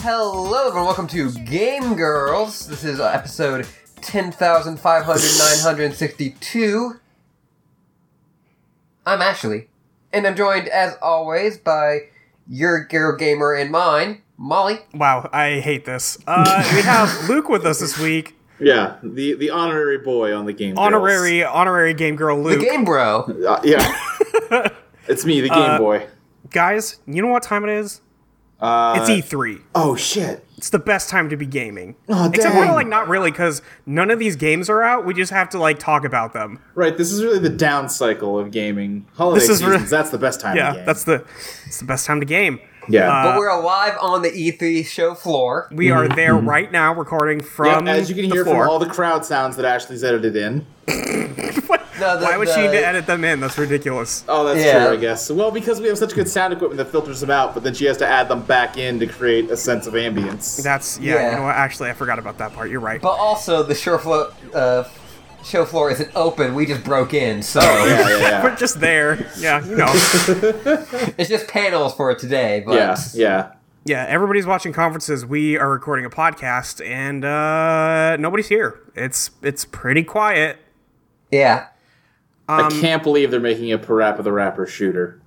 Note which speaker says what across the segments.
Speaker 1: Hello, everyone. Welcome to Game Girls. This is uh, episode 10,500,962. I'm Ashley, and I'm joined, as always, by your girl gamer and mine, Molly.
Speaker 2: Wow, I hate this. Uh, we have Luke with us this week.
Speaker 3: Yeah, the the honorary boy on the game. Girls.
Speaker 2: Honorary, honorary game girl Luke.
Speaker 1: The Game Bro.
Speaker 3: Uh, yeah, it's me, the Game
Speaker 2: Uh,
Speaker 3: Boy.
Speaker 2: Guys, you know what time it is?
Speaker 3: Uh,
Speaker 2: It's E3.
Speaker 3: oh shit!
Speaker 2: It's the best time to be gaming.
Speaker 3: Oh,
Speaker 2: Except we're
Speaker 3: dang.
Speaker 2: like not really because none of these games are out. We just have to like talk about them.
Speaker 3: Right, this is really the down cycle of gaming. Holiday
Speaker 2: This is
Speaker 3: seasons.
Speaker 2: really-
Speaker 3: that's the best time.
Speaker 2: Yeah,
Speaker 3: to game.
Speaker 2: that's the uh, it's the best time to game.
Speaker 3: yeah.
Speaker 1: but we're alive on the E3 show floor.
Speaker 2: We are there right now, recording
Speaker 3: Yep,
Speaker 2: from
Speaker 3: Mm-hmm. as you can
Speaker 2: the
Speaker 3: hear
Speaker 2: floor.
Speaker 3: from all the crowd sounds that Ashley's edited in.
Speaker 1: No, the-
Speaker 2: Why would she need to
Speaker 1: the-
Speaker 2: edit them in? That's ridiculous.
Speaker 3: Oh, that's
Speaker 1: Yeah.
Speaker 3: true, I guess. Well, because we have such good sound equipment that filters them out, but then she has to add them back in to create a sense of ambience.
Speaker 2: That's yeah.
Speaker 1: Yeah.
Speaker 2: You know what? Actually, I forgot about that part. You're right.
Speaker 1: But also, the show floor, uh, show floor isn't open. We just broke in, so
Speaker 2: Oh,
Speaker 3: yeah, yeah, yeah.
Speaker 2: We're just there. Yeah, you know.
Speaker 1: it's just panels for today. But
Speaker 3: yeah, yeah.
Speaker 2: Yeah, everybody's watching conferences. We are recording a podcast, and uh, nobody's here. It's it's pretty quiet.
Speaker 1: yeah.
Speaker 2: Um,
Speaker 3: I can't believe they're making a Parappa the Rapper shooter.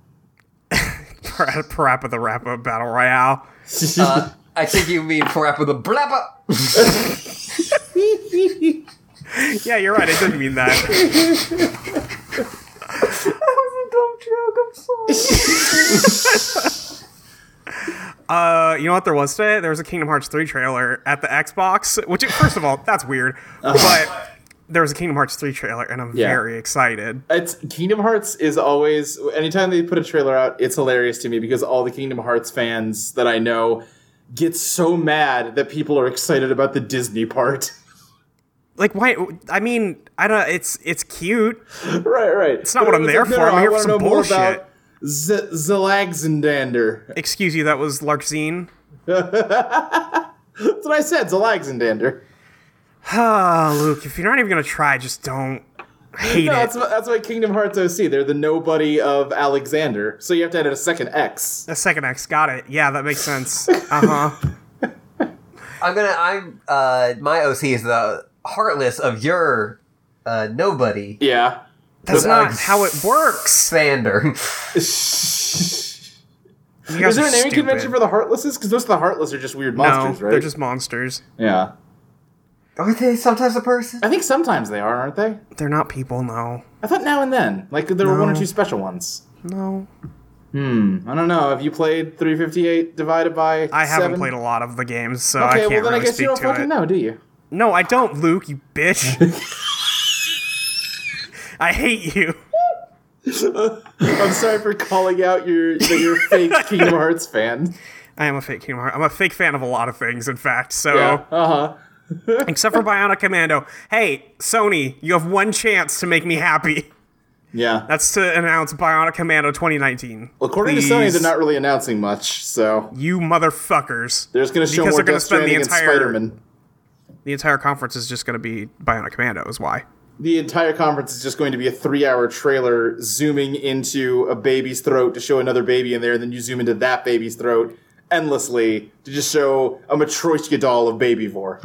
Speaker 2: Parappa the Rappa Battle Royale.
Speaker 1: I think you mean Parappa the Blappa.
Speaker 2: Yeah, you're right. I didn't mean that. Uh, you know what there was today? There was a Kingdom Hearts 3 trailer at the Xbox, which, first of all, that's weird. But there was a Kingdom Hearts 3 trailer, and I'm
Speaker 3: Yeah.
Speaker 2: very excited.
Speaker 3: It's Kingdom Hearts is always anytime they put a trailer out, it's hilarious to me because all the Kingdom Hearts fans that I know get so mad that people are excited about the Disney part.
Speaker 2: Like, why? I mean, I don't. It's it's cute.
Speaker 3: right, right. It's
Speaker 2: not what I'm there for. I'm here for some bullshit."
Speaker 3: Z- Zalagzandander.
Speaker 2: Excuse you, that was Larxene.
Speaker 3: That's what I said, Zalagzandander.
Speaker 2: Ah, Luke, if you're not even gonna try, just don't. I hate
Speaker 3: No,
Speaker 2: it.
Speaker 3: that's, what- that's why Kingdom Hearts OC, they're the nobody of Alexander. So you have to add a second X.
Speaker 2: A second X, got it. Yeah, that makes sense. Uh huh.
Speaker 1: I'm gonna. I'm. Uh, my OC is the heartless of your uh, nobody,
Speaker 3: Yeah.
Speaker 2: That's
Speaker 1: But
Speaker 2: not
Speaker 1: Alex-
Speaker 2: how it works.
Speaker 1: Sander.
Speaker 2: You guys
Speaker 3: Is there
Speaker 2: are
Speaker 3: a naming
Speaker 2: stupid.
Speaker 3: convention for the Heartlesses? Because most of the Heartless are just weird
Speaker 2: No,
Speaker 3: monsters, right?
Speaker 2: they're just monsters.
Speaker 3: yeah.
Speaker 1: Are they sometimes a person?
Speaker 3: I think sometimes they are, aren't they?
Speaker 2: They're not people. No,
Speaker 3: I thought now and then. Like there were one or
Speaker 2: No.
Speaker 3: two special ones.
Speaker 2: no.
Speaker 3: I don't know. Have you played 358 divided by?
Speaker 2: I haven't
Speaker 3: seven?
Speaker 2: played a lot of the games, so I
Speaker 3: Okay,
Speaker 2: can't
Speaker 3: well then
Speaker 2: really
Speaker 3: I guess
Speaker 2: speak
Speaker 3: you don't
Speaker 2: to
Speaker 3: fucking
Speaker 2: it.
Speaker 3: know, do you?
Speaker 2: No, I don't, Luke. You bitch. I hate you.
Speaker 3: I'm sorry for calling out your your fake Kingdom Hearts fan.
Speaker 2: I am a fake Kingdom Hearts. I'm a fake fan of a lot of things, in fact. So,
Speaker 3: Yeah. Uh huh.
Speaker 2: except for Bionic Commando. Hey, Sony, you have one chance to make me happy.
Speaker 3: Yeah.
Speaker 2: That's to announce Bionic Commando 2019.
Speaker 3: According
Speaker 2: Please.
Speaker 3: to Sony, they're not really announcing much, so
Speaker 2: You motherfuckers.
Speaker 3: they're just going to show
Speaker 2: Because
Speaker 3: more
Speaker 2: they're gonna
Speaker 3: Death
Speaker 2: spend the
Speaker 3: Stranding and
Speaker 2: entire-
Speaker 3: Spider-Man.
Speaker 2: the entire conference is just going to be Bionic Commando is why.
Speaker 3: The entire conference is just going to be a three-hour trailer zooming into a baby's throat to show another baby in there, and then you zoom into that baby's throat endlessly to just show a Matryoshka doll of baby vor.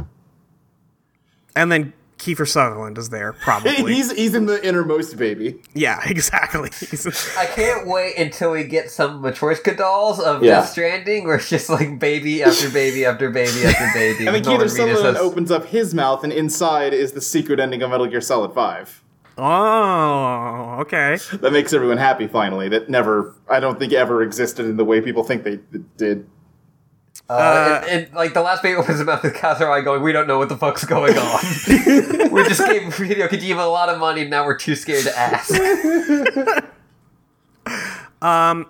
Speaker 2: And then Kiefer Sutherland is there probably.
Speaker 3: He's he's in the innermost baby.
Speaker 2: yeah, exactly. He's-
Speaker 1: I can't wait until we get some Matryoshka dolls of
Speaker 3: Yeah.
Speaker 1: Death Stranding, where it's just like baby after baby after baby after baby.
Speaker 3: I
Speaker 1: with
Speaker 3: think Keith
Speaker 1: Norman Reedus
Speaker 3: Sutherland
Speaker 1: as-
Speaker 3: opens up his mouth, and inside is the secret ending of Metal Gear Solid Five.
Speaker 2: oh, okay.
Speaker 3: That makes everyone happy. Finally, that never, I don't think, ever existed in the way people think they did.
Speaker 1: Uh, and, and, like the last baby opens his mouth with Kazurai going, "We don't know what the fuck's going on. we just gave Hideo Kojima a lot of money, and now we're too scared to ask."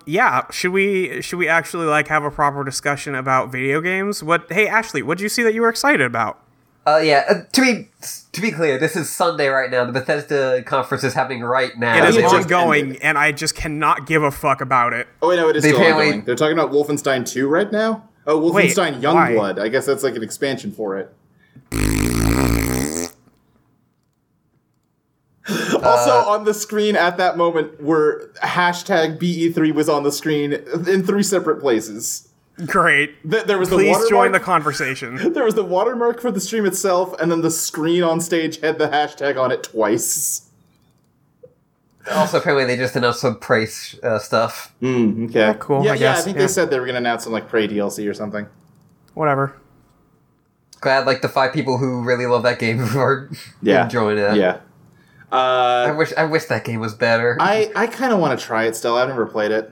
Speaker 2: Yeah, should we should we actually like have a proper discussion about video games? What Hey Ashley, what did you see that you were excited about?
Speaker 1: Uh, yeah. Uh, to be to be clear, this is Sunday right now. The Bethesda conference is happening right now.
Speaker 2: It is
Speaker 3: it just
Speaker 2: ongoing
Speaker 3: ended.
Speaker 2: and I just cannot give a fuck about it.
Speaker 3: Oh wait, no, it is
Speaker 1: They
Speaker 3: still
Speaker 1: apparently-
Speaker 3: ongoing. They're talking about Wolfenstein 2 right now. Oh,
Speaker 2: Wait,
Speaker 3: Wolfenstein
Speaker 2: why?
Speaker 3: Youngblood. I guess that's like an expansion for it. also
Speaker 1: Uh,
Speaker 3: on the screen at that E moment were hashtag BE3 was on the screen in three separate places.
Speaker 2: Great.
Speaker 3: Th- there was the
Speaker 2: Please join the
Speaker 3: watermark-
Speaker 2: conversation.
Speaker 3: there was the watermark for the stream itself, and then the screen on stage had the hashtag on it twice.
Speaker 1: Also, apparently, they just announced some price uh, stuff.
Speaker 3: Mm, okay,
Speaker 2: cool, I
Speaker 3: Yeah, yeah. I
Speaker 2: guess,
Speaker 3: think
Speaker 2: yeah.
Speaker 3: they said they were going to announce some like Prey DLC or something.
Speaker 2: Whatever.
Speaker 1: Glad like the five people who really love that game are
Speaker 3: Yeah,
Speaker 1: enjoying it.
Speaker 3: Yeah.
Speaker 1: I
Speaker 3: Uh,
Speaker 1: wish I wish that game was better.
Speaker 3: I I kind of want to try it still. I've never played it.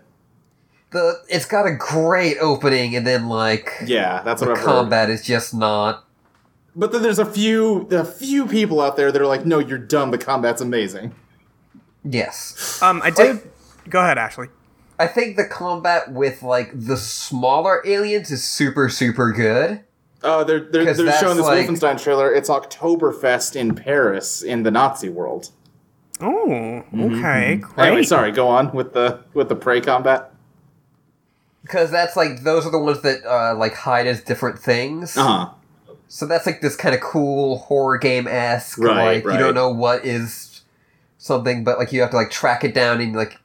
Speaker 1: the it's got a great opening, and then like
Speaker 3: Yeah, that's what
Speaker 1: the
Speaker 3: I've heard.
Speaker 1: combat is just not.
Speaker 3: But then there's a few a few people out there that are like, no, you're dumb. The combat's amazing.
Speaker 1: Yes,
Speaker 2: Um, I did. go ahead, Ashley.
Speaker 1: I think the combat with like the smaller aliens is super super good.
Speaker 3: Uh, they're they're,
Speaker 1: 'Cause
Speaker 3: they're
Speaker 1: that's
Speaker 3: showing this
Speaker 1: like-
Speaker 3: Wolfenstein trailer. It's Oktoberfest in Paris in the Nazi world.
Speaker 2: Oh, okay, great.
Speaker 3: Mm-hmm. Anyway, sorry. Go on with the with the prey combat.
Speaker 1: Because that's like those are the ones that uh, like hide as different things.
Speaker 3: Uh
Speaker 1: So that's like this kind of cool horror game esque.
Speaker 3: Right,
Speaker 1: like
Speaker 3: right.
Speaker 1: you don't know what is something, but like you have to like track it down and like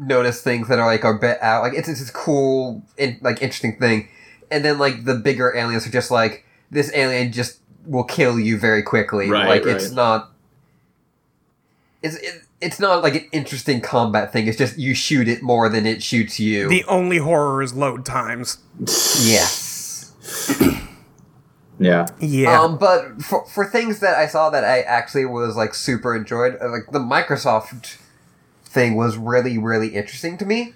Speaker 1: notice things that are like are bit out. Like it's it's this cool in, like interesting thing. And then like the bigger aliens are just like this alien just will kill you very quickly.
Speaker 3: Right,
Speaker 1: like it's
Speaker 3: right.
Speaker 1: not. It's it, it's not like an interesting combat thing. It's just you shoot it more than it shoots you.
Speaker 2: The only horror is load times.
Speaker 1: yes.
Speaker 3: Yeah.
Speaker 2: Yeah.
Speaker 1: Um, but for, for things that I saw that I actually was like super enjoyed, uh, like the Microsoft thing was really really interesting to me.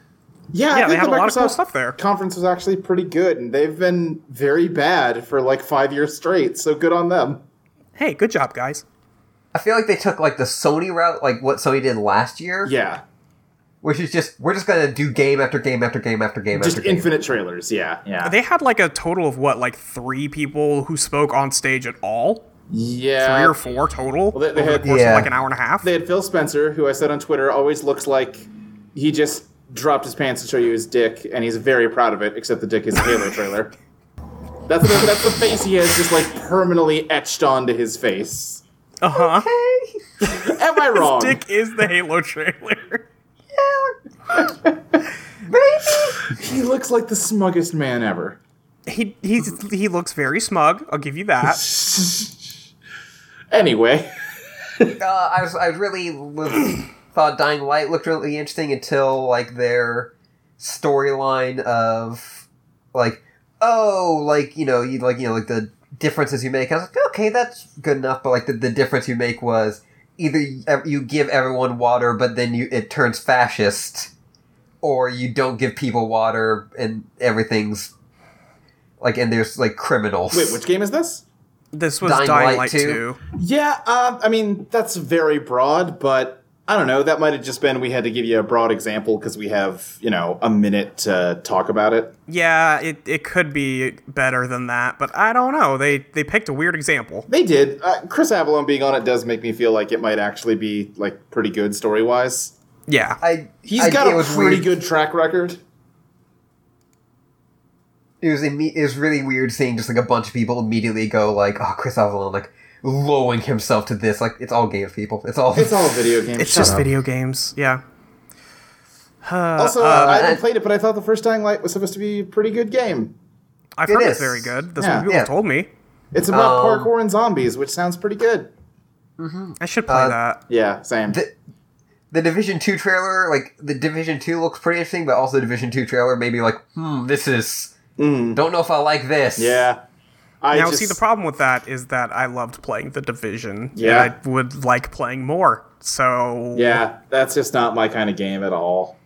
Speaker 3: Yeah,
Speaker 2: yeah,
Speaker 3: I think
Speaker 2: they have
Speaker 3: the
Speaker 2: a lot of cool
Speaker 3: Microsoft
Speaker 2: stuff there.
Speaker 3: Conference was actually pretty good, and they've been very bad for like five years straight. So good on them.
Speaker 2: Hey, good job, guys.
Speaker 1: I feel like they took like the Sony route, like what Sony did last year,
Speaker 3: Yeah,
Speaker 1: which is just we're just gonna do game after game after game after game
Speaker 3: just
Speaker 1: after game.
Speaker 3: infinite trailers. Yeah, yeah,
Speaker 2: They had like a total of what, like three people who spoke on stage at all? Three
Speaker 3: yeah.
Speaker 2: or four total
Speaker 3: Well, they- they
Speaker 2: over
Speaker 3: had-
Speaker 2: the course
Speaker 1: Yeah.
Speaker 2: of like an hour and a half?
Speaker 3: They had Phil Spencer, who I said on Twitter always looks like he just dropped his pants to show you his dick, and he's very proud of it. Except the dick is a Halo trailer. That's the, that's the face he has just like permanently etched onto his face.
Speaker 2: uh huh.
Speaker 1: Okay.
Speaker 3: Am I wrong?
Speaker 2: Dick is the Halo trailer.
Speaker 3: He looks like the smuggest man ever.
Speaker 2: He he's he looks very smug. I'll give you that.
Speaker 3: Anyway.
Speaker 1: uh, I was I really was, thought Dying Light looked really interesting until like their storyline of like oh like you know you like you know like the differences you make. I was like okay that's good enough, but like the, the difference you make was either you- you give everyone water, but then you it turns fascist, or you don't give people water and everything's. Like and there's like criminals.
Speaker 3: Wait, which game is this?
Speaker 2: This was
Speaker 1: Dying
Speaker 2: Dying,
Speaker 1: Light
Speaker 2: Light
Speaker 1: 2.
Speaker 2: 2.
Speaker 3: Yeah, um, I mean that's very broad, but I don't know. That might have just been we had to give you a broad example because we have you know a minute to talk about it.
Speaker 2: Yeah, it, it could be better than that, but I don't know. They they picked a weird example.
Speaker 3: They did. Uh, Chris Avalon being on it does make me feel like it might actually be like pretty good story wise.
Speaker 2: Yeah.
Speaker 1: I
Speaker 3: He's
Speaker 1: I-
Speaker 3: got
Speaker 1: it
Speaker 3: a
Speaker 1: was
Speaker 3: pretty
Speaker 1: weird.
Speaker 3: good track record.
Speaker 1: it was imme- it was really weird seeing just like a bunch of people immediately go like, "Oh, Chris Avalon like lowering himself to this." Like it's all games, people. It's all.
Speaker 3: It's all video games.
Speaker 2: it's
Speaker 3: shut
Speaker 2: just
Speaker 3: up.
Speaker 2: video games. Yeah.
Speaker 3: Also, uh, I haven't
Speaker 1: uh,
Speaker 3: played it, but I thought the first Dying Light was supposed to be a pretty good game.
Speaker 2: I've
Speaker 1: It
Speaker 2: heard
Speaker 1: is.
Speaker 2: it's very good. That's
Speaker 3: Yeah.
Speaker 2: what people
Speaker 1: Yeah.
Speaker 2: told me.
Speaker 3: It's about
Speaker 1: Um,
Speaker 3: parkour and zombies, which sounds pretty good.
Speaker 2: I should play
Speaker 1: Uh,
Speaker 2: that.
Speaker 3: Yeah, same.
Speaker 1: the, the Division Two trailer, like the Division Two looks pretty interesting, but also the Division Two trailer maybe like, hmm, this is. Don't know if I like this.
Speaker 3: Mm. yeah. I
Speaker 2: Now,
Speaker 3: just,
Speaker 2: see, the problem with that is that I loved playing The Division.
Speaker 3: Yeah.
Speaker 2: And I would like playing more. So,
Speaker 3: Yeah, that's just not my kind of game at all.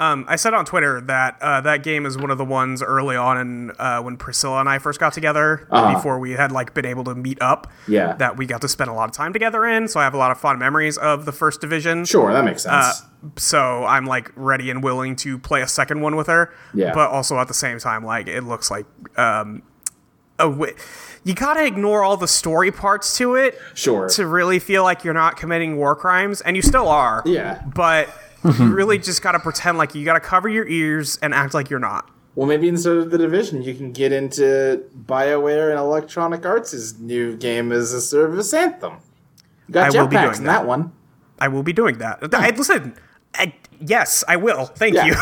Speaker 2: um, I said on Twitter that uh, that game is one of the ones early on in, uh, when Priscilla and I first got together,
Speaker 3: Uh-huh.
Speaker 2: before we had like been able to meet up,
Speaker 3: Yeah.
Speaker 2: that we got to spend a lot of time together in. So I have a lot of fond memories of the first division.
Speaker 3: Sure, that makes
Speaker 2: Uh,
Speaker 3: sense.
Speaker 2: so I'm like ready and willing to play a second one with her.
Speaker 3: Yeah.
Speaker 2: But also at the same time, like it looks like um, a wi- you gotta ignore all the story parts to it
Speaker 3: sure.
Speaker 2: to really feel like you're not committing war crimes, and you still are.
Speaker 3: Yeah.
Speaker 2: But you really just gotta pretend like you gotta cover your ears and act like you're not.
Speaker 3: Well, maybe instead of the division, you can get into BioWare and Electronic Arts' new game as a service anthem. You got
Speaker 2: I will be
Speaker 3: jetpacks in
Speaker 2: doing
Speaker 3: that. one.
Speaker 2: I will be doing that.
Speaker 3: Hmm.
Speaker 2: I, listen. I, yes, I will. Thank you.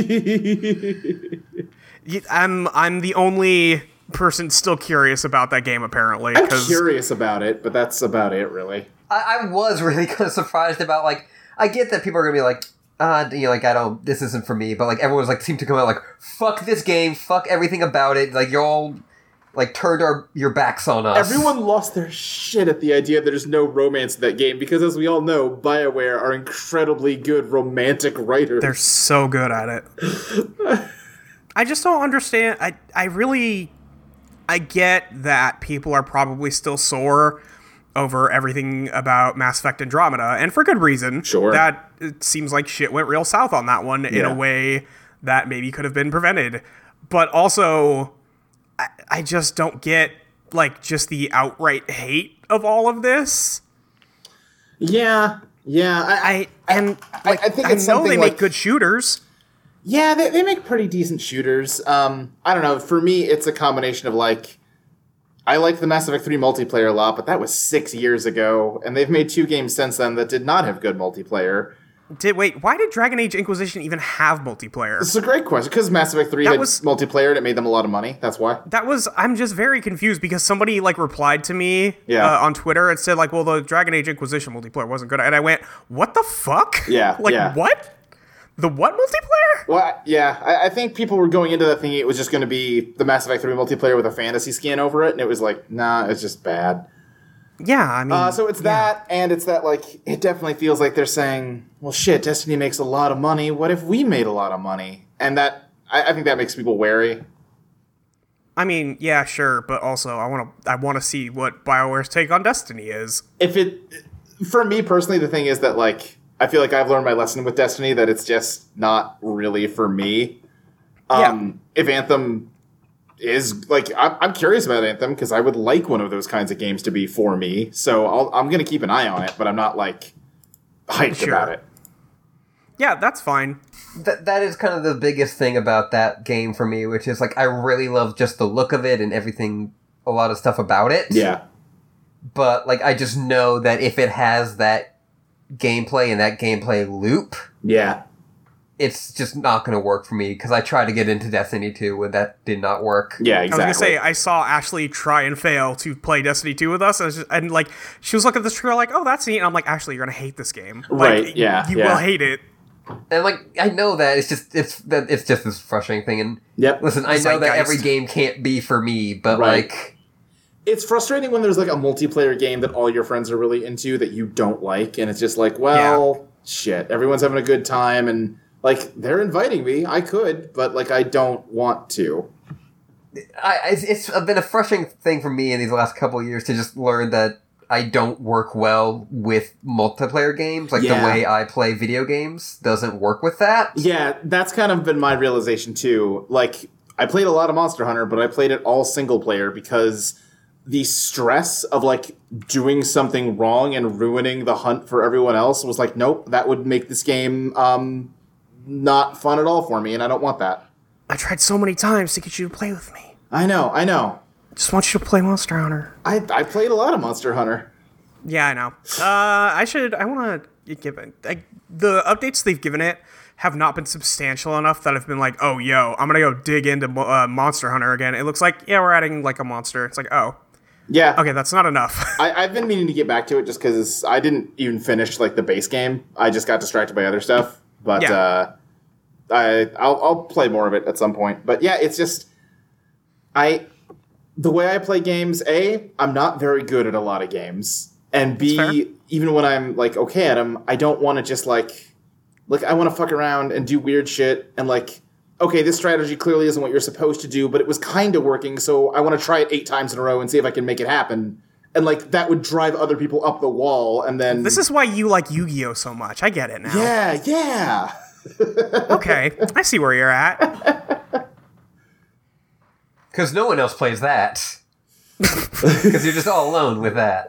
Speaker 3: Yeah.
Speaker 2: y- I'm I'm the only person still curious about that game apparently
Speaker 3: I'm
Speaker 2: because
Speaker 3: curious about it, but that's about it, really.
Speaker 1: I, I was really kind of surprised about like I get that people are gonna be like, uh, you know, like I don't, this isn't for me. But like everyone's like seemed to come out like, fuck this game, fuck everything about it. Like you all like turned our your backs on us.
Speaker 3: Everyone lost their shit at the idea that there's no romance in that game because, as we all know, BioWare are incredibly good romantic writers.
Speaker 2: they're so good at it. I just don't understand. I I really I get that people are probably still sore over everything about Mass Effect Andromeda, and for good reason.
Speaker 3: Sure.
Speaker 2: That it seems like shit went real south on that one in
Speaker 3: Yeah.
Speaker 2: a way that maybe could have been prevented. But also, I, I just don't get like just the outright hate of all of this.
Speaker 3: yeah, yeah. I,
Speaker 2: I and
Speaker 3: I-
Speaker 2: like,
Speaker 3: I think it's
Speaker 2: I know they
Speaker 3: something
Speaker 2: make
Speaker 3: like-
Speaker 2: good shooters.
Speaker 3: Yeah, they, they make pretty decent shooters. Um, I don't know. For me, it's a combination of like, I liked the Mass Effect 3 multiplayer a lot, but that was six years ago, and they've made two games since then that did not have good multiplayer.
Speaker 2: Did wait? Why did Dragon Age Inquisition even have multiplayer?
Speaker 3: It's a great question because Mass Effect 3 had
Speaker 2: was-
Speaker 3: multiplayer and it made them a lot of money. That's why.
Speaker 2: That was I'm just very confused because somebody like replied to me
Speaker 3: Yeah.
Speaker 2: uh, on Twitter and said like, "Well, the Dragon Age Inquisition multiplayer wasn't good," and I went, "What the fuck?
Speaker 3: Yeah,
Speaker 2: like
Speaker 3: yeah.
Speaker 2: what? The what multiplayer?
Speaker 3: Well, I- yeah, I, I think people were going into that thinking it was just going to be the Mass Effect 3 multiplayer with a fantasy skin over it, and it was like, nah, it's just bad.
Speaker 2: Yeah, I mean,
Speaker 3: Uh, so it's that, and it's that, like, it definitely feels like they're saying, well, shit, Destiny makes a lot of money. What if we made a lot of money? And that, I, I think that makes people wary.
Speaker 2: I mean, yeah, sure, but also I want to I want to see what Bioware's take on Destiny is.
Speaker 3: If it, for me personally, the thing is that, like, I feel like I've learned my lesson with Destiny that it's just not really for me. Um, If Anthem is, like, I'm, I'm curious about Anthem because I would like one of those kinds of games to be for me. So I'll, I'm going to keep an eye on it, but I'm not, like, hyped
Speaker 2: Sure.
Speaker 3: about it.
Speaker 2: Yeah, that's fine.
Speaker 1: Th- that is kind of the biggest thing about that game for me, which is like I really love just the look of it and everything, a lot of stuff about it.
Speaker 3: Yeah.
Speaker 1: But like I just know that if it has that gameplay and that gameplay loop,
Speaker 3: Yeah.
Speaker 1: it's just not going to work for me because I tried to get into Destiny 2 when that did not work.
Speaker 3: Yeah, exactly.
Speaker 2: I was gonna say I saw Ashley try and fail to play Destiny 2 with us, and, I was just- and, like she was looking at this trailer like, "Oh, that's neat," and I'm like, "Ashley, you're gonna hate this game, like,
Speaker 3: Right, yeah,
Speaker 2: you
Speaker 3: yeah.
Speaker 2: will hate it."
Speaker 1: And like I know that it's just it's that it's just this frustrating thing. And
Speaker 3: Yep.
Speaker 1: listen, I
Speaker 2: It's
Speaker 1: know
Speaker 2: like
Speaker 1: that
Speaker 2: Geist.
Speaker 1: every game can't be for me, but
Speaker 3: Right.
Speaker 1: like
Speaker 3: it's frustrating when there's like a multiplayer game that all your friends are really into that you don't like, and it's just like, well, shit, everyone's having a good time, and like they're inviting me, I could, but like I don't want to.
Speaker 1: I it's, it's been a frustrating thing for me in these last couple of years to just learn that I don't work well with multiplayer games. Like
Speaker 3: Yeah.
Speaker 1: the way I play video games doesn't work with that.
Speaker 3: Yeah, that's kind of been my realization too. Like I played a lot of Monster Hunter, but I played it all single player because the stress of like doing something wrong and ruining the hunt for everyone else was like, nope, that would make this game um, not fun at all for me, and I don't want that.
Speaker 2: I tried so many times to get you to play with me.
Speaker 3: I know, I know.
Speaker 2: Just want you to play Monster Hunter.
Speaker 3: I, I played a lot of Monster Hunter.
Speaker 2: Yeah, I know. Uh, I should. I want to give it. I, the updates they've given it have not been substantial enough that I've been like, "Oh, yo, I'm gonna go dig into Mo- uh, Monster Hunter again." It looks like yeah, we're adding like a monster. It's like, oh,
Speaker 3: Yeah.
Speaker 2: okay, that's not enough.
Speaker 3: I, I've been meaning to get back to it just because I didn't even finish like the base game. I just got distracted by other stuff. But
Speaker 2: Yeah.
Speaker 3: uh, I I'll, I'll play more of it at some point. But yeah, it's just I the way I play games. A, I'm not very good at a lot of games, and
Speaker 2: That's fair.
Speaker 3: B, even when I'm like okay at them, I don't want to just like like I want to fuck around and do weird shit and like. Okay, this strategy clearly isn't what you're supposed to do, but it was kind of working, so I want to try it eight times in a row and see if I can make it happen. And like that would drive other people up the wall, and then
Speaker 2: This is why you like Yu-Gi-Oh so much. I get it now.
Speaker 3: yeah, yeah.
Speaker 2: Okay, I see where you're at.
Speaker 1: Because no one else plays that. Because you're just all alone with that.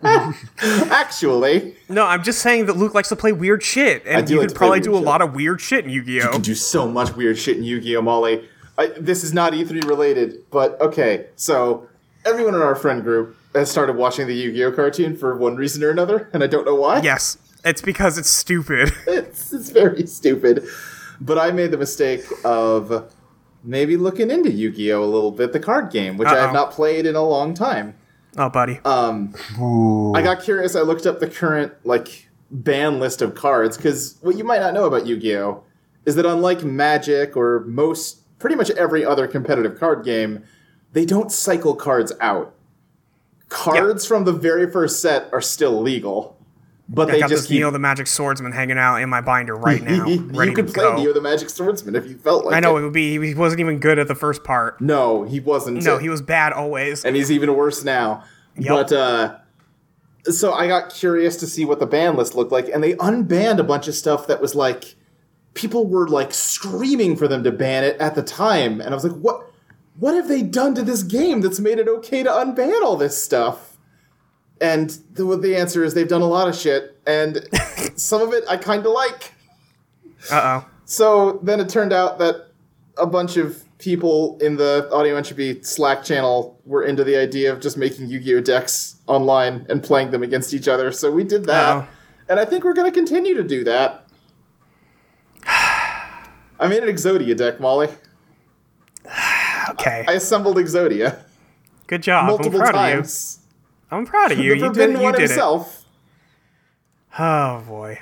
Speaker 3: Actually,
Speaker 2: No, I'm just saying that Luke likes to play weird shit, and
Speaker 3: do
Speaker 2: you
Speaker 3: like
Speaker 2: could
Speaker 3: to play
Speaker 2: probably
Speaker 3: weird
Speaker 2: do a
Speaker 3: shit.
Speaker 2: lot of weird shit in
Speaker 3: you
Speaker 2: Yu-Gi-Oh.
Speaker 3: can do so much weird shit in Yu-Gi-Oh, Molly. I, this is not E3 related, but okay. So everyone in our friend group has started watching the Yu-Gi-Oh cartoon for one reason or another, and I don't know why.
Speaker 2: Yes, it's because it's stupid.
Speaker 3: it's, it's very stupid. But I made the mistake of maybe looking into Yu-Gi-Oh a little bit, the card game, which I
Speaker 2: Uh-oh.
Speaker 3: have not played in a long time.
Speaker 2: Oh, buddy.
Speaker 3: Um,
Speaker 1: Ooh.
Speaker 3: I got curious. I looked up the current like ban list of cards because what you might not know about Yu-Gi-Oh is that unlike Magic or most, pretty much every other competitive card game, they don't cycle cards out. Cards from the very first set are still legal, but
Speaker 2: I
Speaker 3: they
Speaker 2: got
Speaker 3: just
Speaker 2: this
Speaker 3: keep.
Speaker 2: Neo the Magic Swordsman hanging out in my binder right now. ready
Speaker 3: you could
Speaker 2: to
Speaker 3: play
Speaker 2: go.
Speaker 3: Neo the Magic Swordsman if you felt like
Speaker 2: I know
Speaker 3: it.
Speaker 2: it would be. He wasn't even good at the first part.
Speaker 3: No, he wasn't.
Speaker 2: No, he was bad always.
Speaker 3: and he's even worse now. But uh, so I got curious to see what the ban list looked like, and they unbanned a bunch of stuff that was like people were like screaming for them to ban it at the time, and I was like, what? What have they done to this game that's made it okay to unban all this stuff? And the, the answer is they've done a lot of shit, and some of it I kind of like.
Speaker 2: Uh oh.
Speaker 3: So then it turned out that a bunch of people in the Audio Entropy Slack channel were into the idea of just making Yu Gi Oh decks online and playing them against each other. So we did that.
Speaker 2: Uh-oh.
Speaker 3: And I think we're going to continue to do that. I made an Exodia deck, Molly.
Speaker 2: Okay.
Speaker 3: I assembled Exodia
Speaker 2: Good job.
Speaker 3: multiple
Speaker 2: I'm proud of
Speaker 3: times.
Speaker 2: you. I'm proud of you.
Speaker 3: The
Speaker 2: You
Speaker 3: Forbidden
Speaker 2: did. You
Speaker 3: One
Speaker 2: did it.
Speaker 3: himself.
Speaker 2: Oh boy.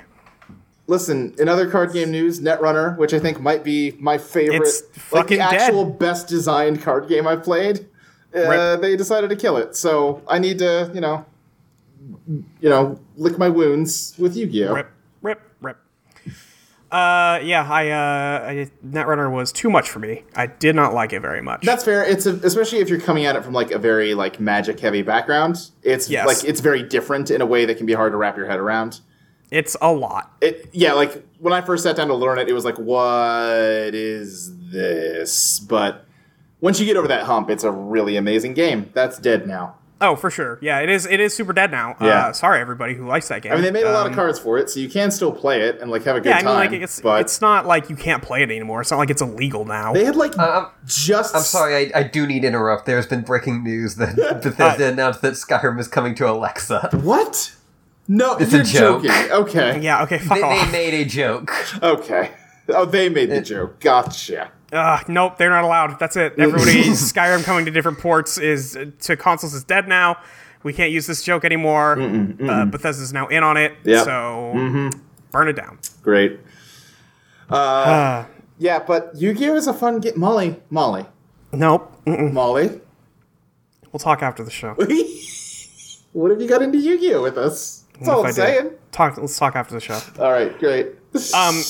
Speaker 3: Listen, in other card game news, Netrunner, which I think might be my favorite,
Speaker 2: It's
Speaker 3: like the
Speaker 2: fucking
Speaker 3: actual best designed card game I've played, uh,
Speaker 2: Rip.
Speaker 3: they decided to kill it. So I need to, you know, you know, lick my wounds with Yu-Gi-Oh.
Speaker 2: Rip. Rip. Rip. Uh yeah, I uh I, Netrunner was too much for me. I did not like it very much.
Speaker 3: That's fair. It's a, especially if you're coming at it from like a very like magic heavy background. It's
Speaker 2: Yes.
Speaker 3: like it's very different in a way that can be hard to wrap your head around.
Speaker 2: it's a lot.
Speaker 3: It yeah, like when I first sat down to learn it, it was like, what is this? But once you get over that hump, it's a really amazing game. That's dead now.
Speaker 2: Oh, for sure. Yeah, it is. It is super dead now.
Speaker 3: Yeah.
Speaker 2: Uh, sorry, everybody who likes that game.
Speaker 3: I mean, they made a lot of
Speaker 2: Um,
Speaker 3: cards for it, so you can still play it and like have a good
Speaker 2: Yeah, I mean,
Speaker 3: time.
Speaker 2: like it's
Speaker 3: but
Speaker 2: it's not like you can't play it anymore. It's not like it's illegal now.
Speaker 3: they had like
Speaker 1: Uh, I'm-
Speaker 3: just.
Speaker 1: I'm sorry, I, I do need to interrupt. There's been breaking news that Bethesda announced that Skyrim is coming to Alexa.
Speaker 3: What? No,
Speaker 1: It's a
Speaker 3: you're
Speaker 1: joke.
Speaker 3: joking. Okay.
Speaker 2: yeah. Okay. Fuck
Speaker 1: They, they
Speaker 3: Oh.
Speaker 2: off.
Speaker 1: made a joke.
Speaker 3: Okay. Oh, they made the joke. Gotcha.
Speaker 2: Ugh, Uh, nope. They're not allowed. That's it. Everybody. Skyrim coming to different ports is to consoles is dead now. We can't use this joke anymore. Uh, Bethesda's now in on it.
Speaker 3: Yep. Mm-hmm.
Speaker 2: So burn it down.
Speaker 3: Great.
Speaker 2: Uh,
Speaker 3: Yeah, but Yu-Gi-Oh is a fun game. Molly, Molly,
Speaker 2: nope. Mm-mm.
Speaker 3: Molly.
Speaker 2: We'll talk after the show.
Speaker 3: what have you got into Yu-Gi-Oh with us? That's all
Speaker 2: If I
Speaker 3: I'm
Speaker 2: do.
Speaker 3: saying.
Speaker 2: Talk. Let's talk after the show.
Speaker 3: All right, great.
Speaker 2: Um.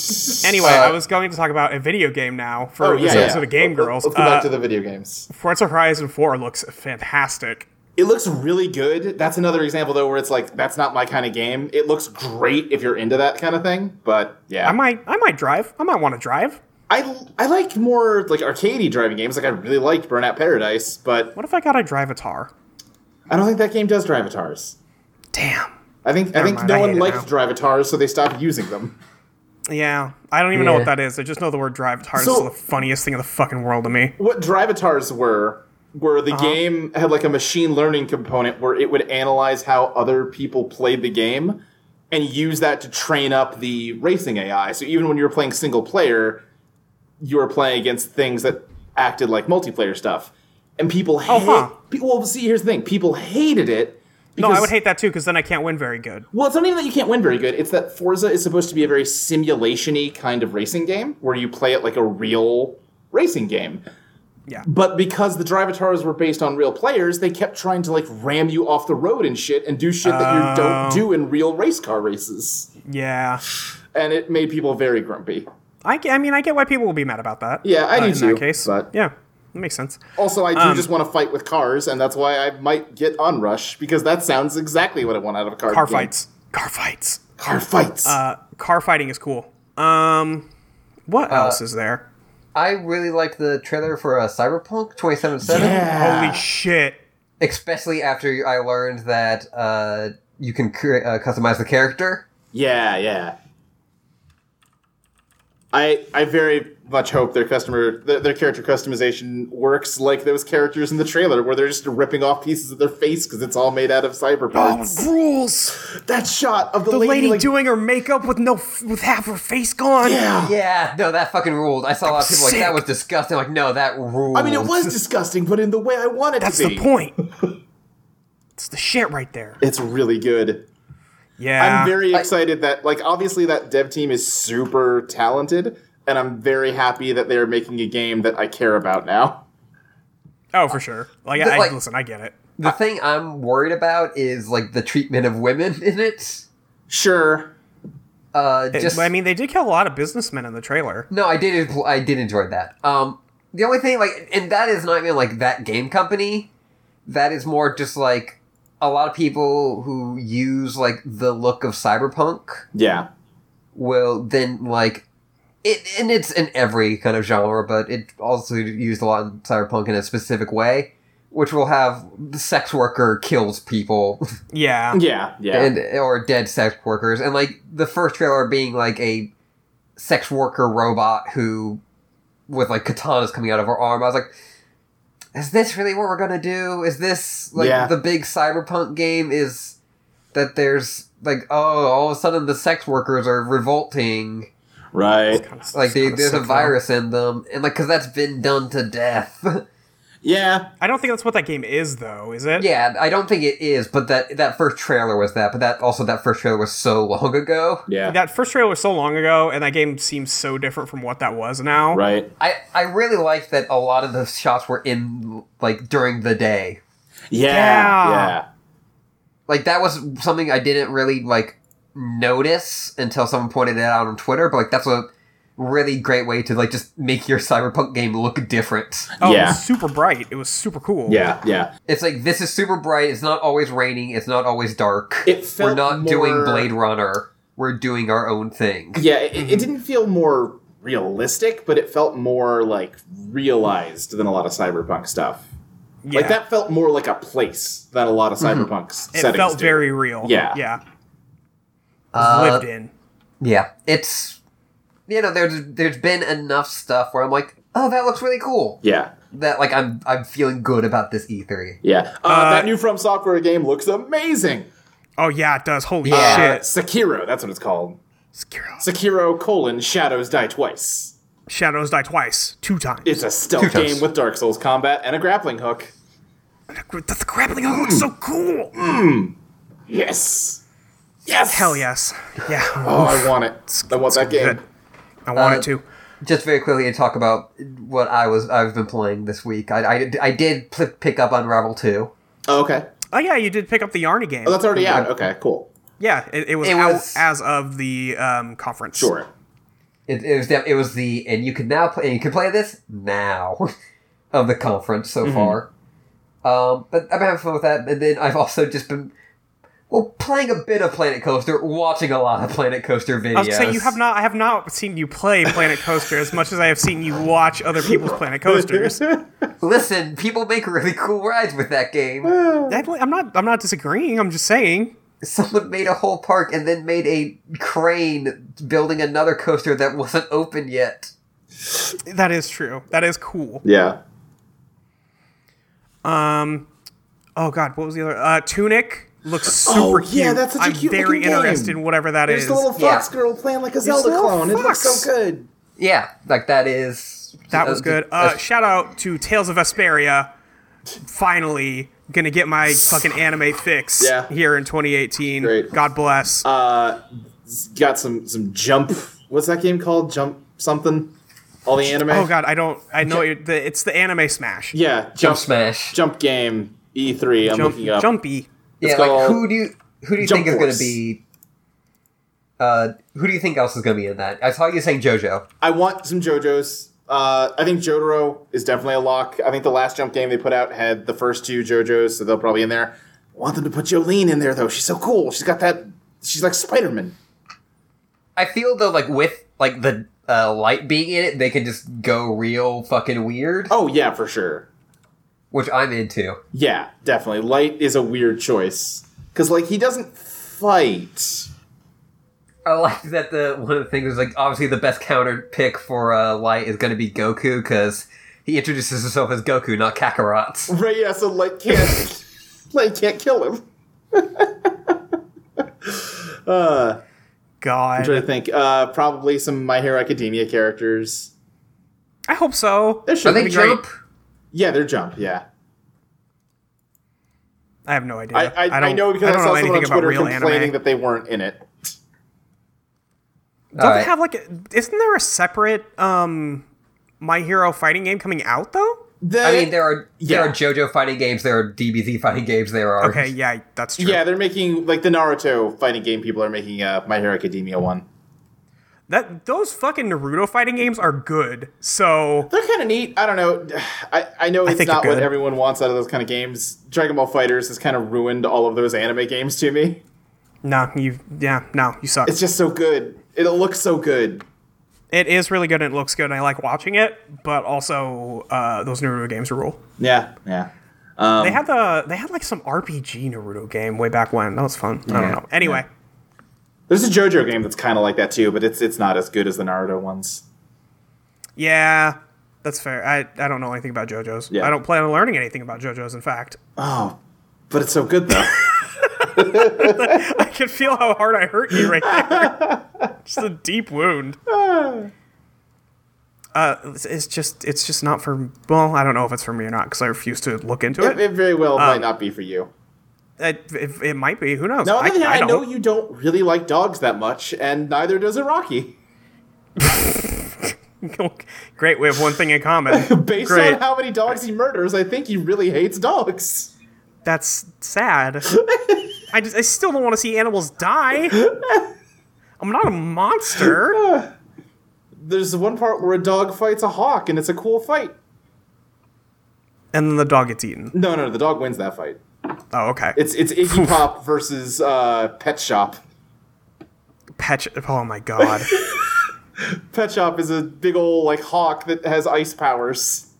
Speaker 2: Anyway,
Speaker 3: Uh,
Speaker 2: I was going to talk about a video game now for
Speaker 3: oh,
Speaker 2: this
Speaker 3: yeah,
Speaker 2: episode
Speaker 3: yeah.
Speaker 2: of Game
Speaker 3: Let-
Speaker 2: Girls.
Speaker 3: Let's go back
Speaker 2: Uh,
Speaker 3: to the video games.
Speaker 2: Forza Horizon 4 looks fantastic.
Speaker 3: It looks really good. That's another example though where it's like that's not my kind of game. It looks great if you're into that kind of thing, but yeah,
Speaker 2: I might I might drive. I might want to drive.
Speaker 3: I I like more like arcadey driving games. Like I really liked Burnout Paradise, but
Speaker 2: What if I got a drive a tar?
Speaker 3: I don't think that game does Drivatars.
Speaker 2: Damn.
Speaker 3: I think I think
Speaker 2: mind,
Speaker 3: no
Speaker 2: I hate
Speaker 3: one
Speaker 2: it
Speaker 3: likes
Speaker 2: now.
Speaker 3: Drivatars, so they stopped using them.
Speaker 2: Yeah, I don't even know
Speaker 1: Yeah.
Speaker 2: what that is. I just know the word drive tar.
Speaker 3: So-
Speaker 2: is the funniest thing in the fucking world to me.
Speaker 3: What Drivatars were were
Speaker 2: Uh-huh.
Speaker 3: the game had like a machine learning component where it would analyze how other people played the game and use that to train up the racing AI. So even when you were playing single player, you were playing against things that acted like multiplayer stuff. And people hate
Speaker 2: Oh, huh.
Speaker 3: pe- well see here's the thing. People hated it.
Speaker 2: No, I
Speaker 3: because-
Speaker 2: would hate that too because then I can't win very good.
Speaker 3: Well, it's not even that you can't win very good. It's that Forza is supposed to be a very simulation-y kind of racing game where you play it like a real racing game.
Speaker 2: Yeah.
Speaker 3: But because the Drivatars were based on real players, they kept trying to like ram you off the road and shit and do shit that you don't
Speaker 2: Oh.
Speaker 3: do in real race car races.
Speaker 2: Yeah,
Speaker 3: And it made people very grumpy.
Speaker 2: I, ge- I mean I get why people will be mad about that.
Speaker 3: Yeah, I
Speaker 2: uh,
Speaker 3: do
Speaker 2: in
Speaker 3: too,
Speaker 2: that case.
Speaker 3: but-
Speaker 2: Yeah, that makes sense.
Speaker 3: Also, I do
Speaker 2: Um.
Speaker 3: just want to fight with cars, and that's why I might get on Rush because that sounds exactly what I want out of a car.
Speaker 2: Car
Speaker 3: game.
Speaker 2: fights. Car fights.
Speaker 3: Car fights.
Speaker 2: Uh, car fighting is cool. Um,
Speaker 1: Uh,
Speaker 2: what else is there?
Speaker 1: I really liked the trailer for uh, Cyberpunk 2077,
Speaker 3: Yeah.
Speaker 1: uh,
Speaker 2: Holy shit!
Speaker 1: especially after I learned that uh, you can cre- uh, customize the character.
Speaker 3: yeah, yeah. I I very much hope their customer their, their character customization works like those characters in the trailer where they're just ripping off pieces of their face because it's all made out of cyber
Speaker 1: uh,
Speaker 3: parts.
Speaker 2: Rules.
Speaker 3: that shot of the,
Speaker 2: Oh, The lady
Speaker 3: like,
Speaker 2: doing her makeup with no f- with half her face gone.
Speaker 3: yeah.
Speaker 1: Yeah, no, that fucking ruled. I saw a lot of people like that
Speaker 2: Sick.
Speaker 1: was disgusting. Like, no, that ruled.
Speaker 3: I mean, it was disgusting, but in the way I wanted
Speaker 2: That's
Speaker 3: to be.
Speaker 2: the point. it's the shit right there.
Speaker 3: It's really good.
Speaker 2: Yeah.
Speaker 3: I'm very excited that like obviously that dev team is super talented, and I'm very happy that they're making a game that I care about now.
Speaker 2: oh, for sure. Like,
Speaker 1: But,
Speaker 2: I,
Speaker 1: like-
Speaker 2: listen, I get it.
Speaker 1: The thing I'm worried about is like the treatment of women in it.
Speaker 3: Sure.
Speaker 1: Uh,
Speaker 2: It-
Speaker 1: just
Speaker 2: I mean, they did kill a lot of businessmen in the trailer.
Speaker 1: no, I did. I did enjoy that. Um, the only thing like, and that is not even like that game company. That is more just like a lot of people who use like the look of cyberpunk
Speaker 3: Yeah.
Speaker 1: will then like it, and it's in every kind of genre, but it also used a lot in cyberpunk in a specific way, which will have the sex worker kills people
Speaker 2: Yeah.
Speaker 3: Yeah. Yeah.
Speaker 1: and or dead sex workers, and like the first trailer being like a sex worker robot who with like katanas coming out of her arm. I was like, is this really what we're gonna do? Is this like
Speaker 3: Yeah.
Speaker 1: the big cyberpunk game? Is that there's like oh all of a sudden the sex workers are revolting
Speaker 3: right.
Speaker 1: like they,
Speaker 2: Kinda
Speaker 1: there's a
Speaker 2: sick,
Speaker 1: virus in them and like because that's been done to death
Speaker 3: Yeah.
Speaker 2: though. I don't think that's what that game is, though, is it?
Speaker 1: yeah i don't think it is but that that first trailer was that but that also that first trailer was so long ago
Speaker 3: Yeah.
Speaker 2: That first trailer was so long ago, and that game seems so different from what that was now.
Speaker 3: right.
Speaker 1: I, I really like that a lot of the shots were in like during the day.
Speaker 3: Yeah.
Speaker 2: Yeah.
Speaker 3: Yeah.
Speaker 1: Like that was something I didn't really like notice until someone pointed it out on Twitter, but like that's a really great way to like just make your cyberpunk game look different.
Speaker 2: Oh, it
Speaker 3: Yeah.
Speaker 2: was super bright. It was super cool.
Speaker 3: Yeah. Yeah.
Speaker 1: It's like this is super bright, it's not always raining, it's not always dark.
Speaker 3: It felt
Speaker 1: We're not
Speaker 3: more-
Speaker 1: doing Blade Runner. We're doing our own thing.
Speaker 3: Yeah. It, it didn't feel more realistic, but it felt more like realized than a lot of cyberpunk stuff.
Speaker 2: Yeah.
Speaker 3: Like that felt more like a place than a lot of cyberpunk s-
Speaker 2: It
Speaker 3: settings.
Speaker 2: felt
Speaker 3: do.
Speaker 2: very real.
Speaker 3: Yeah.
Speaker 2: Yeah. It
Speaker 1: Uh,
Speaker 2: was lived in.
Speaker 1: Yeah, it's you know there's there's been enough stuff where I'm like, oh, that looks really cool.
Speaker 3: Yeah.
Speaker 1: That like I'm I'm feeling good about this E E3.
Speaker 3: Yeah. Uh,
Speaker 2: Uh,
Speaker 3: that new From Software game looks amazing.
Speaker 2: Oh, yeah, it does. Holy
Speaker 1: Yeah.
Speaker 3: Uh,
Speaker 2: shit.
Speaker 3: Sekiro, that's what it's called.
Speaker 2: Sekiro.
Speaker 3: Sekiro colon Shadows Die Twice.
Speaker 2: Shadows die twice. Two times.
Speaker 3: It's a stealth
Speaker 1: Two times.
Speaker 3: game with Dark Souls combat and a grappling hook.
Speaker 2: the, the grappling hook looks so cool.
Speaker 3: Yes. Yes.
Speaker 2: Hell yes. Yeah.
Speaker 3: Oh, I want it. I want that game.
Speaker 2: Good. I want
Speaker 1: Uh,
Speaker 2: it to.
Speaker 1: Just very quickly to talk about what I was I've been playing this week. I I, I did pl- pick up Unravel two.
Speaker 3: Oh, okay.
Speaker 2: Oh yeah, you did pick up the Yarny game.
Speaker 3: Oh, that's already out. Okay, cool.
Speaker 2: yeah, it, it was
Speaker 1: It
Speaker 2: out
Speaker 1: was-
Speaker 2: as of the um, conference.
Speaker 3: Sure.
Speaker 1: It, it was def- it was the and you can now play and you can play this now of the conference
Speaker 2: Mm-hmm.
Speaker 1: so far. Um, but I've been having fun with that, and then I've also just been well playing a bit of Planet Coaster, watching a lot of Planet Coaster videos.
Speaker 2: I was saying you have not. I have not seen you play Planet Coaster as much as I have seen you watch other people's Planet Coasters.
Speaker 1: Listen, people make really cool rides with that game.
Speaker 2: That- I'm not. I'm not disagreeing. I'm just saying.
Speaker 1: Someone made a whole park and then made a crane building another coaster that wasn't open yet.
Speaker 2: That is true. That is cool.
Speaker 3: yeah.
Speaker 2: Oh God, what was the other? Uh, Tunic looks super
Speaker 3: Oh,
Speaker 2: cute.
Speaker 3: yeah, that's such a
Speaker 2: I'm
Speaker 3: cute
Speaker 2: very
Speaker 3: looking game.
Speaker 2: interested in whatever that
Speaker 3: There's
Speaker 2: is.
Speaker 3: the little
Speaker 1: yeah.
Speaker 3: fox girl playing like a Zelda
Speaker 2: little
Speaker 3: clone. It looks
Speaker 2: fox.
Speaker 3: so good.
Speaker 1: Yeah, like that is
Speaker 2: That was
Speaker 1: uh,
Speaker 2: good.
Speaker 1: that's-
Speaker 2: Uh, shout out to Tales of Vesperia. Finally, gonna get my fucking anime fix
Speaker 3: Yeah.
Speaker 2: here in 2018.
Speaker 3: Great.
Speaker 2: God bless.
Speaker 3: Uh, got some some jump. What's that game called? Jump something. All the anime.
Speaker 2: oh god, I don't. I know it, the, it's the anime smash.
Speaker 3: Yeah. Jump,
Speaker 1: Jump Smash.
Speaker 3: Jump game. E3. I'm
Speaker 2: Jump,
Speaker 3: looking up.
Speaker 2: jumpy.
Speaker 1: yeah,
Speaker 3: it's
Speaker 1: like
Speaker 3: called
Speaker 1: who do you who do you
Speaker 3: Jump
Speaker 1: think is going
Speaker 3: Force.
Speaker 1: to be? Uh, who do you think else is going to be in that? I saw you saying JoJo.
Speaker 3: I want some JoJo's. Uh, I think Jotaro is definitely a lock. I think the last jump game they put out had the first two JoJo's, so they'll probably in there. I want them to put Jolene in there though. She's so cool. She's got that. She's like Spider Man.
Speaker 1: I feel though, like with like the uh, light being in it, they can just go real fucking weird,
Speaker 3: Oh yeah, for sure.
Speaker 1: which I'm into.
Speaker 3: Yeah, definitely. Light is a weird choice because like he doesn't fight.
Speaker 1: I like that the one of the things is like obviously the best counter pick for uh, Light is going to be Goku because he introduces himself as Goku, not Kakarot.
Speaker 3: Right, yeah, so Light can't, Light can't kill him. uh, I'm trying
Speaker 2: God.
Speaker 3: to think. Uh, probably some My Hero Academia characters.
Speaker 2: I hope so.
Speaker 3: There
Speaker 1: Are
Speaker 3: should
Speaker 1: they
Speaker 3: be.
Speaker 1: jump?
Speaker 3: Yeah, they're jump, yeah.
Speaker 2: I have no idea.
Speaker 3: I, I, I,
Speaker 2: don't,
Speaker 3: know because I,
Speaker 2: don't
Speaker 3: saw
Speaker 2: know
Speaker 3: someone
Speaker 2: anything
Speaker 3: on
Speaker 2: about
Speaker 3: Twitter
Speaker 2: real
Speaker 3: complaining
Speaker 2: anime.
Speaker 3: that they weren't in it.
Speaker 2: Don't
Speaker 1: Alright.
Speaker 2: they have like? A, isn't there a separate um, My Hero fighting game coming out though?
Speaker 1: I mean, there are there
Speaker 3: Yeah.
Speaker 1: are JoJo fighting games, there are DBZ fighting games, there are
Speaker 2: Okay, yeah, that's true.
Speaker 3: yeah, they're making like the Naruto fighting game people are making uh, My Hero Academia one.
Speaker 2: That those fucking Naruto fighting games are good. So
Speaker 3: They're kind of neat. I don't know. I, I know it's
Speaker 2: think they're
Speaker 3: not what
Speaker 2: good.
Speaker 3: everyone wants out of those kind of games. Dragon Ball Fighters has kind of ruined all of those anime games to me.
Speaker 2: no, you yeah, no, you suck.
Speaker 3: It's just so good. It looks so good.
Speaker 2: It is really good and it looks good and I like watching it, but also uh, those Naruto games rule.
Speaker 3: Yeah, yeah. Um,
Speaker 2: They had the they had like some RPG Naruto game way back when. That was fun. I don't
Speaker 3: Yeah,
Speaker 2: know. Anyway,
Speaker 3: There's a JoJo game that's kind of like that too, but it's it's not as good as the Naruto ones.
Speaker 2: yeah. that's fair. I, I don't know anything about JoJo's.
Speaker 3: Yeah.
Speaker 2: I don't plan on learning anything about JoJo's. In fact,
Speaker 3: Oh, but it's so good though.
Speaker 2: I can feel how hard I hurt you right there. just a deep wound. Uh, it's- it's just it's just not for well I don't know if it's for me or not because I refuse to look into it.
Speaker 3: it, it very well
Speaker 2: Um,
Speaker 3: might not be for you.
Speaker 2: It, it, it might be who knows.
Speaker 3: Now, other than that, I, know
Speaker 2: don't.
Speaker 3: you don't really like dogs that much, and neither does Iraqi.
Speaker 2: Great, we have one thing in common.
Speaker 3: Based
Speaker 2: Great.
Speaker 3: on how many dogs he murders, I think he really hates dogs.
Speaker 2: That's sad. I just I still don't want to see animals die. I'm not a monster.
Speaker 3: There's one part where a dog fights a hawk, and it's a cool fight.
Speaker 2: And then the dog gets eaten.
Speaker 3: No, no, the dog wins that fight.
Speaker 2: Oh, okay.
Speaker 3: It's it's Iggy Pop versus uh, Pet Shop.
Speaker 2: Patch. Oh my god.
Speaker 3: Pet Shop is a big old like hawk that has ice powers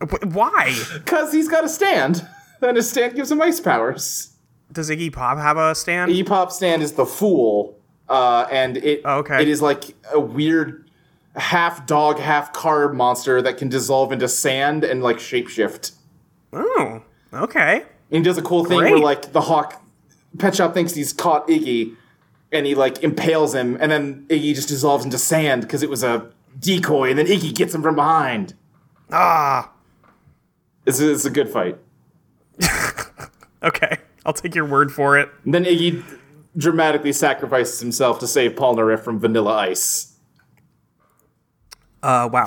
Speaker 2: Wh- Why
Speaker 3: because he's got a stand, and his stand gives him ice powers.
Speaker 2: does Iggy Pop have a stand?
Speaker 3: E pop stand is the fool, uh, and it
Speaker 2: Oh, okay.
Speaker 3: it is like a weird half dog, half car monster that can dissolve into sand and like shapeshift.
Speaker 2: Oh, okay.
Speaker 3: And he does a cool thing where
Speaker 2: Great.
Speaker 3: like the hawk pet shop thinks he's caught Iggy, and he like impales him, and then Iggy just dissolves into sand because it was a decoy, and then Iggy gets him from behind.
Speaker 2: Ah,
Speaker 3: It's, it's a good fight.
Speaker 2: okay. I'll take your word for it.
Speaker 3: And then Iggy dramatically sacrifices himself to save Paul Naref from Vanilla Ice.
Speaker 2: Uh, wow.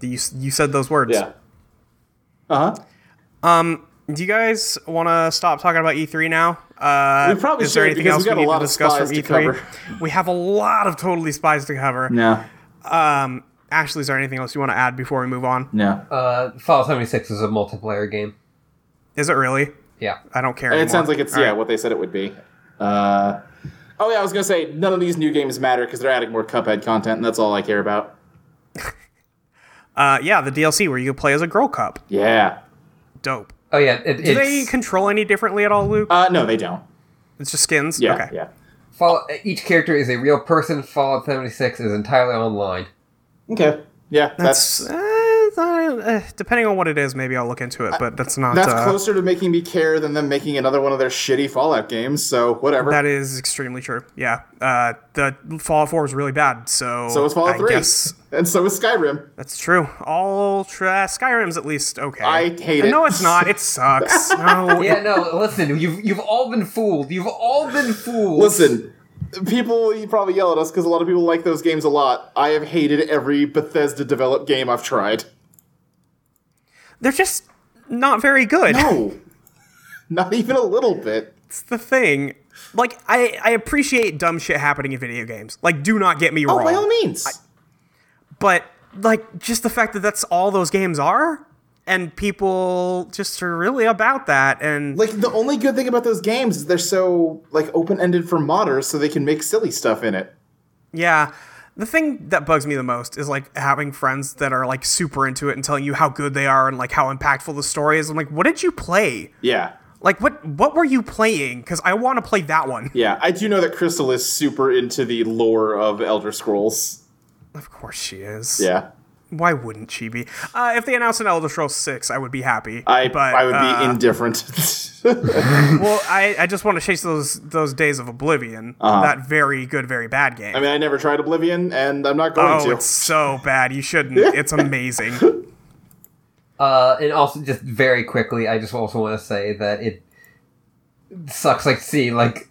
Speaker 2: you s- you said those words.
Speaker 3: Yeah. Uh huh.
Speaker 2: Do you guys want to stop talking about E3 now? Uh,
Speaker 3: We probably
Speaker 2: is there
Speaker 3: should,
Speaker 2: anything
Speaker 3: because
Speaker 2: else
Speaker 3: we got a
Speaker 2: need
Speaker 3: lot
Speaker 2: to
Speaker 3: of
Speaker 2: discuss
Speaker 3: spies
Speaker 2: from E
Speaker 3: to
Speaker 2: E3?
Speaker 3: cover.
Speaker 2: We have a lot of totally spies to cover.
Speaker 3: No.
Speaker 2: Um, Ashley, is there anything else you want to add before we move on?
Speaker 3: No.
Speaker 1: Uh, Fallout 76 is a multiplayer game.
Speaker 2: Is it really?
Speaker 1: Yeah.
Speaker 2: I don't care.
Speaker 3: It
Speaker 2: anymore.
Speaker 3: sounds like it's
Speaker 2: All
Speaker 3: yeah
Speaker 2: right.
Speaker 3: what they said it would be. Uh, oh yeah, I was gonna say none of these new games matter because they're adding more Cuphead content, and that's all I care about.
Speaker 2: Uh, yeah, the DLC where you play as a girl cup.
Speaker 3: Yeah.
Speaker 2: Dope.
Speaker 1: Oh yeah, it, it's
Speaker 2: Do they control any differently at all, Luke?
Speaker 3: Uh, no, they don't.
Speaker 2: it's just skins.
Speaker 3: Yeah.
Speaker 2: okay.
Speaker 3: Yeah.
Speaker 1: Fallout, each character is a real person. Fallout 76 is entirely online.
Speaker 3: Okay. Yeah. That's
Speaker 2: That's, uh,
Speaker 3: that's,
Speaker 2: uh, depending on what it is. Maybe I'll look into it, but that's not. uh,
Speaker 3: closer to making me care than them making another one of their shitty Fallout games. So whatever.
Speaker 2: That is extremely true. Yeah. Uh, the Fallout 4 was really bad, so.
Speaker 3: so is Fallout
Speaker 2: I
Speaker 3: Three,
Speaker 2: guess
Speaker 3: and so is Skyrim.
Speaker 2: that's true. All tra- Skyrim's at least okay.
Speaker 3: I hate
Speaker 2: Uh,
Speaker 3: it.
Speaker 2: No, it's not. It sucks. no.
Speaker 1: Yeah, no, listen, you've you've all been fooled. You've all been fooled.
Speaker 3: Listen, people you probably yell at us because a lot of people like those games a lot. I have hated every Bethesda developed game I've tried.
Speaker 2: They're just not very good.
Speaker 3: No, not even a little bit.
Speaker 2: It's the thing. Like, I, I appreciate dumb shit happening in video games. Like, do not get me wrong.
Speaker 3: Oh, by all means.
Speaker 2: but, like, just the fact that that's all those games are, and people just are really about that, and.
Speaker 3: like the only good thing about those games is they're so like open ended for modders, so they can make silly stuff in it.
Speaker 2: Yeah. The thing that bugs me the most is like having friends that are like super into it and telling you how good they are and like how impactful the story is. I'm like, what did you play?
Speaker 3: Yeah.
Speaker 2: Like what what were you playing? Because I want to play that one.
Speaker 3: Yeah, I do know that Crystal is super into the lore of Elder Scrolls.
Speaker 2: Of course she is.
Speaker 3: Yeah,
Speaker 2: Why wouldn't she be? Uh, if they announced an Elder Scrolls six, I would be happy.
Speaker 3: I
Speaker 2: but,
Speaker 3: I would be
Speaker 2: uh,
Speaker 3: indifferent.
Speaker 2: well, I, I just want to chase those those days of Oblivion. That very good, very bad game.
Speaker 3: Uh-huh. I mean, I never tried Oblivion, and I'm not going
Speaker 2: oh,
Speaker 3: to.
Speaker 2: it's so bad. You shouldn't. It's amazing.
Speaker 1: Uh, and also, just very quickly, I just also want to say that it sucks, like, seeing, like,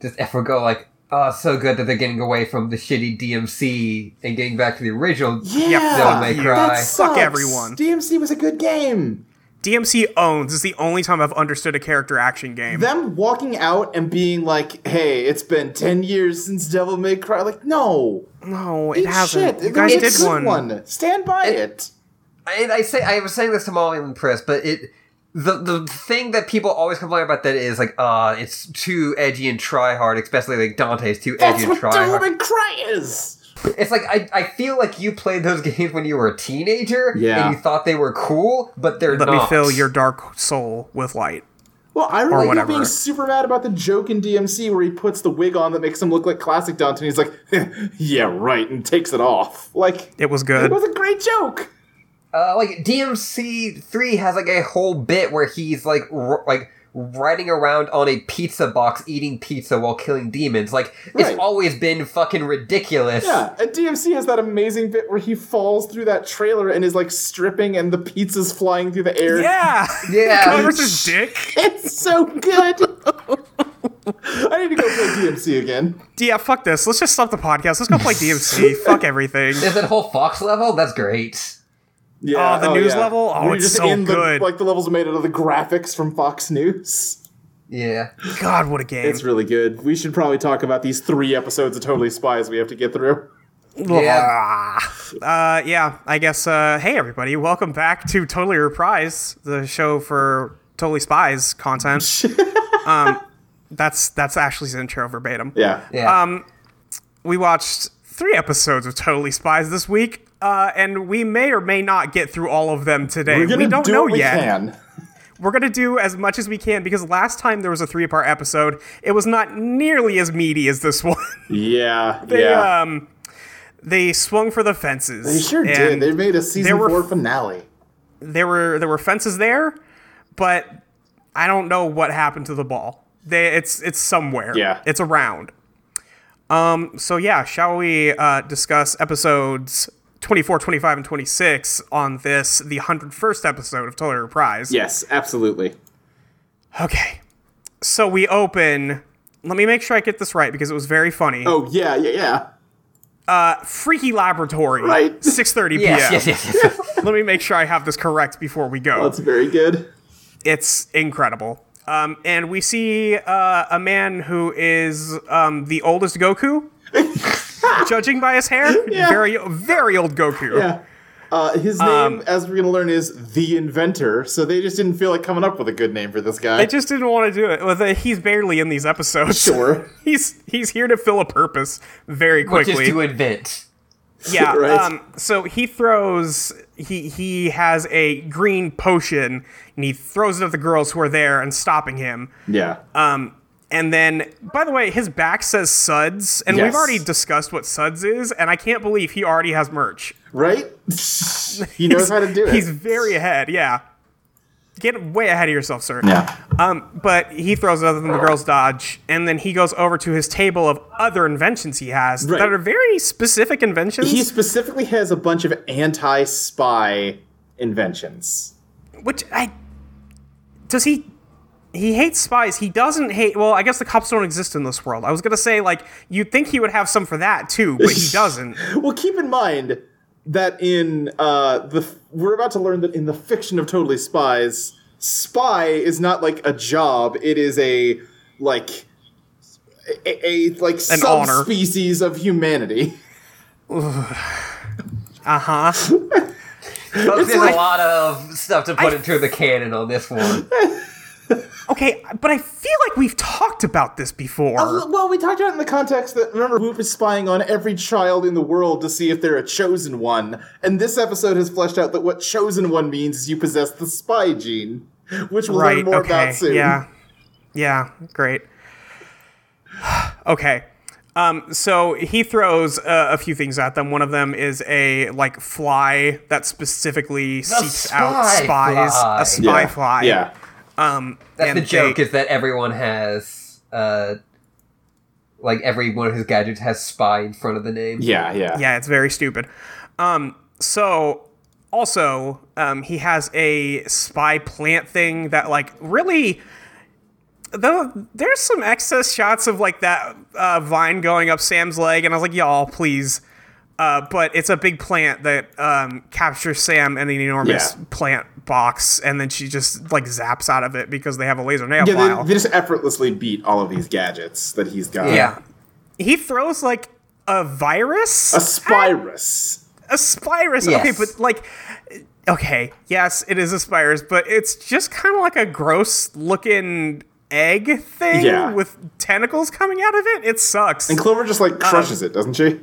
Speaker 1: just effort go, like, oh, it's so good that they're getting away from the shitty DMC and getting back to the original.
Speaker 3: Yeah,
Speaker 1: Devil May Cry.
Speaker 3: that
Speaker 1: Fuck
Speaker 3: sucks.
Speaker 2: everyone.
Speaker 3: DMC was a good game.
Speaker 2: DMC owns is the only time I've understood a character action game.
Speaker 3: Them walking out and being like, "Hey, it's been ten years since Devil May Cry." Like, no,
Speaker 2: no, Oh, it
Speaker 3: Eat
Speaker 2: hasn't.
Speaker 3: shit.
Speaker 2: You
Speaker 3: There
Speaker 2: guys
Speaker 3: was a
Speaker 2: did
Speaker 3: good
Speaker 2: one.
Speaker 3: Stand by it.
Speaker 1: And I say, I was saying this to Molly and Press, but it, the, the thing that people always complain about that is, like, uh, it's too edgy and try hard, especially, like, Dante's too
Speaker 3: That's
Speaker 1: edgy and
Speaker 3: what
Speaker 1: try
Speaker 3: Devil
Speaker 1: hard.
Speaker 3: May Cry is.
Speaker 1: It's like I, I feel like you played those games when you were a teenager
Speaker 3: Yeah.
Speaker 1: and you thought they were cool, but they're
Speaker 2: Let
Speaker 1: not.
Speaker 2: me fill your dark soul with light.
Speaker 3: Well, I remember you
Speaker 2: whatever.
Speaker 3: being super mad about the joke in DMC where he puts the wig on that makes him look like classic Dante, and he's like, "Yeah, right," and takes it off. Like,
Speaker 2: It was
Speaker 3: it
Speaker 2: good.
Speaker 3: was a great joke.
Speaker 1: uh, like DMC three has like a whole bit where he's like r- like riding around on a pizza box eating pizza while killing demons. Like
Speaker 3: Right.
Speaker 1: it's always been fucking ridiculous.
Speaker 3: Yeah, and DMC has that amazing bit where he falls through that trailer and is like stripping, and the pizza's flying through the air.
Speaker 2: Yeah.
Speaker 1: Yeah.
Speaker 2: Covers his dick.
Speaker 3: It's so good. I need to go play DMC again.
Speaker 2: Yeah, fuck this. Let's just stop the podcast. Let's go play DMC. fuck everything.
Speaker 1: There's that whole Fox level. That's great.
Speaker 3: Yeah,
Speaker 2: Oh, the news level? Oh,
Speaker 3: Where you're
Speaker 2: it's
Speaker 3: just
Speaker 2: so
Speaker 3: in the-
Speaker 2: good.
Speaker 3: like the levels are made out of the graphics from Fox News.
Speaker 1: Yeah.
Speaker 2: God, what a game.
Speaker 3: It's really good. We should probably talk about these three episodes of Totally Spies we have to get through.
Speaker 1: Yeah.
Speaker 2: Uh, yeah, I guess. Uh, hey, everybody, welcome back to Totally Reprise, the show for Totally Spies content. um, that's that's Ashley's intro verbatim.
Speaker 3: Yeah.
Speaker 1: Yeah.
Speaker 2: Um, We watched three episodes of Totally Spies this week, uh, and we may or may not get through all of them today.
Speaker 3: We're gonna
Speaker 2: We don't
Speaker 3: do
Speaker 2: know
Speaker 3: what we
Speaker 2: yet.
Speaker 3: can.
Speaker 2: We're gonna do as much as we can because last time there was a three-part episode, it was not nearly as meaty as this one.
Speaker 3: Yeah.
Speaker 2: they,
Speaker 3: yeah.
Speaker 2: um, they swung for the fences.
Speaker 3: they sure did.
Speaker 2: and-
Speaker 3: They made a season
Speaker 2: there were-
Speaker 3: four finale.
Speaker 2: there were there were fences there, but I don't know what happened to the ball. They, it's it's somewhere.
Speaker 3: Yeah.
Speaker 2: it's around. Um. So yeah, shall we uh, discuss episodes 24, 25, and 26 on this the 101st episode of Total Reprise?
Speaker 3: Yes, absolutely.
Speaker 2: Okay. So we open. Let me make sure I get this right because it was very funny.
Speaker 3: Oh yeah, yeah, yeah.
Speaker 2: Freaky Laboratory.
Speaker 3: Right.
Speaker 2: 6:30 p.m.
Speaker 1: yes, yes, yes, yes, yes.
Speaker 2: Let me make sure I have this correct before we go.
Speaker 3: That's very good.
Speaker 2: it's incredible. Um, and we see uh, a man who is um, the oldest Goku, judging by his hair,
Speaker 3: Yeah.
Speaker 2: very very old Goku.
Speaker 3: Yeah. Uh, his name,
Speaker 2: Um,
Speaker 3: as we're gonna learn, is the inventor. So they just didn't feel like coming up with a good name for this guy.
Speaker 2: I just didn't want to do it. Well, the, he's barely in these episodes.
Speaker 3: Sure.
Speaker 2: he's he's here to fill a purpose very
Speaker 1: Which
Speaker 2: quickly.
Speaker 1: is to invent.
Speaker 2: Yeah.
Speaker 3: Right.
Speaker 2: Um, so he throws. He he has a green potion and he throws it at the girls who are there and stopping him.
Speaker 3: yeah.
Speaker 2: Uh, And then, by the way, his back says Suds, and
Speaker 3: Yes.
Speaker 2: we've already discussed what Suds is, and I can't believe he already has merch.
Speaker 3: right. he knows how to do it.
Speaker 2: He's very ahead, yeah. Get way ahead of yourself, sir.
Speaker 3: yeah.
Speaker 2: Um, but he throws other than the girls dodge, and then he goes over to his table of other inventions he has
Speaker 3: Right.
Speaker 2: that are very specific inventions,
Speaker 3: He specifically has a bunch of anti-spy inventions.
Speaker 2: which I does he. He hates spies. He doesn't hate. Well, I guess the cops don't exist in this world. I was gonna say, like, you'd think he would have some for that too, but he doesn't.
Speaker 3: Well, keep in mind that in uh, the we're about to learn that in the fiction of Totally Spies, spy is not like a job; it is a like a, a like
Speaker 2: An honor.
Speaker 3: subspecies of humanity.
Speaker 1: But there's
Speaker 3: like-
Speaker 1: a lot of stuff to put
Speaker 2: I-
Speaker 1: into the canon on this one.
Speaker 2: Okay, but I feel like we've talked about this before.
Speaker 3: Uh, Well, we talked about it in the context that remember Whoop is spying on every child in the world to see if they're a chosen one, and this episode has fleshed out that what chosen one means is you possess the spy gene. which we'll
Speaker 2: right.
Speaker 3: learn more
Speaker 2: okay.
Speaker 3: about soon.
Speaker 2: Yeah. Yeah. Great. okay. Um, so he throws uh, a few things at them. One of them is a like fly that specifically seeks out
Speaker 1: spy
Speaker 2: spies.
Speaker 1: fly.
Speaker 2: A spy
Speaker 3: Yeah.
Speaker 2: fly. Um,
Speaker 3: Yeah.
Speaker 1: That's
Speaker 2: And
Speaker 1: the joke
Speaker 2: they-
Speaker 1: is that everyone has uh like every one of his gadgets has spy in front of the name.
Speaker 3: Yeah. Yeah.
Speaker 2: Yeah, it's very stupid. Um, so also, um, he has a spy plant thing that like really. Though there's some excess shots of like that uh, vine going up Sam's leg, and I was like, "Y'all, please." Uh, but it's a big plant that um, captures Sam in an enormous
Speaker 3: Yeah.
Speaker 2: plant box, and then she just like zaps out of it because they have a laser nail
Speaker 3: Yeah, they-
Speaker 2: file.
Speaker 3: they, just effortlessly beat all of these gadgets that he's got.
Speaker 1: Yeah.
Speaker 2: he throws like a virus,
Speaker 3: A Spyrus.
Speaker 2: a spirus.
Speaker 1: Yes.
Speaker 2: Okay, but like, okay, yes, it is a spirus, but it's just kind of like a gross looking egg thing
Speaker 3: Yeah.
Speaker 2: with tentacles coming out of it. It sucks.
Speaker 3: And Clover just
Speaker 2: Um,
Speaker 3: like crushes it, doesn't she?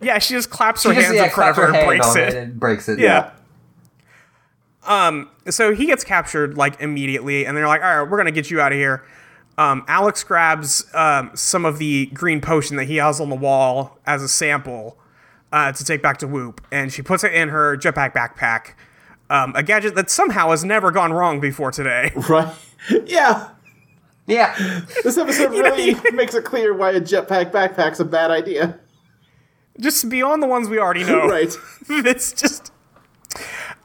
Speaker 2: yeah, she just claps
Speaker 1: She
Speaker 2: her
Speaker 1: just
Speaker 2: hands
Speaker 1: yeah,
Speaker 2: up
Speaker 1: claps
Speaker 2: forever
Speaker 1: her
Speaker 2: and
Speaker 1: hand
Speaker 2: breaks
Speaker 1: on
Speaker 2: it.
Speaker 1: it. and breaks it.
Speaker 2: Yeah. so he gets captured like immediately, and they're like, "All right, we're gonna get you out of here." Um, Alex grabs um, some of the green potion that he has on the wall as a sample uh, to take back to Whoop, and she puts it in her jetpack backpack, um, a gadget that somehow has never gone wrong before today.
Speaker 3: Right. Yeah.
Speaker 1: Yeah.
Speaker 3: This episode really makes it clear why a jetpack backpack's a bad idea.
Speaker 2: Just beyond the ones we already know.
Speaker 3: Right.
Speaker 2: it's just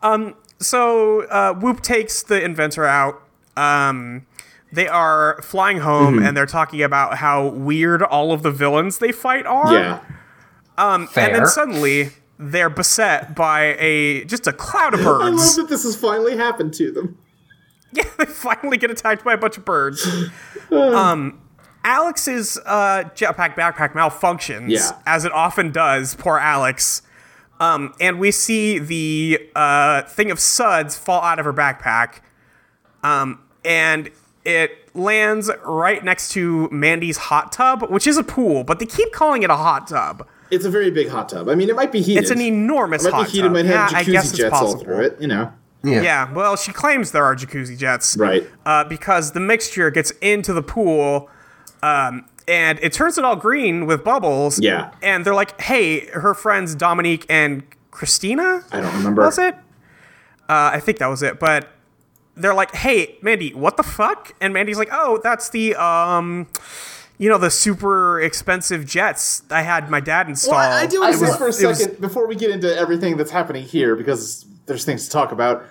Speaker 2: um so uh whoop takes the inventor out um they are flying home
Speaker 3: Mm-hmm.
Speaker 2: and they're talking about how weird all of the villains they fight are
Speaker 3: Yeah.
Speaker 1: Fair.
Speaker 2: and then suddenly they're beset by a just a cloud of
Speaker 3: I love
Speaker 2: birds
Speaker 3: that this has finally happened to them.
Speaker 2: yeah they finally get attacked by a bunch of birds um Alex's uh, jetpack backpack malfunctions,
Speaker 3: Yeah.
Speaker 2: as it often does. Poor Alex. Um, and we see the uh, thing of suds fall out of her backpack. Um, and it lands right next to Mandy's hot tub, which is a pool, but they keep calling it a hot tub.
Speaker 3: It's a very big hot tub. I mean, it might be heated.
Speaker 2: It's an enormous
Speaker 3: It might
Speaker 2: hot
Speaker 3: be heated.
Speaker 2: tub.
Speaker 3: Might
Speaker 2: yeah,
Speaker 3: have
Speaker 2: I
Speaker 3: jacuzzi
Speaker 2: guess it's
Speaker 3: jets all
Speaker 2: possible.
Speaker 3: through it. You know.
Speaker 1: yeah.
Speaker 2: Yeah, well, she claims there are jacuzzi jets.
Speaker 3: Right.
Speaker 2: Uh, because the mixture gets into the pool um, and it turns it all green with bubbles.
Speaker 3: Yeah.
Speaker 2: And they're like, hey, her friends Dominique and Christina?
Speaker 3: I don't remember.
Speaker 2: Was it? Uh, I think that was it. But they're like, hey, Mandy, what the fuck? And Mandy's like, oh, that's the. um. You know the super expensive jets I had my dad install.
Speaker 3: Well, I, I do want
Speaker 1: I
Speaker 3: to say
Speaker 1: was-
Speaker 3: for a
Speaker 2: it was-
Speaker 3: second before we get into everything that's happening here, because there's things to talk about.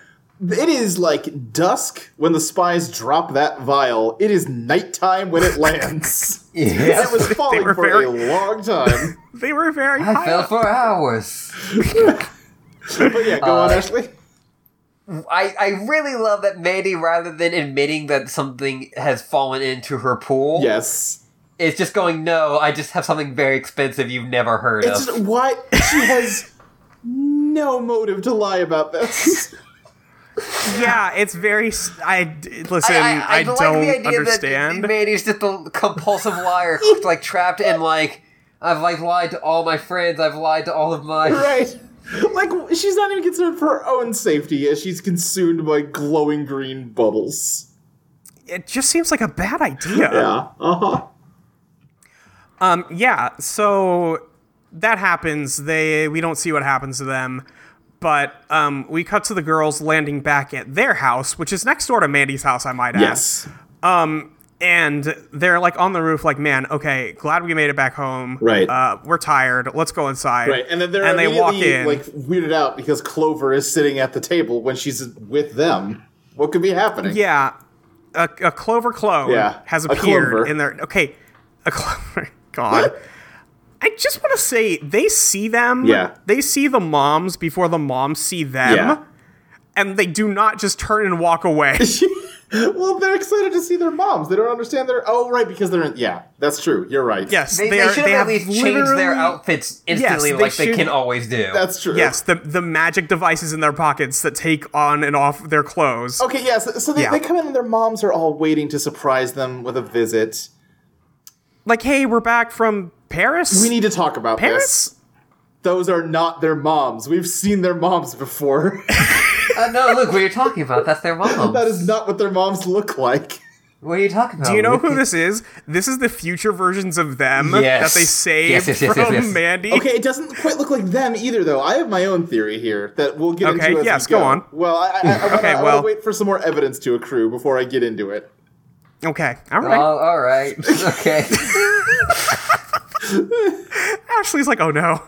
Speaker 3: It is like dusk when the spies drop that vial. It is nighttime when it lands.
Speaker 1: Yeah.
Speaker 3: It was falling
Speaker 2: were
Speaker 3: for
Speaker 2: very-
Speaker 3: a long time.
Speaker 2: They were very
Speaker 1: I
Speaker 2: high
Speaker 1: fell
Speaker 2: up.
Speaker 1: for hours.
Speaker 3: but yeah, go
Speaker 2: Uh,
Speaker 3: on, Ashley.
Speaker 1: I, I really love that Mandy, rather than admitting that something has fallen into her pool,
Speaker 3: Yes.
Speaker 1: is just going, no, I just have something very expensive you've never heard
Speaker 3: It's
Speaker 1: of.
Speaker 3: just why she has no motive to lie about this.
Speaker 2: Yeah, it's very. s- I d- listen. I,
Speaker 1: like
Speaker 2: don't
Speaker 1: the idea
Speaker 2: understand.
Speaker 1: That Mandy's just a compulsive liar, like trapped and like I've like lied to all my friends. I've lied to all of my.
Speaker 3: right. Like she's not even concerned for her own safety as she's consumed by glowing green bubbles.
Speaker 2: it just seems like a bad idea.
Speaker 3: Yeah. Uh-huh.
Speaker 2: Um. Yeah. So that happens. They we don't see what happens to them, but um, we cut to the girls landing back at their house, which is next door to Mandy's house. I might add.
Speaker 3: Yes.
Speaker 2: and they're like on the roof, like, man, okay, glad we made it back home.
Speaker 3: Right.
Speaker 2: Uh, we're tired. Let's go inside.
Speaker 3: Right, and then they're
Speaker 2: and they walk
Speaker 3: immediately,
Speaker 2: in.
Speaker 3: like weirded out because Clover is sitting at the table when she's with them. What could be happening?
Speaker 2: Yeah, a, a clover clone
Speaker 3: Yeah,
Speaker 2: has
Speaker 3: a
Speaker 2: appeared
Speaker 3: clover.
Speaker 2: in their. Okay, a clover. God, I just want to say they see them.
Speaker 3: Yeah.
Speaker 2: they see the moms before the moms see them,
Speaker 3: Yeah.
Speaker 2: and they do not just turn and walk away.
Speaker 3: well, they're excited to see their moms. They don't understand their. Oh, right, because they're. In, yeah, that's true. You're right.
Speaker 2: yes,
Speaker 1: They,
Speaker 2: they,
Speaker 1: they,
Speaker 2: are,
Speaker 1: should have
Speaker 2: they
Speaker 1: at least changed their
Speaker 2: literally-
Speaker 1: outfits instantly,
Speaker 2: Yes, they
Speaker 1: like they
Speaker 2: should-
Speaker 1: can always do.
Speaker 3: that's true.
Speaker 2: Yes, the the magic devices in their pockets that take on and off their clothes.
Speaker 3: Okay. Yes. so, they,
Speaker 2: Yeah.
Speaker 3: they come in and their moms are all waiting to surprise them with a visit.
Speaker 2: Like, hey, we're back from Paris.
Speaker 3: We need to talk about
Speaker 2: Paris.
Speaker 3: this. Those are not their moms. We've seen their moms before.
Speaker 1: Uh, no, look, what are you talking about? That's their mom.
Speaker 3: That is not what their moms look like.
Speaker 1: What are you talking about?
Speaker 2: Do you know who this is? This is the future versions of them
Speaker 1: Yes.
Speaker 2: that they saved
Speaker 1: Yes, yes, yes, yes,
Speaker 2: from
Speaker 1: yes.
Speaker 2: Mandy.
Speaker 3: Okay, it doesn't quite look like them either, though. I have my own theory here that we'll get
Speaker 2: Okay,
Speaker 3: into. as
Speaker 2: yes,
Speaker 3: we
Speaker 2: go on.
Speaker 3: Well, I, I, I, wanna,
Speaker 2: Okay,
Speaker 3: I wanna
Speaker 2: well-
Speaker 3: wait for some more evidence to accrue before I get into it.
Speaker 2: Okay. All
Speaker 1: Oh,
Speaker 2: right.
Speaker 3: Uh,
Speaker 1: all right. Okay.
Speaker 2: Ashley's like, oh no.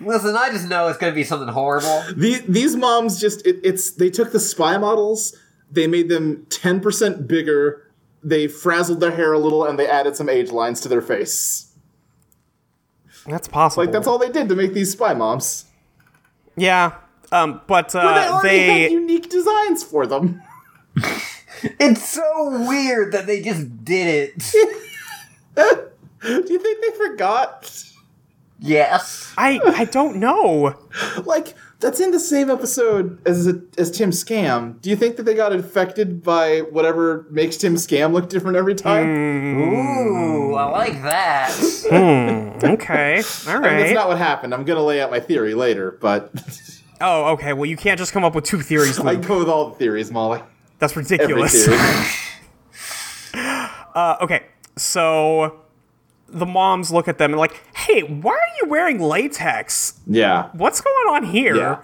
Speaker 1: Listen, I just know it's going to be something horrible.
Speaker 3: The, these moms just it, it's they took the spy models, they made them ten percent bigger, they frazzled their hair a little, and they added some age lines to their face.
Speaker 2: That's possible.
Speaker 3: Like that's all they did to make these spy moms.
Speaker 2: Yeah. Um, but
Speaker 3: But they
Speaker 2: uh,
Speaker 3: already
Speaker 2: they.
Speaker 3: had unique designs for them.
Speaker 1: It's so weird that they just did it.
Speaker 3: Do you think they forgot?
Speaker 1: yes.
Speaker 2: I, I don't know.
Speaker 3: Like that's in the same episode as as Tim Scam. Do you think that they got infected by whatever makes Tim Scam look different every time?
Speaker 1: Ooh, I like that.
Speaker 2: Okay. All
Speaker 3: I mean, that's
Speaker 2: right.
Speaker 3: not what happened. I'm gonna lay out my theory later, but
Speaker 2: oh, okay. Well, you can't just come up with two theories.
Speaker 3: I
Speaker 2: Luke.
Speaker 3: go with all the theories, Molly.
Speaker 2: That's
Speaker 3: Every
Speaker 2: ridiculous.
Speaker 3: theory.
Speaker 2: Uh, okay. So the moms look at them and like, hey, why are you wearing latex?
Speaker 3: Yeah.
Speaker 2: What's going on here?
Speaker 3: Yeah.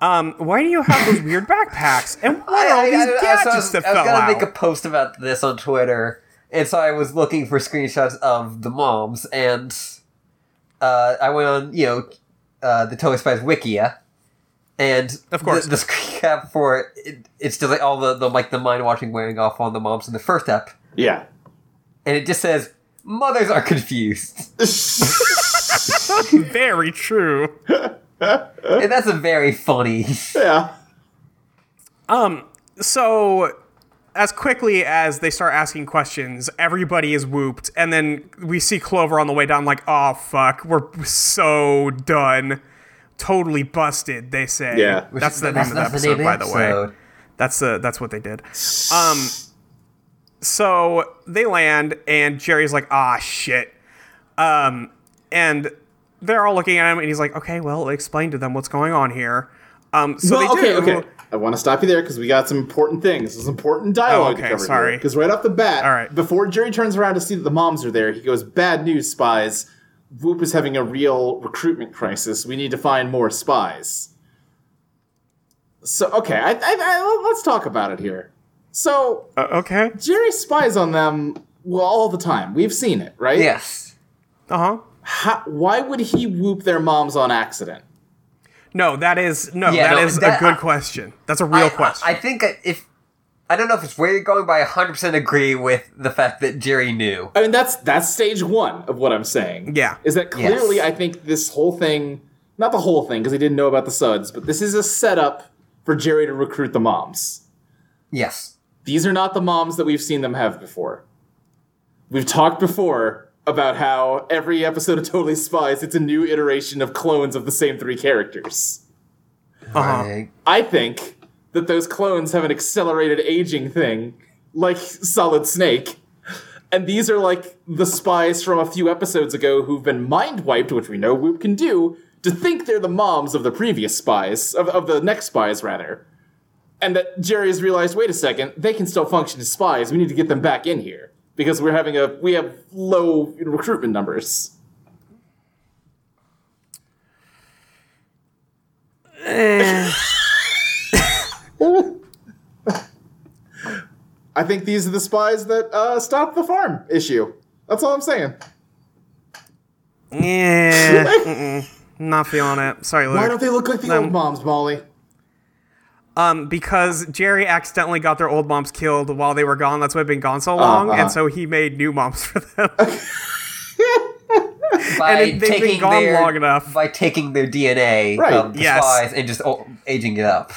Speaker 2: Um, why do you have those weird backpacks? And why are all these gadgets
Speaker 1: so I was,
Speaker 2: that
Speaker 1: I was
Speaker 2: fell
Speaker 1: gonna
Speaker 2: out?
Speaker 1: make a post about this on Twitter, and so I was looking for screenshots of the moms, and uh, I went on, you know, uh, the Toy Spies Wikia, and
Speaker 2: Of course.
Speaker 1: the, the screen cap for it, it- it's just like all the, the like the mind washing wearing off on the moms in the first ep,
Speaker 3: Yeah.
Speaker 1: and it just says mothers are confused,
Speaker 2: Very true.
Speaker 1: and that's a very funny.
Speaker 3: yeah.
Speaker 2: So as quickly as they start asking questions, everybody is whooped, and then we see Clover on the way down, like, oh fuck, we're so done. Totally busted, they say.
Speaker 3: Yeah.
Speaker 2: That's the name of the
Speaker 1: that's
Speaker 2: episode,
Speaker 1: name
Speaker 2: by
Speaker 1: of
Speaker 2: the way.
Speaker 1: episode.
Speaker 2: That's uh, that's what they did. Um, so they land, and Jerry's like, "Ah, shit," um, and they're all looking at him, and he's like, "Okay, well, explain to them what's going on here." Um, so
Speaker 3: Well,
Speaker 2: they
Speaker 3: okay,
Speaker 2: do.
Speaker 3: okay. I want to stop you there because we got some important things. There's important dialogue
Speaker 2: Oh,
Speaker 3: to
Speaker 2: okay,
Speaker 3: cover.
Speaker 2: sorry.
Speaker 3: Because right off the bat,
Speaker 2: All right.
Speaker 3: before Jerry turns around to see that the moms are there, he goes, "Bad news, spies. Whoop is having a real recruitment crisis. We need to find more spies." So okay, I, I, I, let's talk about it here. So
Speaker 2: Uh, okay.
Speaker 3: Jerry spies on them well, all the time. We've seen it, right?
Speaker 1: Yes.
Speaker 2: Uh huh.
Speaker 3: How, why would he whoop their moms on accident?
Speaker 2: No, that is no.
Speaker 1: Yeah,
Speaker 2: that
Speaker 1: no,
Speaker 2: is
Speaker 1: that-
Speaker 2: a good
Speaker 1: I-
Speaker 2: question. That's a real
Speaker 1: I-
Speaker 2: question.
Speaker 1: I, I think if I don't know if it's where you're going, but I 100 percent agree with the fact that Jerry knew.
Speaker 3: I mean, that's that's stage one of what I'm saying.
Speaker 2: Yeah.
Speaker 3: is that
Speaker 1: Yes.
Speaker 3: clearly? I think this whole thing, not the whole thing, because he didn't know about the suds, but this is a setup for Jerry to recruit the moms.
Speaker 1: Yes.
Speaker 3: These are not the moms that we've seen them have before. We've talked before about how every episode of Totally Spies, it's a new iteration of clones of the same three characters.
Speaker 2: uh-huh.
Speaker 1: Like,
Speaker 3: I think that those clones have an accelerated aging thing, like Solid Snake. And these are like the spies from a few episodes ago who've been mind wiped, which we know Whoop can do, to think they're the moms of the previous spies, of, of the next spies, rather. And that Jerry has realized wait a second, they can still function as spies. We need to get them back in here because we're having a, we have low recruitment numbers. I think these are the spies that uh, stop the farm issue. That's all I'm saying.
Speaker 2: Yeah. mm-mm. Not feeling it. Sorry,
Speaker 3: Why
Speaker 2: Luke.
Speaker 3: don't they look like the old moms, Molly?
Speaker 2: Um, because Jerry accidentally got their old moms killed while they were gone. That's why they've been gone so long,
Speaker 3: uh-huh.
Speaker 2: and so he made new moms for them.
Speaker 1: by
Speaker 2: it- they've been
Speaker 1: taking
Speaker 2: gone
Speaker 1: their,
Speaker 2: long enough.
Speaker 1: By taking their DNA
Speaker 3: Right.
Speaker 1: of the
Speaker 2: Yes.
Speaker 1: spies um, and just oh, aging it up.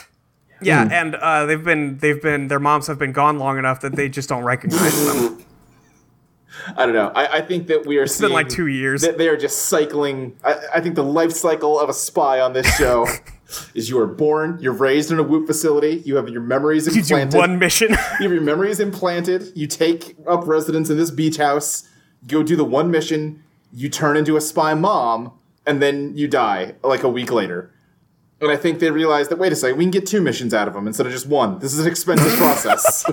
Speaker 2: Yeah, and uh, they've been they've been their moms have been gone long enough that they just don't recognize them.
Speaker 3: I don't know. I, I think that we are
Speaker 2: It's
Speaker 3: seeing
Speaker 2: been like two years.
Speaker 3: that they are just cycling. I, I think the life cycle of a spy on this show is you are born, you're raised in a whoop facility, you have your memories
Speaker 2: You do
Speaker 3: implanted.
Speaker 2: one mission.
Speaker 3: you have your memories implanted. You take up residence in this beach house. Go do the one mission. You turn into a spy mom, and then you die like a week later. And I think they realized that wait a second, we can get two missions out of them instead of just one. This is an expensive process.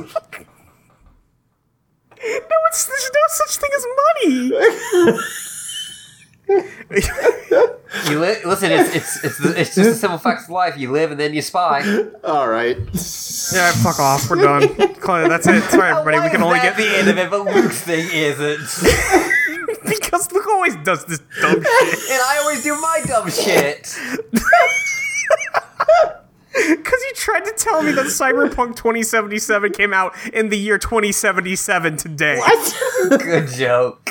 Speaker 2: No, it's, there's no such thing as money.
Speaker 1: You li- listen. It's it's it's, the, it's just the simple facts of life. You live and then you spy.
Speaker 3: All right.
Speaker 2: yeah, fuck off. We're done. Claire, that's it. Sorry, everybody. We can only get
Speaker 1: the end of it, but Luke's thing isn't.
Speaker 2: because Luke always does this dumb
Speaker 1: And
Speaker 2: shit.
Speaker 1: I always do my dumb shit.
Speaker 2: Because you tried to tell me that Cyberpunk 2077 came out in the year 2077 today.
Speaker 1: Good joke.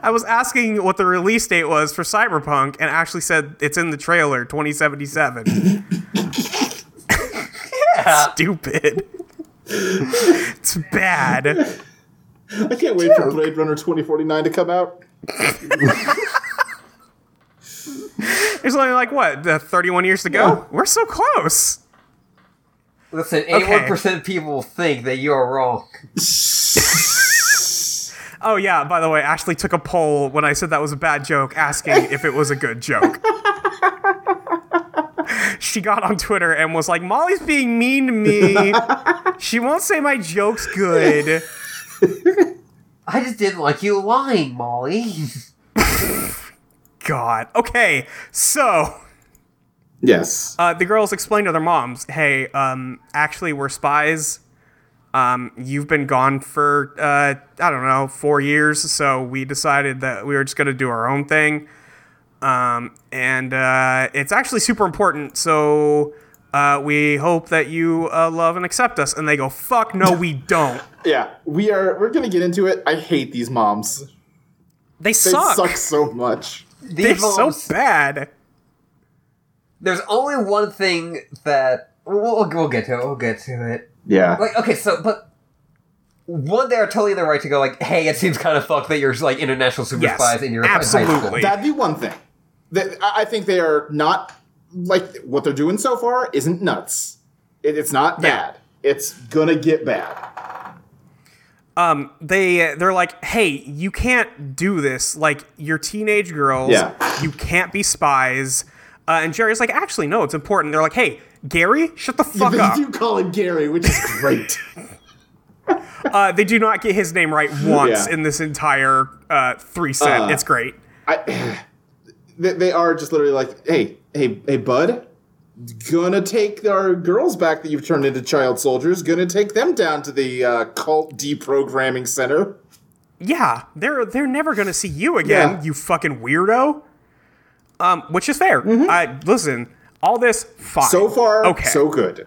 Speaker 2: I was asking what the release date was for Cyberpunk, and Ashley said it's in the trailer 2077.
Speaker 1: Yeah.
Speaker 2: Stupid. it's bad.
Speaker 3: I can't wait for Blade Runner 2049 to come out.
Speaker 2: There's only like what uh, 31 years to go.
Speaker 3: Yeah.
Speaker 2: We're so close.
Speaker 1: Listen, eighty-one percent people will think that you are wrong.
Speaker 2: Oh yeah. By the way, Ashley took a poll when I said that was a bad joke, asking if it was a good joke. she got on Twitter and was like, "Molly's being mean to me. she won't say my joke's good."
Speaker 1: I just didn't like you lying, Molly.
Speaker 2: God. Okay. So.
Speaker 3: Yes.
Speaker 2: uh, the girls explain to their moms, "Hey, um, actually, we're spies. Um, you've been gone for uh, I don't know four years, so we decided that we were just gonna do our own thing. Um, and uh, it's actually super important. So uh, we hope that you uh, love and accept us." And they go, "Fuck no, we don't.
Speaker 3: Yeah. We are. We're gonna get into it. I hate these moms.
Speaker 2: They
Speaker 3: They
Speaker 2: suck.
Speaker 3: suck so much.
Speaker 2: They're
Speaker 1: These
Speaker 2: so
Speaker 1: moms-
Speaker 2: bad."
Speaker 1: There's only one thing that we'll, we'll get to. It. We'll get to it.
Speaker 3: Yeah.
Speaker 1: Like, okay, so but one, they are totally in the right to go. Like, hey, it seems kind of fucked that you're like international super
Speaker 2: Yes,
Speaker 1: spies and you're in high school.
Speaker 2: absolutely.
Speaker 3: That'd be one thing. That I I think they are not like what they're doing so far isn't nuts. It, it's not
Speaker 2: Yeah.
Speaker 3: bad. It's gonna get bad.
Speaker 2: um, they they're like, hey, you can't do this. Like, you're teenage girls.
Speaker 3: Yeah.
Speaker 2: You can't be spies. Uh, and Jerry's like, actually, no, it's important. They're like, hey, Gary, shut the fuck
Speaker 3: they
Speaker 2: up.
Speaker 3: do call him Gary, which is great.
Speaker 2: Uh, they do not get his name right once
Speaker 3: Yeah.
Speaker 2: in this entire uh, three set.
Speaker 3: Uh.
Speaker 2: it's great.
Speaker 3: I, they, they are just literally like, hey, hey, hey, bud, gonna take our girls back that you've turned into child soldiers. Gonna take them down to the uh, cult deprogramming center.
Speaker 2: Yeah, they're they're never gonna see you again,
Speaker 3: Yeah.
Speaker 2: you fucking weirdo. Um, which is fair. I listen. All this fine.
Speaker 3: Mm-hmm. So far,
Speaker 2: okay.
Speaker 3: so good.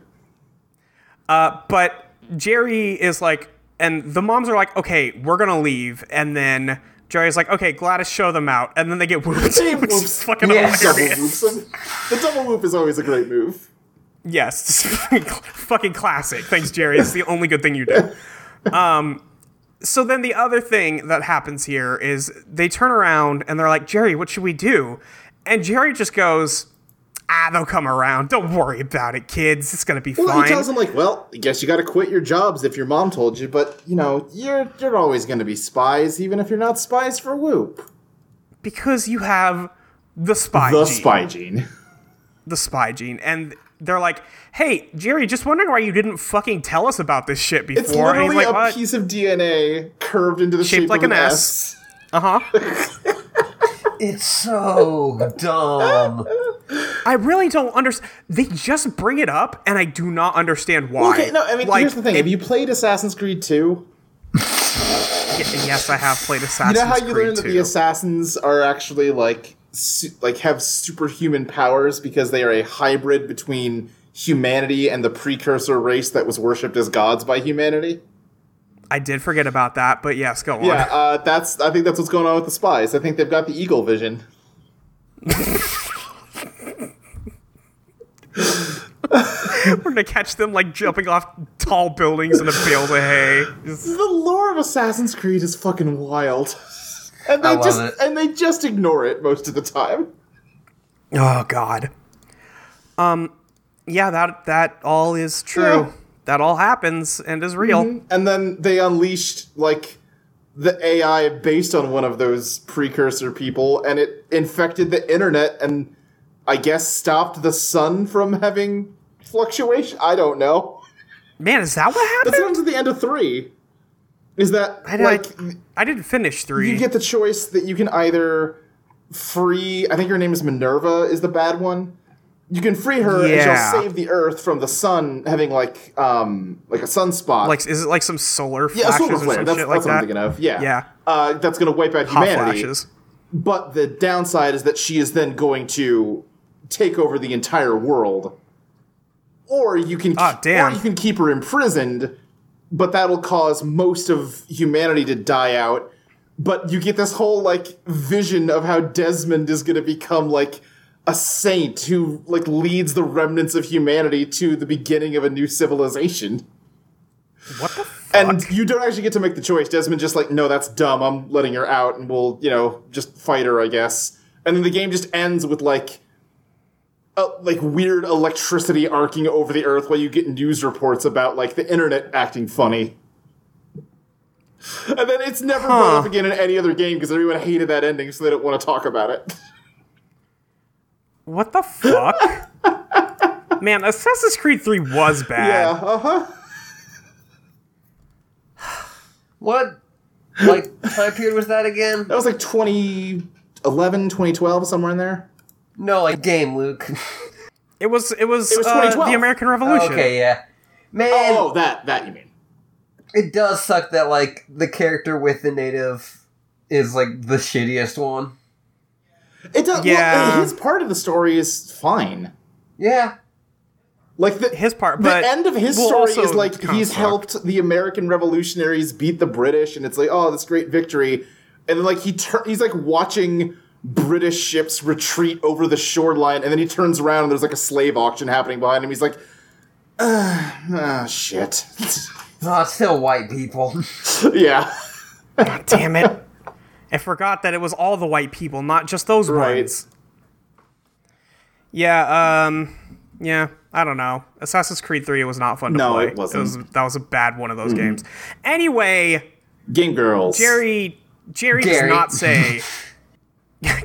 Speaker 2: but Jerry is like, and the moms are like, okay, we're gonna leave, and then Jerry's like, okay, Gladys, show them out, and then they get whooped, which is
Speaker 3: whoops.
Speaker 2: fucking
Speaker 1: Yes.
Speaker 3: Double
Speaker 2: hilarious.
Speaker 3: whoops. The double whoop is always a great move.
Speaker 2: Yes, fucking classic. Thanks, Jerry. It's the only good thing you did. Um, so then the other thing that happens here is they turn around and they're like, Jerry, what should we do? And Jerry just goes, Ah, they'll come around. Don't worry about it, kids. It's gonna be
Speaker 3: Well,
Speaker 2: fine.
Speaker 3: he tells them like, "Well, I guess you got to quit your jobs if your mom told you, but you know, you're you're always going to be spies, even if you're not spies for Whoop."
Speaker 2: because you have the spy
Speaker 3: The
Speaker 2: gene.
Speaker 3: spy gene.
Speaker 2: the spy gene and they're like hey jerry just wondering why you didn't fucking tell us about this shit before
Speaker 3: It's
Speaker 2: and he's
Speaker 3: literally
Speaker 2: like
Speaker 3: a
Speaker 2: what
Speaker 3: piece of DNA curved into the shape
Speaker 2: like
Speaker 3: of
Speaker 2: an S. uh-huh
Speaker 1: It's so dumb.
Speaker 2: i really don't understand they just bring it up and i do not understand why
Speaker 3: Okay, no, I mean,
Speaker 2: like,
Speaker 3: here's the thing:
Speaker 2: it-
Speaker 3: Have you played Assassin's Creed 2?
Speaker 2: y- yes i have played
Speaker 3: You
Speaker 2: assassin's
Speaker 3: know how you
Speaker 2: creed
Speaker 3: learn that
Speaker 2: 2
Speaker 3: the assassins are actually like su- like have superhuman powers because they are a hybrid between humanity and the precursor race that was worshipped as gods by humanity?
Speaker 2: i did forget about that but yes go on
Speaker 3: Yeah, uh, that's. I think that's what's going on with the spies. I think they've got the eagle vision.
Speaker 2: we're gonna catch them like jumping off tall buildings in a bale of hay Just-
Speaker 3: The lore of Assassin's Creed is fucking wild, and they
Speaker 1: I love
Speaker 3: just
Speaker 1: it.
Speaker 3: and they just ignore it most of the time.
Speaker 2: Oh God. Um. Yeah. That that all is true.
Speaker 3: Yeah. Mm-hmm.
Speaker 2: That all happens and is real.
Speaker 3: And then they unleashed like the AI based on one of those precursor people, and it infected the internet and. I guess stopped the sun from having fluctuation. I don't know.
Speaker 2: Man, is that what happened?
Speaker 3: That's what happens at the end of three. Is that
Speaker 2: I, did,
Speaker 3: like
Speaker 2: I didn't finish three.
Speaker 3: you get the choice that you can either free? I think her name is Minerva. Is the bad one? You can free her,
Speaker 2: Yeah.
Speaker 3: and she'll save the Earth from the sun having like um like a sunspot.
Speaker 2: like, is it like some solar
Speaker 3: yeah, a
Speaker 2: flashes
Speaker 3: solar
Speaker 2: or
Speaker 3: flare.
Speaker 2: some
Speaker 3: That's,
Speaker 2: shit like
Speaker 3: that's what I'm
Speaker 2: that?
Speaker 3: thinking of. Yeah,
Speaker 2: Yeah.
Speaker 3: Uh, that's going to wipe out
Speaker 2: Hot
Speaker 3: humanity.
Speaker 2: flashes.
Speaker 3: But the downside is that she is then going to take over the entire world. Or you can
Speaker 2: Ah, damn.
Speaker 3: or you can keep her imprisoned, but that'll cause most of humanity to die out. But you get this whole like vision of how Desmond is going to become like a saint who like leads the remnants of humanity to the beginning of a new civilization.
Speaker 2: What the fuck?
Speaker 3: And you don't actually get to make the choice. Desmond just like, no, that's dumb. I'm letting her out, and we'll, you know, just fight her, I guess. And then the game just ends with like, uh, like weird electricity arcing over the earth while you get news reports about like the internet acting funny. And then it's never brought
Speaker 2: Huh.
Speaker 3: up again in any other game because everyone hated that ending, so they don't want to talk about it.
Speaker 2: what the fuck? Man, Assassin's Creed 3 was
Speaker 3: yeah,
Speaker 2: bad.
Speaker 3: uh huh.
Speaker 1: What like time period was that again?
Speaker 3: That was like 2011, 2012, somewhere in there.
Speaker 1: No, like game, Luke.
Speaker 2: It was it was,
Speaker 3: was
Speaker 2: uh,
Speaker 3: 2012.
Speaker 2: the American Revolution.
Speaker 1: okay, yeah. Man,
Speaker 3: Oh, that that you mean?
Speaker 1: it does suck that like the character with the native is like the shittiest one.
Speaker 3: It does.
Speaker 2: Yeah.
Speaker 3: Well, his part of the story is fine.
Speaker 1: Yeah.
Speaker 3: Like the
Speaker 2: His part,
Speaker 3: the
Speaker 2: but
Speaker 3: end of his
Speaker 2: well,
Speaker 3: story
Speaker 2: also
Speaker 3: is like
Speaker 2: kinda
Speaker 3: he's
Speaker 2: sucked.
Speaker 3: helped the American revolutionaries beat the British, and it's like oh this great victory, and then like he tur- he's like watching British ships retreat over the shoreline, and then he turns around and there's like a slave auction happening behind him. He's like, ah shit,
Speaker 1: Oh, it's still white people.
Speaker 3: yeah.
Speaker 2: God damn it. I forgot that it was all the white people, not just those
Speaker 3: Right.
Speaker 2: ones. Yeah, um yeah, I don't know. Assassin's Creed 3 was not fun to
Speaker 3: No,
Speaker 2: play.
Speaker 3: it wasn't. Mm-hmm.
Speaker 2: was- that was a bad one of those games. Anyway,
Speaker 3: Game girls.
Speaker 2: Jerry Jerry
Speaker 1: Gary.
Speaker 2: does not say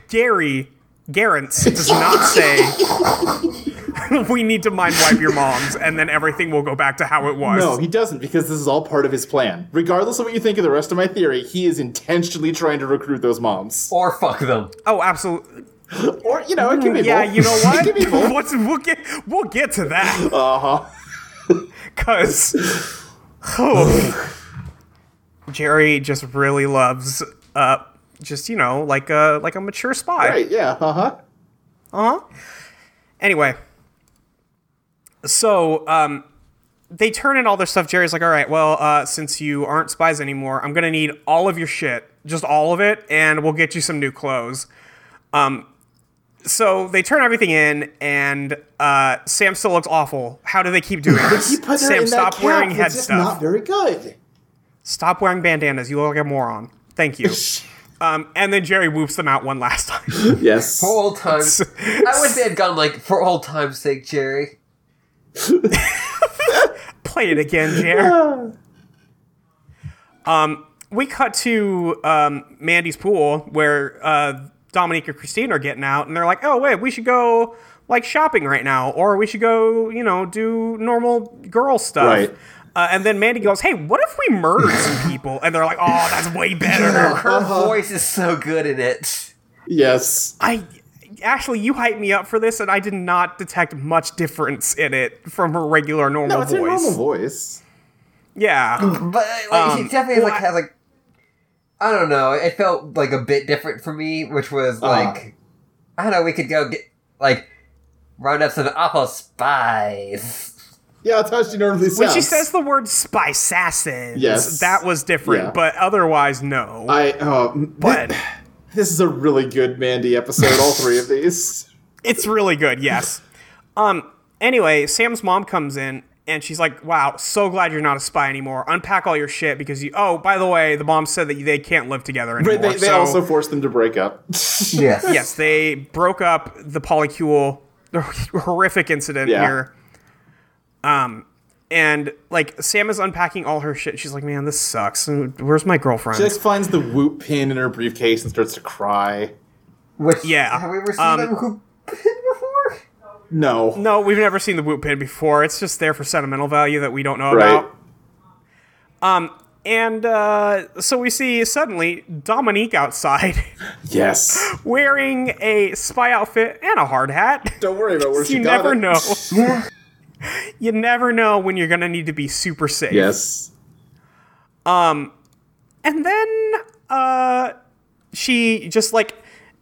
Speaker 2: Gary Garance does not say we need to mind wipe your moms and then everything will go back to how it was.
Speaker 3: No, he doesn't because this is all part of his plan. Regardless of what you think of the rest of my theory, he is intentionally trying to recruit those moms.
Speaker 1: or fuck them.
Speaker 2: oh, absolutely.
Speaker 3: Or, Mm, you know, it can be
Speaker 2: Yeah,
Speaker 3: both.
Speaker 2: you know
Speaker 3: it can
Speaker 2: what?
Speaker 3: be both.
Speaker 2: What's, we'll get we'll get to that
Speaker 3: Uh-huh.
Speaker 2: because oh, Jerry just really loves uh just you know like a like a mature spy.
Speaker 3: Right, yeah, uh-huh.
Speaker 2: Uh huh. Anyway, so um, they turn in all their stuff. Jerry's like, "All right, well, uh, since you aren't spies anymore, I'm gonna need all of your shit, just all of it, and we'll get you some new clothes." Um, so they turn everything in, and uh, Sam still looks awful. How do they keep doing this?
Speaker 3: He put her
Speaker 2: Sam,
Speaker 3: in
Speaker 2: stop
Speaker 3: that
Speaker 2: wearing
Speaker 3: cap,
Speaker 2: head
Speaker 3: it's just
Speaker 2: stuff.
Speaker 3: not very good.
Speaker 2: Stop wearing bandanas. You look like a moron. Thank you. um, and then Jerry whoops them out one last time.
Speaker 3: Yes.
Speaker 1: For old times. I wish they had gone like for old times' sake, Jerry.
Speaker 2: Play it again, Jer. um, we cut to um, Mandy's pool where uh, Dominique and Christine are getting out, and they're like, "Oh wait, we should go like shopping right now, or we should go, you know, do normal girl stuff."
Speaker 3: Right.
Speaker 2: Uh, and then Mandy goes, "Hey, what if we murdered some people?" And they're like, "Oh, that's way better."
Speaker 1: Her voice is so good in it.
Speaker 3: Yes.
Speaker 2: I actually, you hyped me up for this, and I did not detect much difference in it from her regular normal
Speaker 3: No, it's
Speaker 2: voice.
Speaker 3: her normal voice.
Speaker 2: Yeah.
Speaker 1: But like, she definitely
Speaker 2: well,
Speaker 1: like
Speaker 2: I-
Speaker 1: has like I don't know. It felt like a bit different for me, which was like I don't know. We could go get like round up some awful spies.
Speaker 3: Yeah, that's how she normally sounds.
Speaker 2: When she says the word spice assassins,
Speaker 3: Yes.
Speaker 2: that was different,
Speaker 3: Yeah.
Speaker 2: but otherwise, no.
Speaker 3: I, oh, m-
Speaker 2: but
Speaker 3: this is a really good Mandy episode, all three of these.
Speaker 2: it's really good, yes. Um. Anyway, Sam's mom comes in and she's like, "Wow, so glad you're not a spy anymore. Unpack all your shit because you. Oh, by the way, the mom said that they can't live together anymore.
Speaker 3: Right, they, they
Speaker 2: so-
Speaker 3: also forced them to break up.
Speaker 1: Yes.
Speaker 2: yes, they broke up the polycule, the horrific incident
Speaker 3: Yeah.
Speaker 2: here. Um, and like Sam is unpacking all her shit. She's like, "Man, this sucks. Where's my girlfriend?"
Speaker 3: She just finds the whoop pin in her briefcase and starts to cry.
Speaker 1: Which
Speaker 2: Yeah,
Speaker 1: have we ever seen
Speaker 2: um,
Speaker 1: them who before?
Speaker 3: No.
Speaker 2: No, we've never seen the Whoop pin before. It's just there for sentimental value that we don't know
Speaker 3: Right.
Speaker 2: about. And uh, so we see suddenly Dominique outside
Speaker 3: Yes.
Speaker 2: wearing a spy outfit and a hard hat.
Speaker 3: Don't worry about where she
Speaker 2: you
Speaker 3: got
Speaker 2: never
Speaker 3: it.
Speaker 2: know. you never know when you're going to need to be super safe.
Speaker 3: Yes.
Speaker 2: And then uh, she just like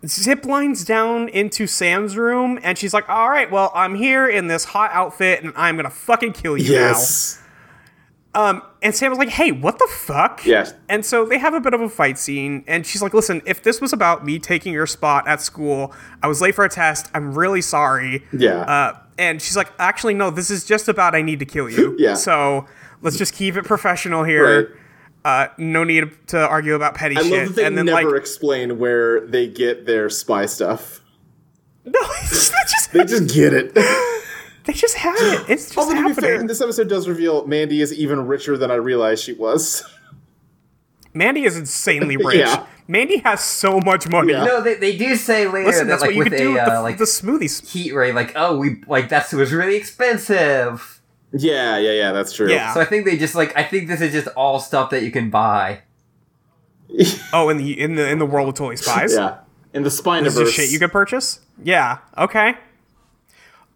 Speaker 2: zip lines down into Sam's room and she's like, all right, well, I'm here in this hot outfit and I'm going to fucking kill you
Speaker 3: Yes.
Speaker 2: now. And Sam was like, hey, what the fuck?
Speaker 3: Yes.
Speaker 2: And so they have a bit of a fight scene, and she's like, "Listen, if this was about me taking your spot at school, I was late for a test. I'm really sorry."
Speaker 3: Yeah.
Speaker 2: Uh, and she's like, "Actually, no. This is just about I need to kill you.
Speaker 3: Yeah.
Speaker 2: So let's just keep it professional here. Uh, no need to argue about petty
Speaker 3: I
Speaker 2: shit."
Speaker 3: love that they
Speaker 2: and then
Speaker 3: never
Speaker 2: like,
Speaker 3: explain where they get their spy stuff.
Speaker 2: no, it's just
Speaker 3: They just get it.
Speaker 2: they just have it. It's just
Speaker 3: Although to be fair,
Speaker 2: happening.
Speaker 3: this episode does reveal Mandy is even richer than I realized she was.
Speaker 2: Mandy is insanely rich.
Speaker 3: Yeah.
Speaker 2: Mandy has so much money.
Speaker 3: Yeah.
Speaker 1: No, they, they do say later
Speaker 2: Listen,
Speaker 1: that
Speaker 2: that's
Speaker 1: like
Speaker 2: what you
Speaker 1: with
Speaker 2: could
Speaker 1: a
Speaker 2: do with the,
Speaker 1: uh, like
Speaker 2: the smoothies.
Speaker 1: heat ray, like oh we like that's was really expensive.
Speaker 3: yeah, yeah, yeah. That's true.
Speaker 2: Yeah.
Speaker 1: So I think they just like I think this is just all stuff that you can buy.
Speaker 2: Oh, in the in the in the world with totally spies.
Speaker 3: Yeah. In the spine
Speaker 2: Is this shit you could purchase? Yeah. Okay. Um.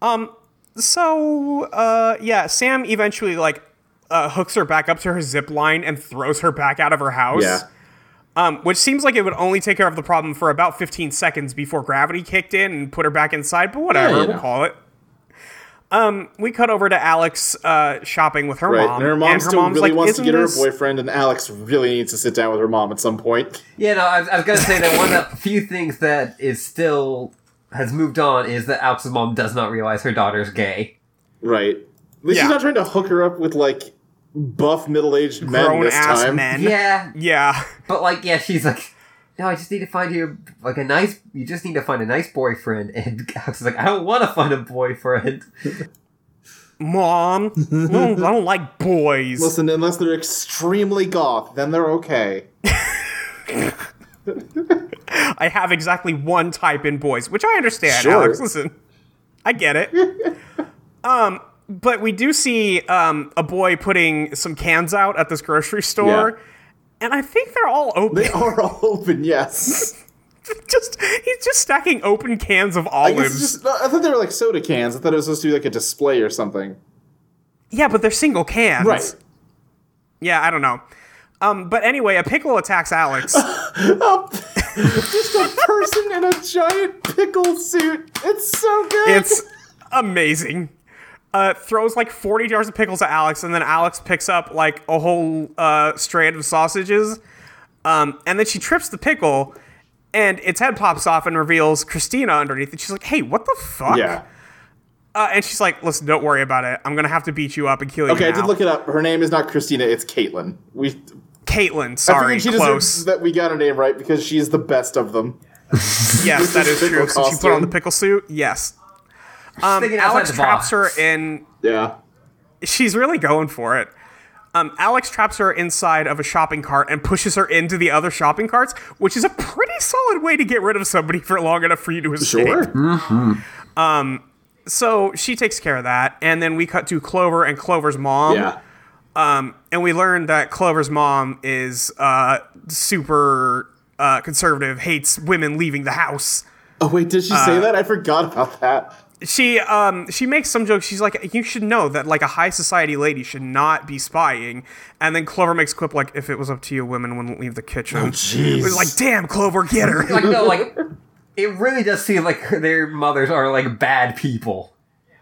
Speaker 2: So, uh, yeah. Sam eventually like uh, hooks her back up to her zip line and throws her back out of her house.
Speaker 3: Yeah.
Speaker 2: Um, which seems like it would only take care of the problem for about 15 seconds before gravity kicked in and put her back inside. But whatever,
Speaker 3: Yeah, you
Speaker 2: we'll
Speaker 3: know.
Speaker 2: call it. Um, we cut over to Alex uh, shopping with her
Speaker 3: Right.
Speaker 2: mom,
Speaker 3: and her mom
Speaker 2: and her
Speaker 3: still
Speaker 2: mom's
Speaker 3: really
Speaker 2: like,
Speaker 3: wants to
Speaker 2: "Isn't
Speaker 3: get her
Speaker 2: this-
Speaker 3: a boyfriend, and Alex really needs to sit down with her mom at some point.
Speaker 1: Yeah, no, I, was- I was gonna say that one of the few things that is still has moved on is that Alex's mom does not realize her daughter's gay.
Speaker 3: Right. At least
Speaker 2: Yeah.
Speaker 3: she's not trying to hook her up with like buff middle aged men
Speaker 2: grown
Speaker 3: this
Speaker 2: ass
Speaker 3: time.
Speaker 2: men?"
Speaker 1: Yeah,
Speaker 2: Yeah.
Speaker 1: but like, yeah, she's like, no, I just need to find you like a nice. You just need to find a nice boyfriend. And Alex is like, I don't want to find a boyfriend.
Speaker 2: Mom, I don't, I don't like boys.
Speaker 3: Listen, unless they're extremely goth, then they're okay.
Speaker 2: I have exactly one type in boys, which I understand,
Speaker 3: Sure.
Speaker 2: Alex. Listen, I get it. um, but we do see um, a boy putting some cans out at this grocery store, and I think they're all open.
Speaker 3: They are all open, yes.
Speaker 2: just he's just stacking open cans of
Speaker 3: I, guess
Speaker 2: olives.
Speaker 3: it's just, I thought they were like soda cans. I thought it was supposed to be like a display or something.
Speaker 2: yeah, but they're single cans.
Speaker 3: Right.
Speaker 2: Yeah, I don't know. Um, but anyway, a pickle attacks Alex.
Speaker 3: Just a person in a giant pickle suit. It's so good.
Speaker 2: It's amazing. Uh, throws like 40 jars of pickles at Alex, and then Alex picks up like a whole uh, strand of sausages. Um, and then she trips the pickle, and its head pops off and reveals Christina underneath it. She's like, hey, what the fuck?
Speaker 3: yeah.
Speaker 2: Uh, and she's like, listen, don't worry about it. I'm going to have to beat you up and kill you.
Speaker 3: Okay, I
Speaker 2: now."
Speaker 3: did look it up. Her name is not Christina. It's Caitlin. We
Speaker 2: Caitlin,
Speaker 3: I
Speaker 2: sorry,
Speaker 3: figured she
Speaker 2: close.
Speaker 3: deserves that we got her name right because she is the best of them.
Speaker 2: yes, that is
Speaker 3: pickle
Speaker 2: true. Since she put on the
Speaker 3: costume.
Speaker 2: pickle suit, yes. Um,
Speaker 1: thinking outside
Speaker 2: Alex
Speaker 1: the
Speaker 2: traps her
Speaker 1: box.
Speaker 2: in
Speaker 3: Yeah.
Speaker 2: she's really going for it. Um, Alex traps her inside of a shopping cart and pushes her into the other shopping carts, which is a pretty solid way to get rid of somebody for long enough for you to escape.
Speaker 3: Sure.
Speaker 2: So she takes care of that, and then we cut to Clover and Clover's mom, Um,
Speaker 3: Yeah.
Speaker 2: and we learn that Clover's mom is uh, super uh, conservative, hates women leaving the house.
Speaker 3: Oh wait, did she
Speaker 2: Uh,
Speaker 3: say that? I forgot about that.
Speaker 2: She um she makes some joke. She's like, you should know that like a high society lady should not be spying. And then Clover makes a quip like, if it was up to you, women wouldn't leave the kitchen.
Speaker 3: Jeez.
Speaker 2: It was like, damn, Clover, get her.
Speaker 1: Like, no, like it really does seem like their mothers are like bad people.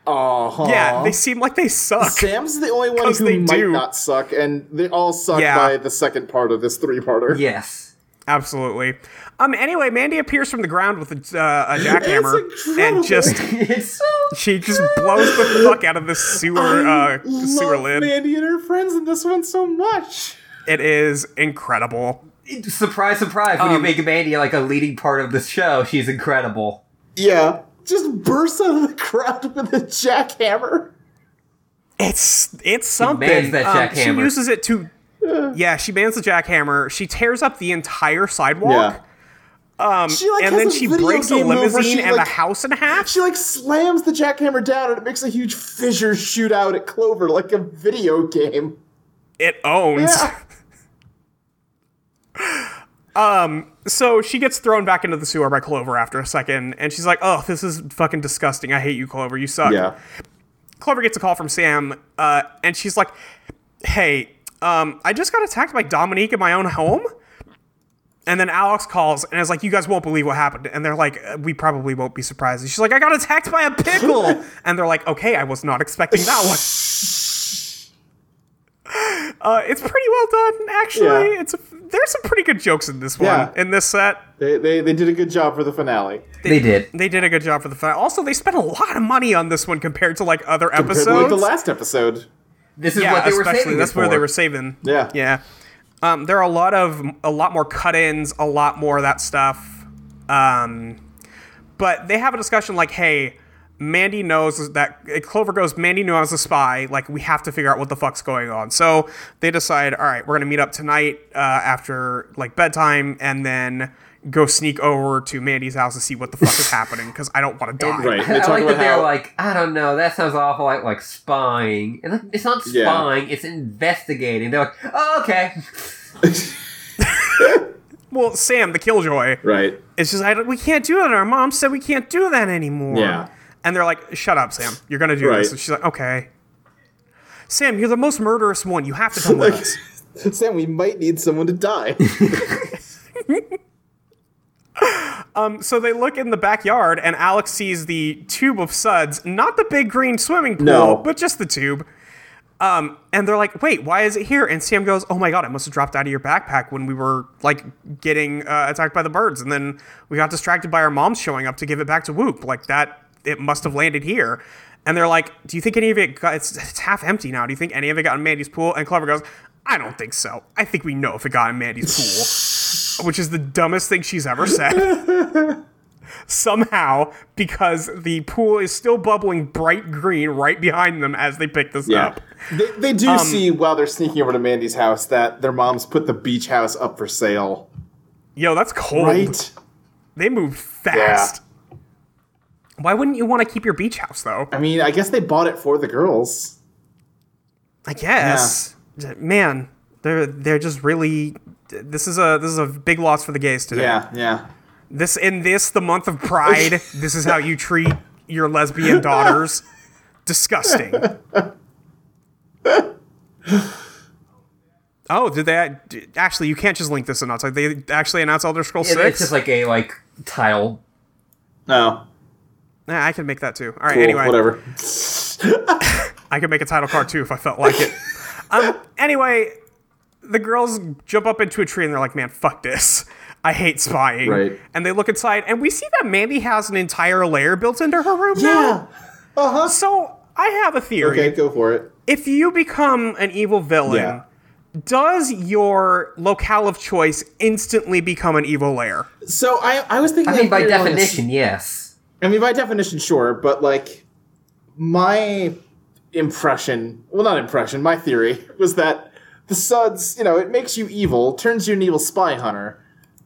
Speaker 3: oh,
Speaker 2: yeah, they seem like they suck.
Speaker 3: Sam's the only one
Speaker 2: 'Cause they
Speaker 3: who might
Speaker 2: do.
Speaker 3: not suck, and they all suck
Speaker 2: Yeah.
Speaker 3: by the second part of this three-parter.
Speaker 1: Yes.
Speaker 2: Absolutely. Um. Anyway, Mandy appears from the ground with a, uh, a jackhammer
Speaker 3: It's
Speaker 2: and
Speaker 3: incredible.
Speaker 2: just
Speaker 1: it's so
Speaker 2: she just blows the fuck out of the sewer
Speaker 3: I
Speaker 2: uh, sewer
Speaker 3: love
Speaker 2: lid.
Speaker 3: Mandy and her friends in this one so much.
Speaker 2: It is incredible.
Speaker 1: surprise, surprise! When
Speaker 2: Um,
Speaker 1: you make Mandy like a leading part of the show, she's incredible.
Speaker 3: Yeah, just bursts out of the crowd with a jackhammer.
Speaker 2: It's it's something.
Speaker 1: bans that
Speaker 2: Um, she
Speaker 1: jackhammer.
Speaker 2: uses it to. Yeah, she bans the jackhammer. She tears up the entire sidewalk. Um,
Speaker 3: She, like,
Speaker 2: and
Speaker 3: has
Speaker 2: then
Speaker 3: a
Speaker 2: she
Speaker 3: video
Speaker 2: breaks a
Speaker 3: game over,
Speaker 2: limousine
Speaker 3: she,
Speaker 2: and
Speaker 3: like-
Speaker 2: the house in half.
Speaker 3: She like slams the jackhammer down and it makes a huge fissure shoot out at Clover like a video game.
Speaker 2: It owns.
Speaker 3: Yeah.
Speaker 2: Um, So she gets thrown back into the sewer by Clover after a second, and she's like, "Oh, this is fucking disgusting. I hate you, Clover. You suck." Clover gets a call from Sam, uh, and she's like, "Hey, um, I just got attacked by Dominique in my own home." And then Alex calls and is like, "You guys won't believe what happened." And they're like, uh, "We probably won't be surprised." And she's like, "I got attacked by a pickle," and they're like, "Okay, I was not expecting that one." Uh, it's pretty well done, actually.
Speaker 3: Yeah.
Speaker 2: It's a, there's some pretty good jokes in this one,
Speaker 3: Yeah.
Speaker 2: in this set.
Speaker 3: They, they, they did a good job for the finale.
Speaker 1: They did.
Speaker 2: They did a good job for the fact. Also, they spent a lot of money on this one compared to like other episodes.
Speaker 3: Compared to, like the last episode.
Speaker 1: This is
Speaker 2: yeah,
Speaker 1: what they were
Speaker 2: especially
Speaker 1: saving.
Speaker 2: that's
Speaker 1: it
Speaker 2: where they
Speaker 1: for.
Speaker 2: were saving.
Speaker 3: Yeah.
Speaker 2: yeah. Um, there are a lot of a lot more cut-ins, a lot more of that stuff. Um, but they have a discussion like, "Hey, Mandy knows that eh, Clover goes. Mandy knew I was a spy. Like, we have to figure out what the fuck's going on." So they decide, "All right, we're gonna meet up tonight uh, after like bedtime, and then." Go sneak over to Mandy's house and see what the fuck is happening because I don't want to die.
Speaker 3: Right. They
Speaker 1: I
Speaker 3: talk
Speaker 1: like
Speaker 3: about
Speaker 1: that they're
Speaker 3: how
Speaker 1: like, I don't know, that sounds awful like like spying. And like, it's not
Speaker 3: Yeah.
Speaker 1: spying, it's investigating. They're like, oh, okay.
Speaker 2: Well, Sam, the killjoy,
Speaker 3: Right.
Speaker 2: It's just I don't, we can't do that. Our mom said we can't do that anymore.
Speaker 3: Yeah.
Speaker 2: And they're like, "Shut up, Sam. You're gonna do
Speaker 3: Right.
Speaker 2: this." And she's like, "Okay." Sam, you're the most murderous one. You have to come with us.
Speaker 3: Sam, we might need someone to die.
Speaker 2: So they look in the backyard, and Alex sees the tube of suds, not the big green swimming pool,
Speaker 3: No.
Speaker 2: but just the tube. Um, and they're like, "Wait, why is it here?" And Sam goes, "Oh my god, it must have dropped out of your backpack when we were like getting uh, attacked by the birds, and then we got distracted by our mom showing up to give it back to Whoop. Like that, it must have landed here." And they're like, "Do you think any of it? Got, it's, it's half empty now. Do you think any of it got in Mandy's pool?" And Clover goes, "I don't think so. I think we know if it got in Mandy's pool," which is the dumbest thing she's ever said somehow because the pool is still bubbling bright green right behind them as they pick this up.
Speaker 3: They, they do see while they're sneaking over to Mandy's house that their mom's put the beach house up for sale.
Speaker 2: Yo, that's cold.
Speaker 3: Right?
Speaker 2: They move fast. Why wouldn't you want to keep your beach house though?
Speaker 3: I mean, I guess they bought it for the girls.
Speaker 2: I guess. Man, they're they're just really this is a this is a big loss for the gays today.
Speaker 3: Yeah, yeah. Oh,
Speaker 2: This in this the month of pride, this is how you treat your lesbian daughters. Disgusting. Oh, did they d- actually? You can't just link this announce. Like they actually announced Elder Scrolls
Speaker 1: It- it's
Speaker 2: Six.
Speaker 1: just like a like tile.
Speaker 3: No.
Speaker 2: Nah, I can make that too. All right.
Speaker 3: Cool,
Speaker 2: anyway,
Speaker 3: whatever.
Speaker 2: I could make a title card too if I felt like it. um, anyway, the girls jump up into a tree and they're like, "Man, fuck this. I hate spying."
Speaker 3: Right.
Speaker 2: And they look inside, and we see that Mandy has an entire layer built into her room now.
Speaker 3: Yeah. Uh huh.
Speaker 2: So I have a theory.
Speaker 3: Okay, go for it.
Speaker 2: If you become an evil villain,
Speaker 3: Yeah.
Speaker 2: does your locale of choice instantly become an evil lair?
Speaker 3: So I, I was thinking.
Speaker 1: I mean, by
Speaker 3: like, we're on this-
Speaker 1: definition, yes.
Speaker 3: I mean, by definition, sure, but like my impression, well, not impression, my theory was that the suds, you know, it makes you evil, turns you an evil spy hunter.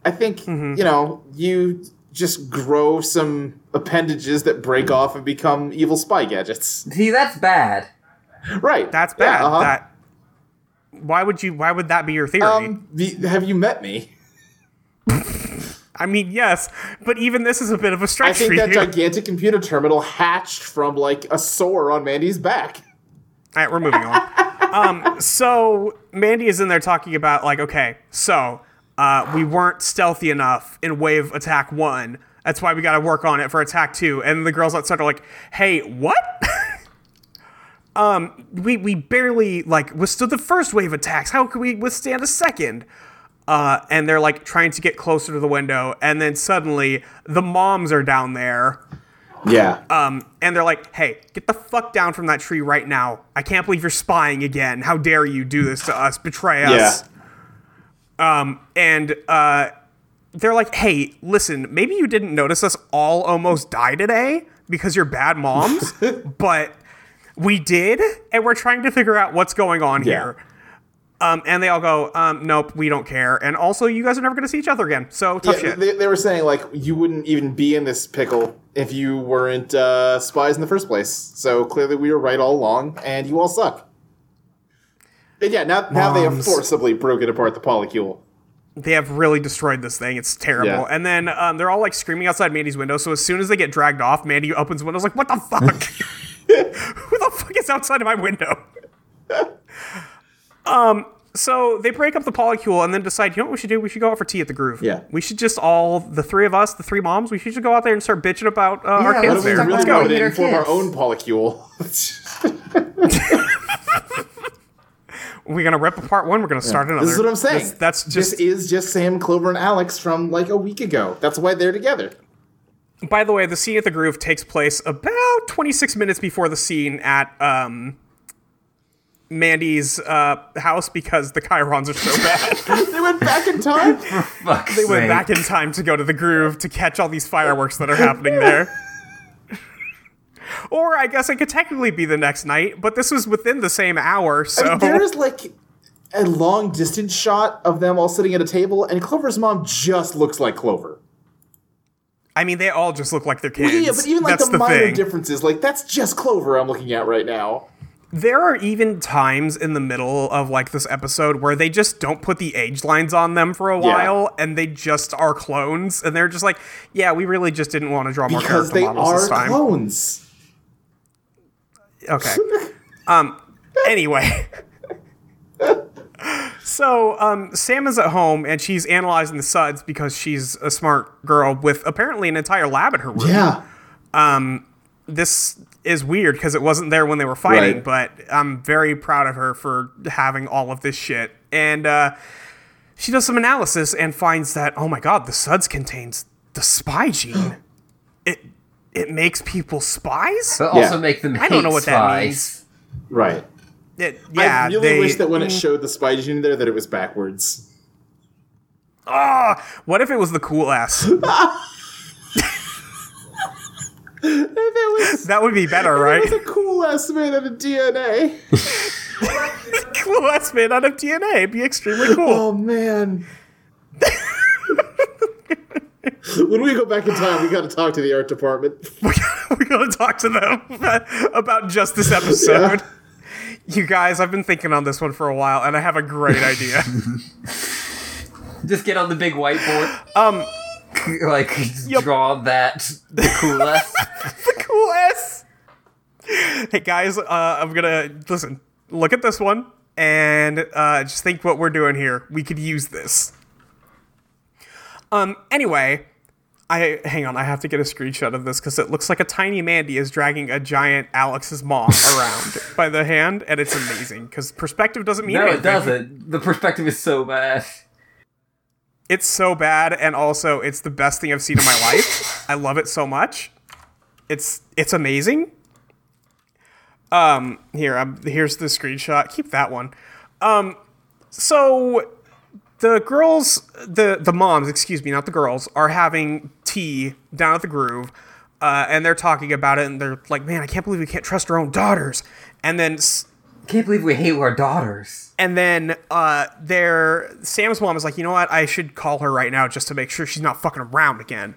Speaker 3: I think,
Speaker 2: Mm-hmm.
Speaker 3: you know, you just grow some appendages that break off and become evil spy gadgets.
Speaker 1: See, that's bad.
Speaker 3: Right.
Speaker 2: That's
Speaker 3: Yeah,
Speaker 2: bad.
Speaker 3: uh-huh.
Speaker 2: That why would you? Why would that be your theory?
Speaker 3: Um, the, have you met me?
Speaker 2: I mean, yes, but even this is a bit of a
Speaker 3: I
Speaker 2: stretch for
Speaker 3: think that
Speaker 2: you.
Speaker 3: gigantic computer terminal hatched from like a sore on Mandy's back.
Speaker 2: All right, we're moving on. um, so Mandy is in there talking about like, okay, so uh, we weren't stealthy enough in wave attack one. That's why we got to work on it for attack two. And the girls outside are like, hey, what? um, we we barely like withstood the first wave attacks. How could we withstand a second? Uh, and they're like trying to get closer to the window, and then suddenly the moms are down there.
Speaker 3: Yeah.
Speaker 2: Um, and they're like, hey, get the fuck down from that tree right now. I can't believe you're spying again. How dare you do this to us? Betray us. Um, and uh, they're like, hey, listen, maybe you didn't notice us all almost die today because you're bad moms, but we did, and we're trying to figure out what's going on
Speaker 3: Yeah.
Speaker 2: here. Um, and they all go, um, nope, we don't care. And also, you guys are never going to see each other again. So tough
Speaker 3: Yeah,
Speaker 2: shit.
Speaker 3: they, they were saying like you wouldn't even be in this pickle if you weren't uh, spies in the first place. So clearly we were right all along, and you all suck. And yeah, now now they have
Speaker 2: Moms.
Speaker 3: forcibly broken apart the polycule.
Speaker 2: they have really destroyed this thing. It's terrible.
Speaker 3: Yeah.
Speaker 2: And then um, they're all like screaming outside Mandy's window. So as soon as they get dragged off, Mandy opens the window. Is like, what the fuck? Who the fuck is outside of my window? um. So they break up the polycule and then decide, you know what we should do? We should go out for tea at the Groove.
Speaker 3: Yeah.
Speaker 2: We should just all the three of us, the three moms, we should just go out there and start bitching about uh, our
Speaker 1: let's do
Speaker 2: kids
Speaker 3: But we
Speaker 2: there.
Speaker 1: that.
Speaker 3: really
Speaker 2: Let's
Speaker 1: Why don't
Speaker 2: go.
Speaker 3: wanted
Speaker 1: Eat
Speaker 3: to
Speaker 1: our
Speaker 3: inform our
Speaker 1: kids.
Speaker 3: own polycule.
Speaker 2: We're gonna rip apart one. We're gonna start another.
Speaker 3: this is what I'm saying.
Speaker 2: That's, that's just
Speaker 3: this is just Sam, Clover, and Alex from like a week ago. That's why they're together.
Speaker 2: By the way, the scene at the Groove takes place about 26 minutes before the scene at um, Mandy's uh, house because the Chirons are so bad.
Speaker 3: They went back in time.
Speaker 1: Fuck's
Speaker 2: they went
Speaker 1: sake.
Speaker 2: back in time to go to the Groove to catch all these fireworks that are happening there. or I guess it could technically be the next night, but this was within the same hour, so.
Speaker 3: There is like a long distance shot of them all sitting at a table, and Clover's mom just looks like Clover.
Speaker 2: I mean, they all just look like their kids.
Speaker 3: Yeah, yeah, but even like
Speaker 2: That's
Speaker 3: the, minor
Speaker 2: thing.
Speaker 3: differences, like that's just Clover I'm looking at right now.
Speaker 2: there are even times in the middle of like this episode where they just don't put the age lines on them for a while and they just are clones and they're just like yeah we really just didn't want to draw more
Speaker 3: Because
Speaker 2: character
Speaker 3: they
Speaker 2: models
Speaker 3: are
Speaker 2: this time
Speaker 3: clones.
Speaker 2: okay um anyway so um sam is at home and she's analyzing the suds because she's a smart girl with apparently an entire lab at her room
Speaker 3: Yeah.
Speaker 2: this is weird because it wasn't there when they were fighting,
Speaker 3: Right.
Speaker 2: but I'm very proud of her for having all of this shit. And uh, she does some analysis and finds that oh my god, the suds contains the spy gene. it it makes people spies.
Speaker 1: But also
Speaker 3: Yeah.
Speaker 1: make them hate
Speaker 2: I don't know what that
Speaker 1: spies.
Speaker 2: means.
Speaker 3: Right.
Speaker 2: It- yeah,
Speaker 3: I really
Speaker 2: they-
Speaker 3: wish that when it showed the spy gene there that it was backwards.
Speaker 2: Ah, what if it was the cool ass?
Speaker 3: If it was,
Speaker 2: that would be better, right?
Speaker 3: if it was a cool ass man out of DNA.
Speaker 2: cool ass made out of DNA. It'd be extremely cool.
Speaker 3: Oh man. when we go back in time, we gotta talk to the art department.
Speaker 2: We're gonna talk to them about just this episode. You guys, I've been thinking on this one for a while, and I have a great idea.
Speaker 1: Just get on the big whiteboard. Um, like draw that the coolest.
Speaker 2: the coolest. Hey guys, uh, I'm gonna listen. Look at this one and uh, just think what we're doing here. We could use this. Um. Anyway, I hang on. I have to get a screenshot of this because it looks like a tiny Mandy is dragging a giant Alex's mom around by the hand, and it's amazing because perspective doesn't mean
Speaker 1: no,
Speaker 2: anything.
Speaker 1: it doesn't. The perspective is so bad.
Speaker 2: It's so bad, and also it's the best thing I've seen in my life. I love it so much. It's it's amazing. Um, here I'm. Here's the screenshot. Keep that one. Um, so the girls, the the moms, excuse me, not the girls, are having tea down at the Groove, uh, and they're talking about it, and they're like, "Man, I can't believe we can't trust our own daughters." And then s-
Speaker 1: Can't believe we hate our daughters.
Speaker 2: and then uh, their Sam's mom is like, you know what? I should call her right now just to make sure she's not fucking around again.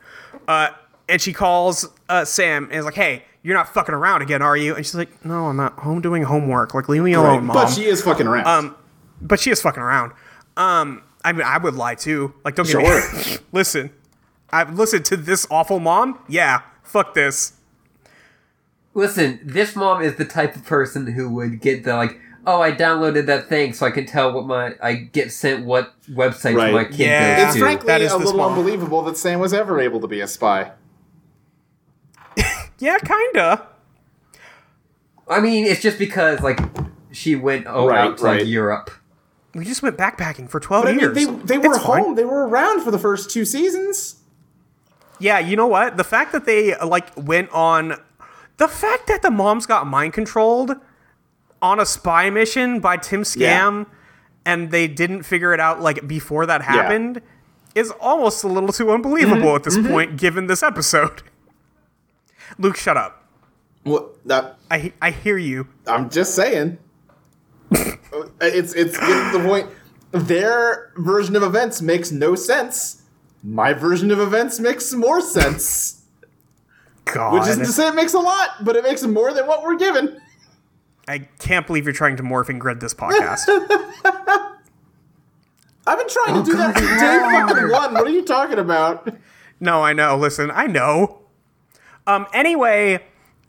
Speaker 2: Uh, and she calls uh, Sam and is like, hey, you're not fucking around again, are you? And she's like, no, I'm not home doing homework. Like, leave me alone, Oh, mom. Um,
Speaker 3: But she is fucking around.
Speaker 2: But she is fucking around. Um, I mean, I would lie too. Like, don't get me.
Speaker 3: Sure.
Speaker 2: listen, I've listened to this awful mom. Yeah, fuck this.
Speaker 1: Listen, this mom is the type of person who would get the like. Oh, I downloaded that thing so I can tell what my I get sent what websites
Speaker 3: Right.
Speaker 1: my kid
Speaker 2: Yeah.
Speaker 1: goes
Speaker 3: it's
Speaker 1: to.
Speaker 3: frankly
Speaker 2: that is
Speaker 3: a
Speaker 2: this
Speaker 3: little
Speaker 2: mom.
Speaker 3: unbelievable that Sam was ever able to be a spy.
Speaker 2: Yeah, kinda.
Speaker 1: I mean, it's just because like she went oh,
Speaker 3: Right,
Speaker 1: out to
Speaker 3: right.
Speaker 1: like, Europe.
Speaker 2: We just went backpacking for 12
Speaker 3: But I mean,
Speaker 2: years.
Speaker 3: they, they were
Speaker 2: It's fine.
Speaker 3: home. They were around for the first two seasons.
Speaker 2: Yeah, you know what? The fact that they uh, like went on the fact that the moms got mind controlled on a spy mission by Tim Scam and they didn't figure it out like before that happened is almost a little too unbelievable
Speaker 3: Mm-hmm.
Speaker 2: at this point given this episode. Luke, shut up.
Speaker 3: Well, that,
Speaker 2: I I hear you.
Speaker 3: I'm just saying. It's it's getting to the point. Their version of events makes no sense. My version of events makes more sense.
Speaker 2: God.
Speaker 3: Which is to say, it makes a lot, but it makes more than what we're given.
Speaker 2: I can't believe you're trying to morph and grid this podcast.
Speaker 3: I've been trying
Speaker 2: Oh,
Speaker 3: to do that since day fucking one. What are you talking about?
Speaker 2: No, I know. Listen, I know. Um, anyway,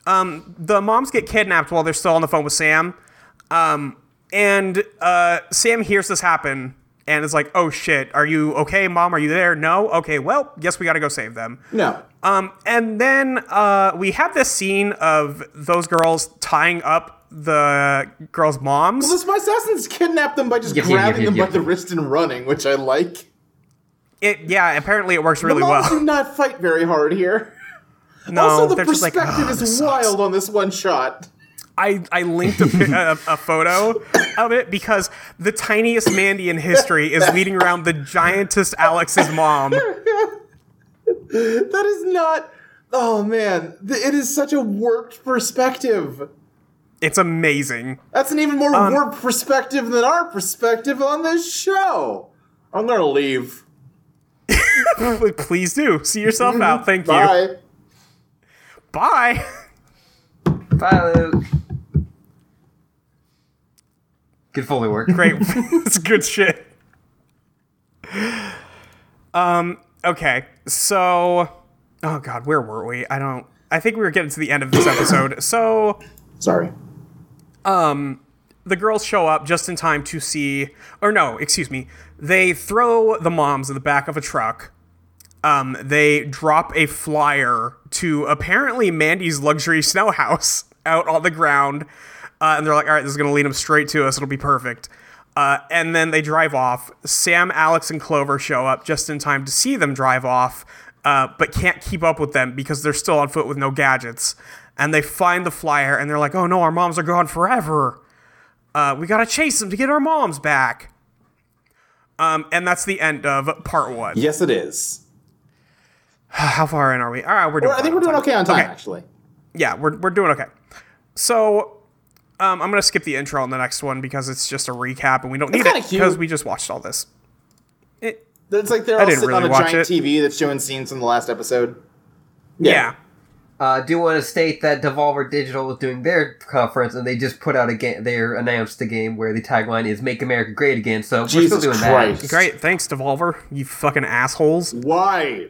Speaker 2: um, the moms get kidnapped while they're still on the phone with Sam. Um, and uh, Sam hears this happen and is like, oh shit, are you okay, mom? Are you there? No? Okay, well, guess we gotta go save them.
Speaker 3: No.
Speaker 2: Um, and then uh, we have this scene of those girls tying up the girls' moms.
Speaker 3: Well, my assassins kidnap them by just
Speaker 1: Yep, yep,
Speaker 3: grabbing
Speaker 1: yep,
Speaker 3: them
Speaker 1: yep,
Speaker 3: by
Speaker 1: yep.
Speaker 3: the wrist and running, which I like.
Speaker 2: It, yeah, apparently it works really
Speaker 3: the moms
Speaker 2: well.
Speaker 3: do not fight very hard here.
Speaker 2: No,
Speaker 3: also, the
Speaker 2: they're just like,
Speaker 3: perspective
Speaker 2: "Ugh, this
Speaker 3: is
Speaker 2: sucks."
Speaker 3: wild on this one shot.
Speaker 2: I, I linked a, pi- a, a photo of it because the tiniest Mandy in history is leading around the giantest Alex's mom.
Speaker 3: That is not. Oh man, Th- it is such a warped perspective.
Speaker 2: It's amazing.
Speaker 3: That's an even more
Speaker 2: Um,
Speaker 3: warped perspective than our perspective on this show. I'm gonna leave.
Speaker 2: Please do. See yourself out. Thank you.
Speaker 3: Mm-hmm. Bye.
Speaker 2: Bye.
Speaker 1: Bye, Luke. Good Foley work.
Speaker 2: Great. it's good shit. Um, okay. So, oh God, where were we? I don't, I think we were getting to the end of this episode. So,
Speaker 3: Sorry.
Speaker 2: um, the girls show up just in time to see, or no, excuse me, they throw the moms in the back of a truck. Um, they drop a flyer to apparently Mandy's luxury snow house out on the ground. Uh, and they're like, all right, this is going to lead them straight to us. It'll be perfect. Uh, and then they drive off. Sam, Alex, and Clover show up just in time to see them drive off, uh, but can't keep up with them because they're still on foot with no gadgets. And they find the flyer and they're like, oh no, our moms are gone forever uh, we gotta chase them to get our moms back. Um, and that's the end of part one.
Speaker 3: Yes, it is.
Speaker 2: Uh, How far in are we? All right, we're doing.
Speaker 3: I think we're
Speaker 2: fine.
Speaker 3: doing okay on time,
Speaker 2: Okay.
Speaker 3: actually.
Speaker 2: Yeah, we're we're doing okay. So. Um, I'm gonna skip the intro on the next one because it's just a recap and we don't need
Speaker 3: kinda
Speaker 2: it
Speaker 3: cute.
Speaker 2: because we just watched all this. It,
Speaker 3: It's like they're all
Speaker 2: didn't
Speaker 3: sitting on
Speaker 2: really
Speaker 3: a
Speaker 2: watch
Speaker 3: giant
Speaker 2: it.
Speaker 3: TV that's showing scenes from the last episode.
Speaker 2: yeah.
Speaker 1: Uh, do want to state that Devolver Digital was doing their conference and they just put out a game. They announced a game where the tagline is "Make America Great Again." So we're
Speaker 3: Jesus
Speaker 1: still doing
Speaker 3: Christ.
Speaker 2: great. Thanks, Devolver. You fucking assholes.
Speaker 3: Why?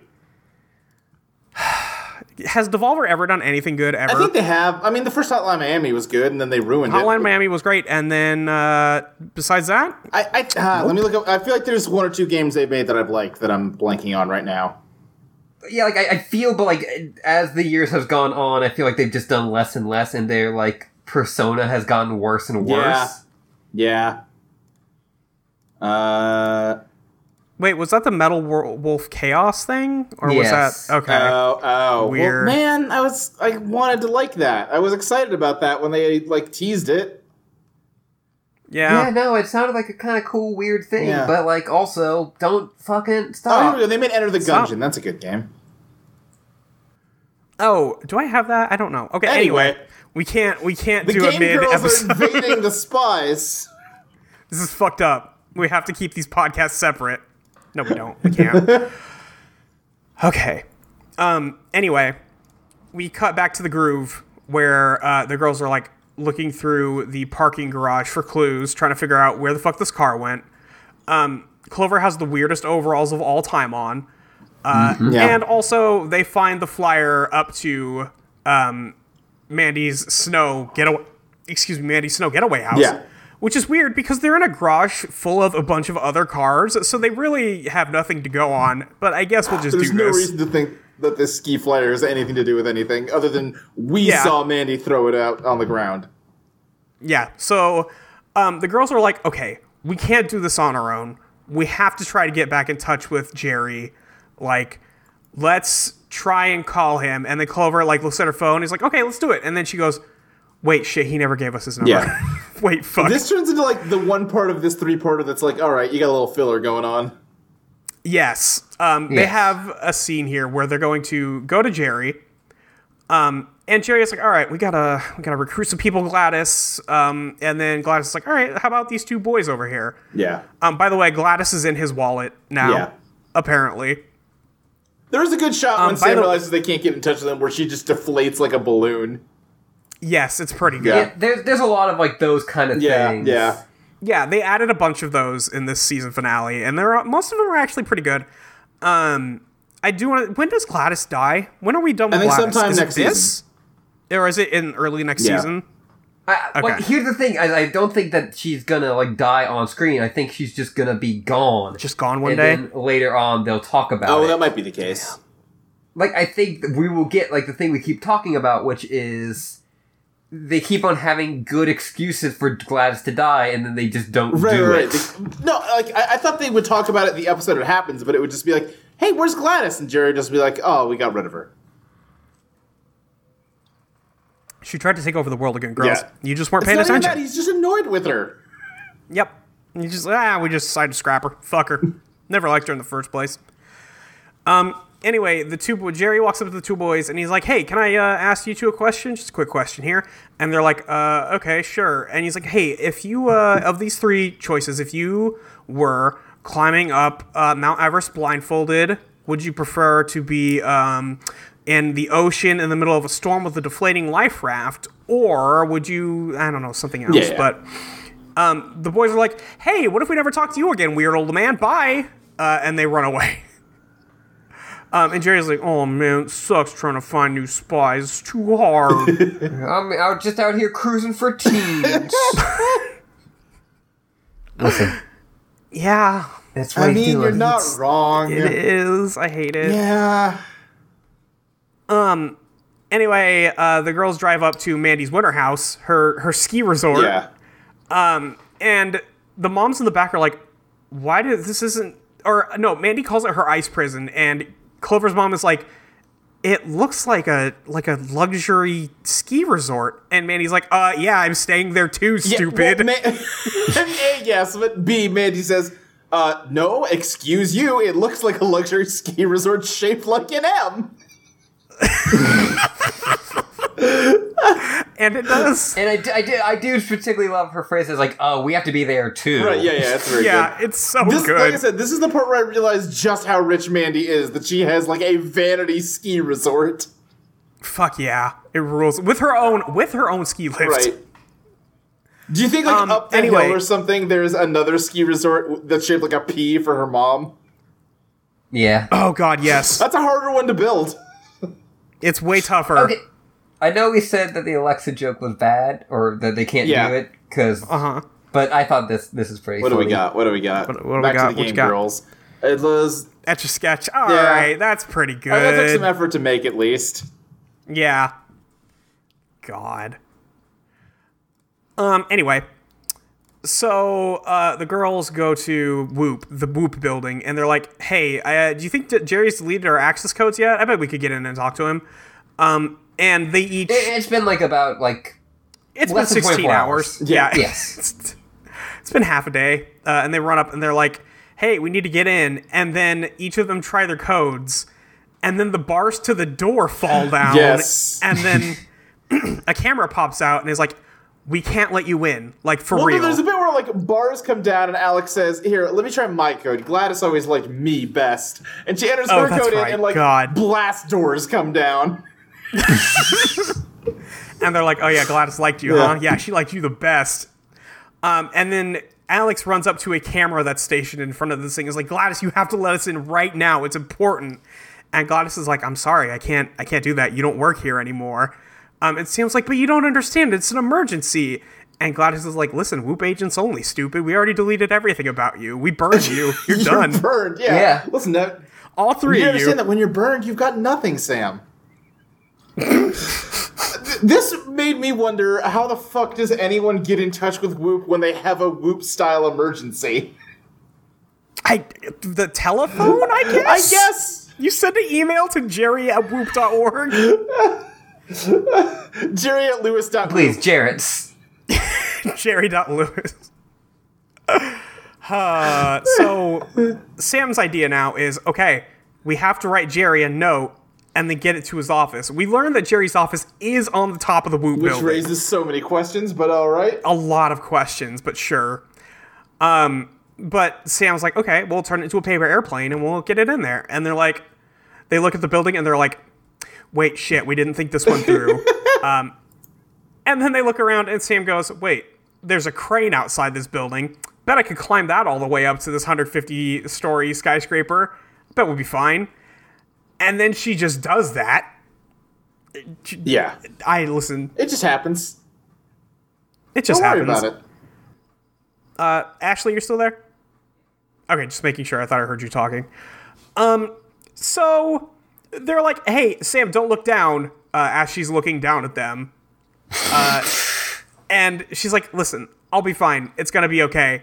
Speaker 2: Has Devolver ever done anything good ever?
Speaker 3: I think they have. I mean, the first Hotline Miami was good, and then they ruined
Speaker 2: Hotline
Speaker 3: it.
Speaker 2: Miami was great, and then uh, besides that,
Speaker 3: I, I ah, let me look up. I feel like there's one or two games they've made that I've liked that I'm blanking on right now.
Speaker 1: that. Yeah, like I, I feel, but like as the years has gone on, I feel like they've just done less and less, and their like persona has gotten worse and worse.
Speaker 3: Yeah. Yeah. Uh.
Speaker 2: wait, was that the Metal Wor- Wolf Chaos thing, or was
Speaker 1: Yes.
Speaker 2: that okay?
Speaker 3: Oh, oh, Well,
Speaker 2: Weird.
Speaker 3: man, I was, I wanted to like that. I was excited about that when they like teased it.
Speaker 2: Yeah.
Speaker 1: Yeah, no, it sounded like a kind of cool, weird thing,
Speaker 3: Yeah.
Speaker 1: but like also don't fucking
Speaker 3: Oh, here
Speaker 1: stop.
Speaker 3: we go. They made Enter the
Speaker 2: Stop.
Speaker 3: Gungeon. That's a good game.
Speaker 2: Oh, do I have that? I don't know. Okay. Anyway,
Speaker 3: Anyway.
Speaker 2: we can't we can't
Speaker 3: The
Speaker 2: do a
Speaker 3: game
Speaker 2: mid
Speaker 3: girls
Speaker 2: episode.
Speaker 3: are invading the spies.
Speaker 2: this is fucked up. We have to keep these podcasts separate. No, we don't. We can't. okay. Um. Anyway, we cut back to the groove where uh, the girls are like looking through the parking garage for clues, trying to figure out where the fuck this car went. Um. Clover has the weirdest overalls of all time on. Uh,
Speaker 3: Yeah.
Speaker 2: And also, they find the flyer up to um, Mandy's snow getaway. Excuse me, Mandy's snow getaway house.
Speaker 3: Yeah.
Speaker 2: Which is weird because they're in a garage full of a bunch of other cars, so they really have nothing to go on. But I guess we'll just
Speaker 3: There's
Speaker 2: do
Speaker 3: no
Speaker 2: this.
Speaker 3: reason to think that this ski flyer has anything to do with anything other than we
Speaker 2: Yeah.
Speaker 3: saw Mandy throw it out on the ground.
Speaker 2: Yeah. So um, the girls are like, okay, we can't do this on our own. We have to try to get back in touch with Jerry. Like, let's try and call him. And then Clover like looks at her phone. He's like, okay, let's do it. And then she goes, wait, shit, he never gave us his number.
Speaker 3: Yeah.
Speaker 2: wait, fuck.
Speaker 3: This turns into like the one part of this three-parter that's like, all right, you got a little filler going on.
Speaker 2: Yes. Um, They
Speaker 1: Yes.
Speaker 2: have a scene here where they're going to go to Jerry. Um, and Jerry's like, all right, we gotta we gotta recruit some people, Gladys. Um, and then Gladys is like, all right, how about these two boys over here?
Speaker 3: Yeah.
Speaker 2: Um, by the way, Gladys is in his wallet now,
Speaker 3: Yeah.
Speaker 2: apparently.
Speaker 3: There is a good shot when
Speaker 2: by
Speaker 3: Sam
Speaker 2: the-
Speaker 3: realizes they can't get in touch with them where she just deflates like a balloon.
Speaker 2: Yes, it's pretty good.
Speaker 3: Yeah.
Speaker 2: Yeah.
Speaker 1: It, there's there's a lot of like those kind of
Speaker 3: Yeah,
Speaker 1: things.
Speaker 3: yeah.
Speaker 2: they added a bunch of those in this season finale, and they're most of them are actually pretty good. Um, I do want. to... When does Gladys die? When are we done with
Speaker 3: think
Speaker 2: Gladys?
Speaker 3: sometime
Speaker 2: Is it
Speaker 3: next
Speaker 2: this? or is it in early next
Speaker 3: Yeah.
Speaker 2: season?
Speaker 1: I, I- like,
Speaker 2: Okay.
Speaker 1: here's the thing: I, I don't think that she's gonna like die on screen. I think she's just gonna be gone.
Speaker 2: Just gone one
Speaker 1: and
Speaker 2: day.
Speaker 1: then later on they'll talk about
Speaker 3: Oh,
Speaker 1: it.
Speaker 3: that might be the case.
Speaker 1: like I think that we will get like the thing we keep talking about, which is they keep on having good excuses for Gladys to die, and then they just don't
Speaker 3: Right,
Speaker 1: do
Speaker 3: right.
Speaker 1: it.
Speaker 3: They- no, like I, I thought they would talk about it the episode it happens, but it would just be like, "Hey, where's Gladys?" And Jerry would just be like, "Oh, we got rid of her."
Speaker 2: She tried to take over the world again, girls.
Speaker 3: Yeah.
Speaker 2: You just weren't
Speaker 3: It's
Speaker 2: paying
Speaker 3: not even
Speaker 2: attention.
Speaker 3: that. He's just annoyed with her.
Speaker 2: Yep. And You just ah, we just decided to scrap her. Fuck her. Never liked her in the first place. Um. Anyway, the two bo- Jerry walks up to the two boys and he's like, "Hey, can I uh, ask you two a question? Just a quick question here." And they're like, "Uh, okay, sure." And he's like, "Hey, if you uh, of these three choices, if you were climbing up uh, Mount Everest blindfolded, would you prefer to be um, in the ocean in the middle of a storm with a deflating life raft, or would you, I don't know, something else?"
Speaker 3: Yeah.
Speaker 2: But the boys are like, "Hey, what if we never talk to you again, weird old man? Bye!" Uh, and they run away. Um, and Jerry's like, "Oh man, it sucks trying to find new spies. It's too hard."
Speaker 1: I'm out just out here cruising for teens. Listen,
Speaker 2: yeah,
Speaker 1: that's what
Speaker 3: I mean, you're not wrong.
Speaker 2: it is. I hate it.
Speaker 3: Yeah.
Speaker 2: Anyway, uh, the girls drive up to Mandy's winter house, her her ski resort,
Speaker 3: Yeah.
Speaker 2: and the moms in the back are like, "Why did this isn't?" Or no, Mandy calls it her ice prison, and Clover's mom is like, "It looks like a like a luxury ski resort," and Mandy's like, "Uh, yeah, I'm staying there too, stupid."
Speaker 3: Yeah, well, Ma- A, yes, but B, Mandy says, uh, no, excuse you. It looks like a luxury ski resort shaped like an M.
Speaker 2: and it does.
Speaker 1: And I, d- I, do, I do particularly love her phrases like, "Oh, we have to be there too."
Speaker 3: Right, yeah, yeah, that's very
Speaker 2: yeah,
Speaker 3: good.
Speaker 2: it's so
Speaker 3: This, like
Speaker 2: good.
Speaker 3: I said, this is the part where I realized just how rich Mandy is, that she has like a vanity ski resort.
Speaker 2: Fuck yeah, it rules with her own with her own ski lift.
Speaker 3: Right. Do you think like
Speaker 2: Um,
Speaker 3: up the
Speaker 2: anyway.
Speaker 3: hill or something there's another ski resort that's shaped like a P for her mom?
Speaker 1: Yeah.
Speaker 2: Oh god, yes,
Speaker 3: That's a harder one to build.
Speaker 2: it's way tougher.
Speaker 1: Okay. I know we said that the Alexa joke was bad, or that they can't
Speaker 3: Yeah.
Speaker 1: do it because.
Speaker 2: Uh huh.
Speaker 1: But I thought this this is pretty.
Speaker 3: What do we
Speaker 1: funny.
Speaker 3: got? What do we got?
Speaker 2: What- what do we
Speaker 3: Back
Speaker 2: got?
Speaker 3: to
Speaker 2: What
Speaker 3: the game,
Speaker 2: you got?
Speaker 3: girls. It was
Speaker 2: Etch a sketch. All right,
Speaker 3: Yeah.
Speaker 2: that's pretty good.
Speaker 3: I mean, that took some effort to make at least.
Speaker 2: Yeah. God. Um. Anyway, so uh, the girls go to Whoop, the Whoop building, and they're like, "Hey, uh, do you think that Jerry's deleted our access codes yet? I bet we could get in and talk to him." Um. And they each
Speaker 1: It, has been like about like
Speaker 2: It's
Speaker 1: Eh, Less
Speaker 2: been
Speaker 1: than
Speaker 2: 16
Speaker 1: 24
Speaker 2: hours.
Speaker 1: hours.
Speaker 2: Yeah.
Speaker 1: Yes.
Speaker 2: It's- it's been half a day. Uh, and they run up and they're like, hey, we need to get in. And then each of them try their codes. And then the bars to the door fall down.
Speaker 3: Yes.
Speaker 2: And then a camera pops out and is like, we can't let you in. Like, for
Speaker 3: Well, no,
Speaker 2: real.
Speaker 3: there's a bit where like bars come down and Alex says, "Here, let me try my code." Gladys always liked me best, and she enters
Speaker 2: Oh,
Speaker 3: her
Speaker 2: that's
Speaker 3: code
Speaker 2: right.
Speaker 3: in, and like
Speaker 2: God.
Speaker 3: blast doors come down.
Speaker 2: and they're like, "Oh yeah, Gladys liked you,
Speaker 3: Yeah.
Speaker 2: huh? Yeah, she liked you the best." Um, and then Alex runs up to a camera that's stationed in front of this thing. Is like, "Gladys, you have to let us in right now. It's important." And Gladys is like, "I'm sorry, I can't. I can't do that. You don't work here anymore." Um, and Sam's like, "But you don't understand. It's an emergency." And Gladys is like, "Listen, Whoop agents only, stupid. We already deleted everything about you. We burned you. You're done.
Speaker 3: burned. Yeah.
Speaker 1: Yeah.
Speaker 3: Listen, that,
Speaker 2: All three
Speaker 3: you
Speaker 2: of you."
Speaker 3: understand that when you're burned, you've got nothing, Sam. Th- this made me wonder how the fuck does anyone get in touch with Whoop when they have a Whoop style emergency?
Speaker 2: I the telephone. I guess.
Speaker 3: I guess
Speaker 2: You send an email to Jerry at whoop.org.
Speaker 3: Jerry at Lewis. dot
Speaker 1: please Jarrett's.
Speaker 2: Jerry.Lewis. Uh, so Sam's idea now is okay, we have to write Jerry a note and then get it to his office. We learned that Jerry's office is on the top of the Woo
Speaker 3: which
Speaker 2: building.
Speaker 3: raises so many questions. But all right,
Speaker 2: a lot of questions, but sure. Um, but Sam's like, okay, we'll turn it into a paper airplane and we'll get it in there. And they're like, they look at the building and they're like, wait, shit, we didn't think this one through. um, and then they look around and Sam goes, wait, there's a crane outside this building. Bet I could climb that all the way up to this 150 story skyscraper. Bet we'll be fine. And then she just does that.
Speaker 3: yeah,
Speaker 2: I listen.
Speaker 3: it just happens.
Speaker 2: It just
Speaker 3: Don't worry
Speaker 2: happens.
Speaker 3: about it.
Speaker 2: Ashley, you're still there? Okay, just making sure. I thought I heard you talking. Um, so they're like, "Hey, Sam, don't look down." Uh, as she's looking down at them, uh, and she's like, "Listen, I'll be fine. It's gonna be okay."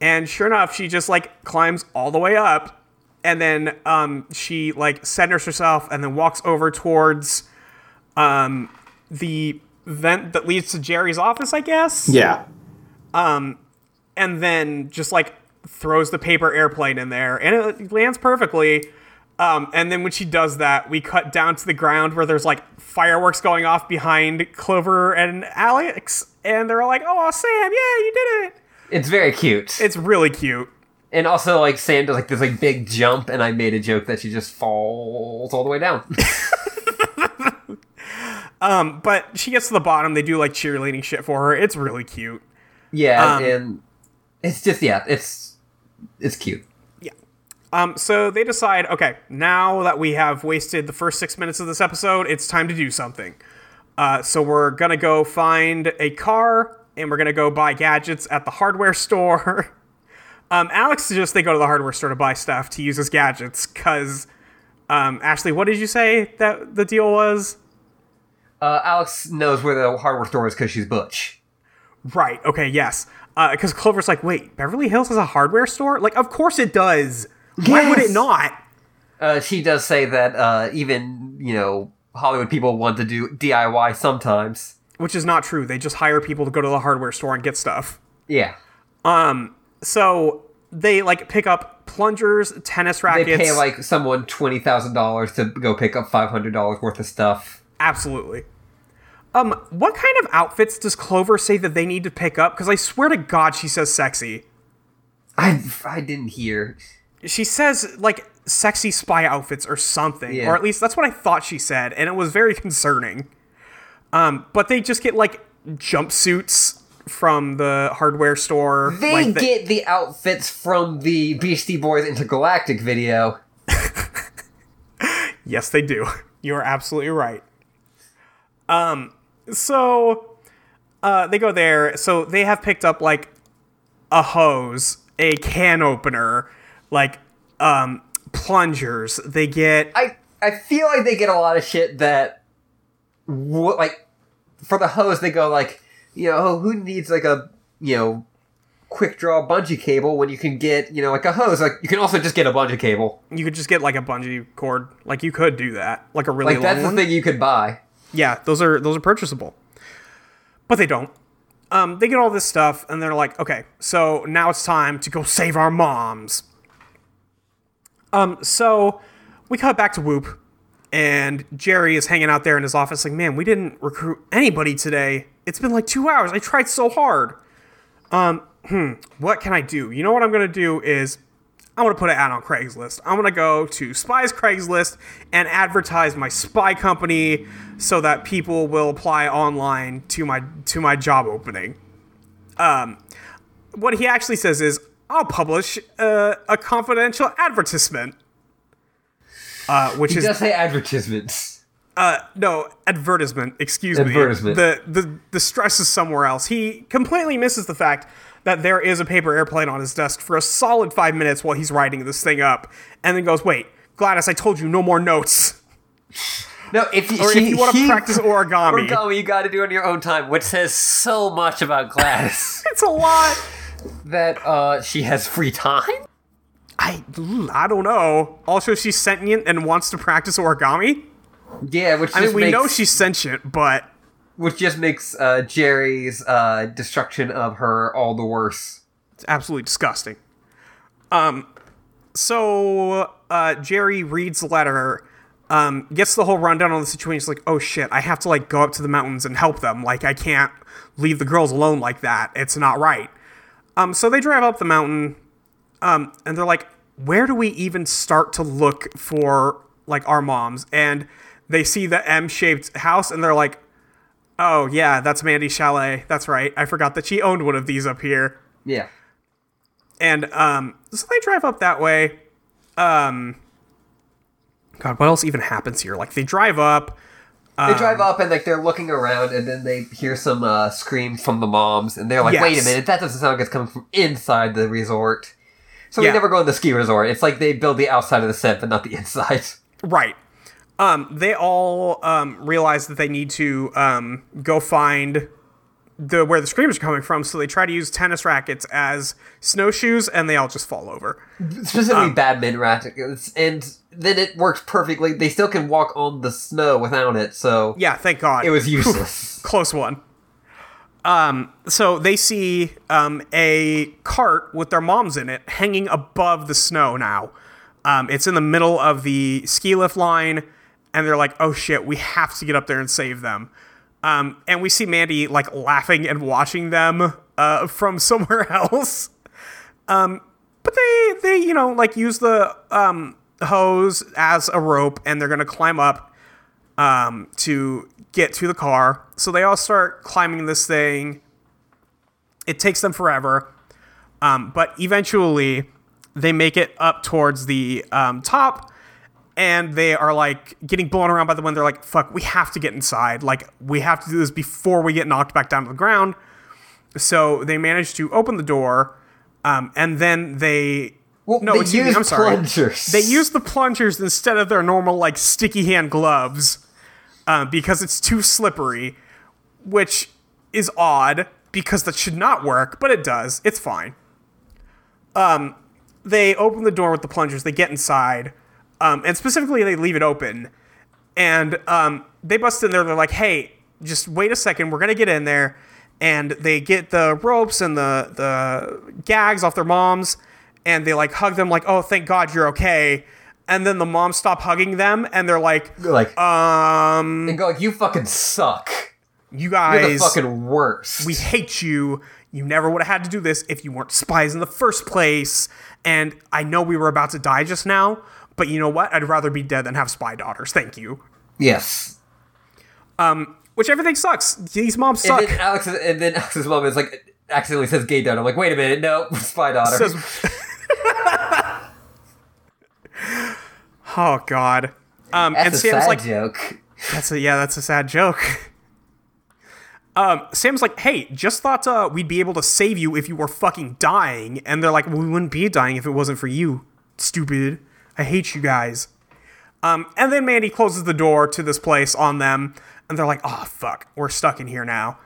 Speaker 2: And sure enough, she just like climbs all the way up, and then um, she like centers herself, and then walks over towards um, the vent that leads to Jerry's office, I guess
Speaker 3: Yeah,
Speaker 2: and then just like throws the paper airplane in there and it lands perfectly um, and then when she does that we cut down to the ground where there's like fireworks going off behind clover and alex and they're all like oh sam yeah you did it
Speaker 1: It's very cute.
Speaker 2: it's really cute
Speaker 1: and also, like Sam does like this like big jump, and I made a joke that she just falls all the way down.
Speaker 2: but she gets to the bottom they do like cheerleading shit for her it's really cute
Speaker 3: Um.
Speaker 1: yeah, and it's just yeah, it's it's cute.
Speaker 2: Um, so they decide, okay, now that we have wasted the first six minutes of this episode, it's time to do something. Uh, so we're gonna go find a car, and we're gonna go buy gadgets at the hardware store. um, Alex suggests they go to the hardware store to buy stuff to use as gadgets, cause um, Ashley, what did you say that the deal was?
Speaker 1: Uh, Alex knows where the hardware store is because she's Butch.
Speaker 2: Right. Okay. Yes. Because Clover's like, wait, Beverly Hills has a hardware store? Like, of course it does. Why would
Speaker 1: Yes.
Speaker 2: it not?
Speaker 1: Uh, she does say that uh, even you know Hollywood people want to do DIY sometimes.
Speaker 2: Which is not true. They just hire people to go to the hardware store and get stuff.
Speaker 1: Yeah,
Speaker 2: So they like pick up plungers, tennis
Speaker 1: they
Speaker 2: rackets.
Speaker 1: pay like someone twenty thousand dollars to go pick up five hundred dollars worth of stuff.
Speaker 2: absolutely. Um, what kind of outfits does Clover say that they need to pick up? Because I swear to God, she says sexy.
Speaker 1: I I didn't hear.
Speaker 2: She says like sexy spy outfits or something,
Speaker 1: Yeah.
Speaker 2: or at least that's what I thought she said, and it was very concerning. Um, but they just get like jumpsuits from the hardware store.
Speaker 1: They
Speaker 2: like, the-
Speaker 1: get the outfits from the Beastie Boys Intergalactic video.
Speaker 2: Yes, they do. You're absolutely right. Um, so uh, they go there. So they have picked up like a hose, a can opener, like um, plungers. They get
Speaker 1: I I feel like they get a lot of shit that, what like, for the hose they go like, you know, oh, who needs like a you know, quick draw bungee cable when you can get you know like a hose like you can also just get a bungee cable
Speaker 2: you could just get like a bungee cord. Like you could do that, like a really
Speaker 1: like
Speaker 2: long
Speaker 1: that's the
Speaker 2: one.
Speaker 1: thing you could buy.
Speaker 2: Yeah, those are those are purchasable. But they don't. Um, they get all this stuff and they're like, okay, so now it's time to go save our moms. Um, so we cut back to Whoop, and Jerry is hanging out there in his office, like, man, we didn't recruit anybody today. It's been like two hours. I tried so hard. Um, hmm, what can I do? You know what I'm gonna do is I'm gonna put an ad on Craigslist. I'm gonna go to Spies Craigslist and advertise my spy company so that people will apply online to my to my job opening. Um, what he actually says is, I'll publish uh, a confidential advertisement, uh, which
Speaker 1: It
Speaker 2: is
Speaker 1: does say advertisements.
Speaker 2: uh, no advertisement. Excuse
Speaker 1: Advertisement.
Speaker 2: me. The the the stress is somewhere else. He completely misses the fact that there is a paper airplane on his desk for a solid five minutes while he's writing this thing up, and then goes, "Wait, Gladys, I told you no more notes.
Speaker 1: No, if you,
Speaker 2: Or if you want to practice origami,
Speaker 1: origami, you got to do it in your own time, which says so much about Gladys
Speaker 2: it's a lot.
Speaker 1: that uh, she has free time.
Speaker 2: I I don't know. Also, she's sentient and wants to practice origami.
Speaker 1: Yeah, which
Speaker 2: I mean,
Speaker 1: just
Speaker 2: we
Speaker 1: makes,
Speaker 2: know she's sentient, but
Speaker 1: which just makes uh, Jerry's uh, destruction of her all the worse.
Speaker 2: absolutely disgusting. Um, so uh, Jerry reads the letter um, gets the whole rundown on the situation. It's like, oh shit, I have to like go up to the mountains and help them. Like, I can't leave the girls alone like that. It's not right. Um, so they drive up the mountain, um, and they're like, where do we even start to look for like our moms? And they see the M-shaped house, and they're like, oh yeah, that's Mandy Chalet. That's right. I forgot that she owned one of these up here.
Speaker 1: Yeah.
Speaker 2: And um, so they drive up that way. Um, God, what else even happens here? Like they drive up.
Speaker 1: They drive up and like they're looking around, and then they hear some uh, scream from the moms, and they're like, "Wait a
Speaker 2: Yes.
Speaker 1: minute, that doesn't sound like it's coming from inside the resort." So we
Speaker 2: Yeah.
Speaker 1: never go in the ski resort. It's like they build the outside of the set, but not the inside.
Speaker 2: Right. Um, they all um, realize that they need to um, go find the where the screams are coming from. So they try to use tennis rackets as snowshoes, and they all just fall over. Um,
Speaker 1: Specifically, badminton rackets, and then it works perfectly. They still can walk on the snow without it, so
Speaker 2: Yeah, thank God.
Speaker 1: it was useless.
Speaker 2: close one. Um, so they see um, a cart with their moms in it hanging above the snow now. Um, it's in the middle of the ski lift line, and they're like, "Oh shit, we have to get up there and save them." Um, and we see Mandy like laughing and watching them uh, from somewhere else. Um, but they they you know like use the um, hose as a rope, and they're gonna climb up um, to get to the car. So they all start climbing this thing. It takes them forever, um, but eventually they make it up towards the um, top, and they are like getting blown around by the wind. They're like, "Fuck, we have to get inside. Like, we have to do this before we get knocked back down to the ground." So they manage to open the door, um, and then they.
Speaker 1: Well,
Speaker 2: no,
Speaker 1: they
Speaker 2: excuse me,
Speaker 1: used
Speaker 2: I'm sorry.
Speaker 1: plungers.
Speaker 2: They use the plungers instead of their normal like sticky hand gloves uh, because it's too slippery, which is odd because that should not work, but it does. It's fine. Um, they open the door with the plungers. They get inside, um, and specifically they leave it open, and um, they bust in there. They're like, "Hey, just wait a second. We're gonna get in there." And they get the ropes and the the gags off their moms, and they like hug them, like, "Oh, thank God you're okay." And then the moms stop hugging them, and they're like,
Speaker 1: like
Speaker 2: um,
Speaker 1: and go like, "You fucking suck.
Speaker 2: you
Speaker 1: You're the
Speaker 2: guys,
Speaker 1: fucking worst."
Speaker 2: we hate you. You never would have had to do this if you weren't spies in the first place. And I know we were about to die just now, but you know what? I'd rather be dead than have spy daughters. Thank you.
Speaker 1: yes.
Speaker 2: Which everything sucks. These moms
Speaker 1: And
Speaker 2: suck.
Speaker 1: then Alex and then Alex's mom is like accidentally says gay dad. I'm like, wait a minute, no, spy daughter.
Speaker 2: Says- oh God. Um,
Speaker 1: That's
Speaker 2: and
Speaker 1: a
Speaker 2: Sam's
Speaker 1: sad
Speaker 2: like,
Speaker 1: joke.
Speaker 2: That's a, yeah, that's a sad joke. Um, Sam's like, hey, just thought uh, we'd be able to save you if you were fucking dying. And they're like, well, we wouldn't be dying if it wasn't for you, stupid. I hate you guys. Um, and then Mandy closes the door to this place on them. And they're like, oh, fuck, we're stuck in here now.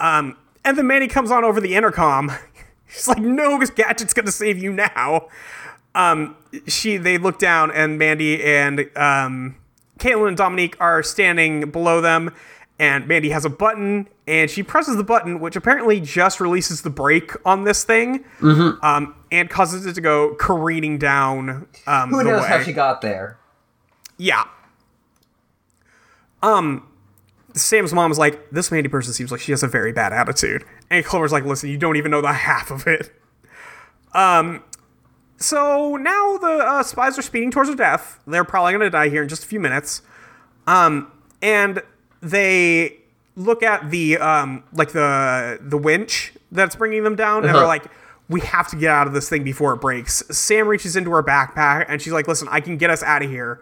Speaker 2: Um, and then Mandy comes on over the intercom. She's like, no, this gadget's going to save you now. Um, she, they look down, and Mandy and um, Caitlin and Dominique are standing below them, and Mandy has a button, and she presses the button, which apparently just releases the brake on this thing,
Speaker 1: Mm-hmm.
Speaker 2: um, and causes it to go careening down. Um,
Speaker 1: Who
Speaker 2: the
Speaker 1: knows
Speaker 2: way.
Speaker 1: how she got there?
Speaker 2: Yeah. Um, Sam's mom is like, this Mandy person seems like she has a very bad attitude. And Clover's like, listen, you don't even know the half of it. Um, so now the uh, spies are speeding towards their death. They're probably going to die here in just a few minutes. Um, and they look at the um, like the the winch that's bringing them down, and they're
Speaker 1: Uh-huh.
Speaker 2: like, "We have to get out of this thing before it breaks." Sam reaches into her backpack, and she's like, "Listen, I can get us out of here."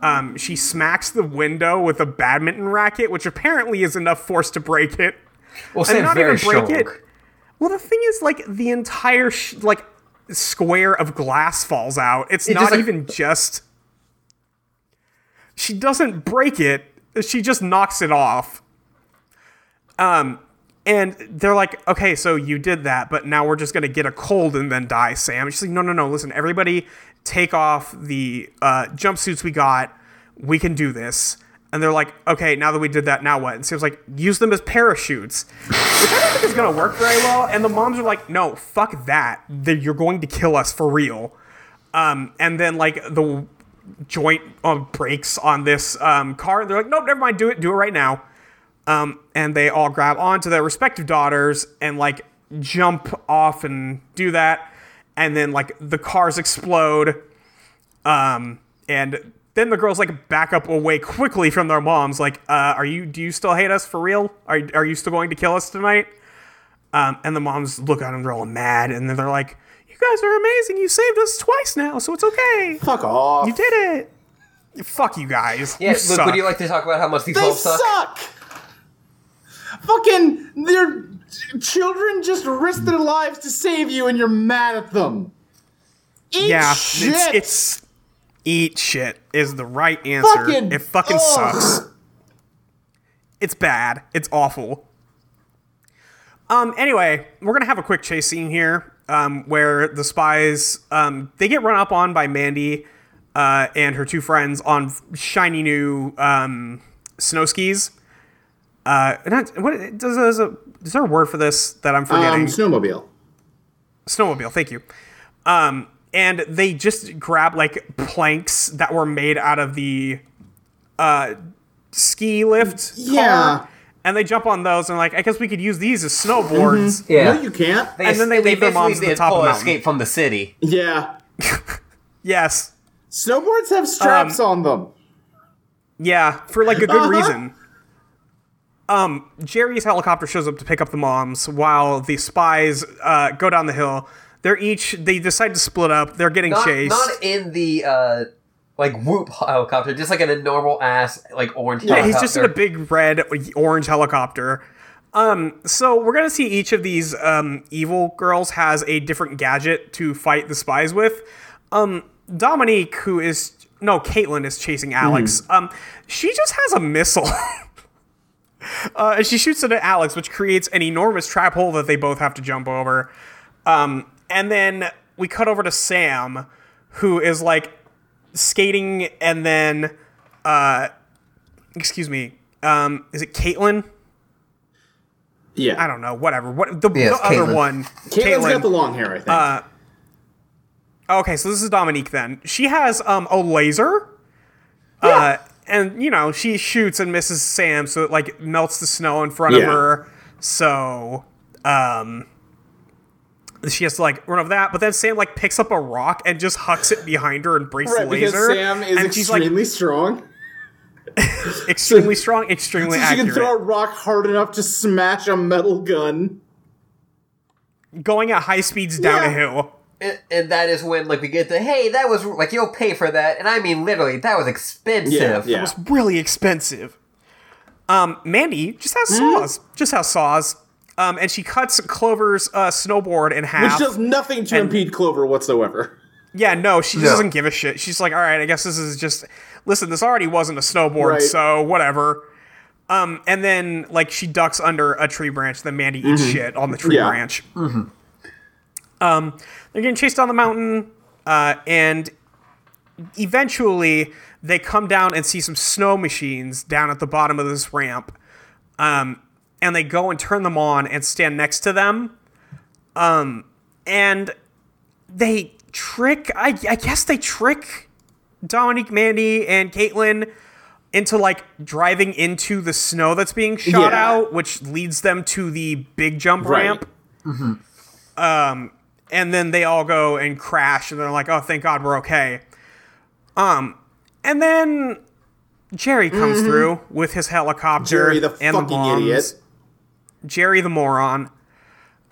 Speaker 2: Um, she smacks the window with a badminton racket, which apparently is enough force to break it.
Speaker 1: Well, Sam's
Speaker 2: not
Speaker 1: very
Speaker 2: even break
Speaker 1: strong.
Speaker 2: it. Well, the thing is, like the entire sh- like square of glass falls out. It's
Speaker 1: It
Speaker 2: not
Speaker 1: just, like-
Speaker 2: even just. She doesn't break it. She just knocks it off. Um, and they're like, okay, so you did that, but now we're just gonna get a cold and then die, Sam. She's like, no, no, no. Listen, everybody, take off the uh, jumpsuits we got. We can do this. And they're like, okay, now that we did that, now what? And Sam's like, use them as parachutes which I don't think is gonna work very well. And the moms are like, no, fuck that. That you're going to kill us for real. Um, and then like the joint um, brakes on this um, car. They're like, nope, never mind. Do it. Do it right now. Um, and they all grab onto their respective daughters and like jump off and do that. And then like the cars explode. Um, and then the girls like back up away quickly from their moms. Like, uh, are you? Do you still hate us for real? Are are you still going to kill us tonight? Um, and the moms look at them. They're all mad. And then they're like, you guys are amazing. You saved us twice now, so it's okay.
Speaker 3: Fuck off.
Speaker 2: You did it. Fuck you guys.
Speaker 1: Yeah,
Speaker 2: you
Speaker 1: Luke,
Speaker 2: suck.
Speaker 1: would you like to talk about how much these
Speaker 3: They
Speaker 1: bulbs suck?
Speaker 3: suck. Fucking their children just risked their lives to save you, and you're mad at them. Eat
Speaker 2: yeah,
Speaker 3: shit.
Speaker 2: it's it's eat shit is the right answer.
Speaker 3: Fucking-
Speaker 2: it fucking
Speaker 3: ugh.
Speaker 2: sucks. It's bad. It's awful. Um. Anyway, we're gonna have a quick chase scene here, um, where the spies um they get run up on by Mandy, uh, and her two friends on shiny new um snow skis. Uh, not, what does, does a, is there a word for this that I'm forgetting?
Speaker 3: um, snowmobile.
Speaker 2: snowmobile thank you um and they just grab like planks that were made out of the uh ski lift
Speaker 3: Yeah.
Speaker 2: car, and they jump on those and like i guess we could use these as snowboards
Speaker 1: Yeah.
Speaker 3: No, you can't.
Speaker 2: and then they leave their moms at the
Speaker 1: basically did
Speaker 2: top of
Speaker 1: full
Speaker 2: the mountain.
Speaker 1: escape from the city.
Speaker 3: yeah.
Speaker 2: yes
Speaker 3: Snowboards have straps
Speaker 2: Um,
Speaker 3: on them.
Speaker 2: yeah for like a good
Speaker 3: Uh-huh.
Speaker 2: reason um jerry's helicopter shows up to pick up the moms while the spies uh go down the hill they're each they decide to split up they're getting
Speaker 1: Not,
Speaker 2: chased
Speaker 1: not in the uh, like whoop helicopter, just like in a normal ass like orange.
Speaker 2: Yeah,
Speaker 1: helicopter.
Speaker 2: he's just in a big red orange helicopter. Um, so we're gonna see each of these um, evil girls has a different gadget to fight the spies with. Um, Dominique, who is no Caitlin, is chasing Alex. Um, she just has a missile. Uh, and she shoots it at Alex, which creates an enormous trap hole that they both have to jump over. Um, and then we cut over to Sam, who is like skating, and then, uh, excuse me, um, is it Caitlin?
Speaker 3: Yeah.
Speaker 2: I don't know. Whatever. What the,
Speaker 1: Yes,
Speaker 2: the other
Speaker 1: Caitlin.
Speaker 2: one?
Speaker 3: Caitlin's got the long hair, I think.
Speaker 2: uh, Okay, so this is Dominique then. She has um, a laser. Uh, and, you know, she shoots and misses Sam, so it, like, melts the snow in front of
Speaker 3: Yeah.
Speaker 2: her. So, um, she has to, like, run over that. But then Sam, like, picks up a rock and just hucks it behind her and breaks
Speaker 3: right,
Speaker 2: the
Speaker 3: because
Speaker 2: laser.
Speaker 3: Sam is
Speaker 2: and she's, like,
Speaker 3: extremely strong.
Speaker 2: extremely strong, extremely
Speaker 3: So she
Speaker 2: accurate.
Speaker 3: can throw a rock hard enough to smash a metal gun.
Speaker 2: Going at high speeds down
Speaker 3: Yeah.
Speaker 2: a hill.
Speaker 1: and, and that is when like we get the hey, that was like you'll pay for that, and I mean literally that was expensive.
Speaker 3: yeah.
Speaker 2: was really expensive. Um, Mandy just has saws. Just has saws. Um, and she cuts Clover's uh, snowboard in half.
Speaker 3: Which does nothing to impede Clover whatsoever.
Speaker 2: yeah, no, she just
Speaker 1: No.
Speaker 2: doesn't give a shit. She's like, all right, I guess this is just. Listen, this already wasn't a snowboard,
Speaker 3: Right.
Speaker 2: so whatever. Um, and then like she ducks under a tree branch. Then Mandy eats shit on the tree
Speaker 3: Mm-hmm. Yeah. Mm-hmm.
Speaker 2: branch. Um, they're getting chased down the mountain, uh, and eventually they come down and see some snow machines down at the bottom of this ramp. Um, and they go and turn them on and stand next to them. Um, and they trick. I, I guess they trick Dominique, Mandy, and Caitlin into like driving into the snow that's being shot
Speaker 3: Yeah.
Speaker 2: out, which leads them to the big jump
Speaker 3: Right. Mm-hmm.
Speaker 2: ramp. Um, and then they all go and crash, and they're like, "Oh, thank God, we're okay." Um, and then Jerry comes through with his helicopter.
Speaker 3: Mm-hmm. Jerry the
Speaker 2: and
Speaker 3: fucking
Speaker 2: moms.
Speaker 3: idiot.
Speaker 2: Jerry the moron.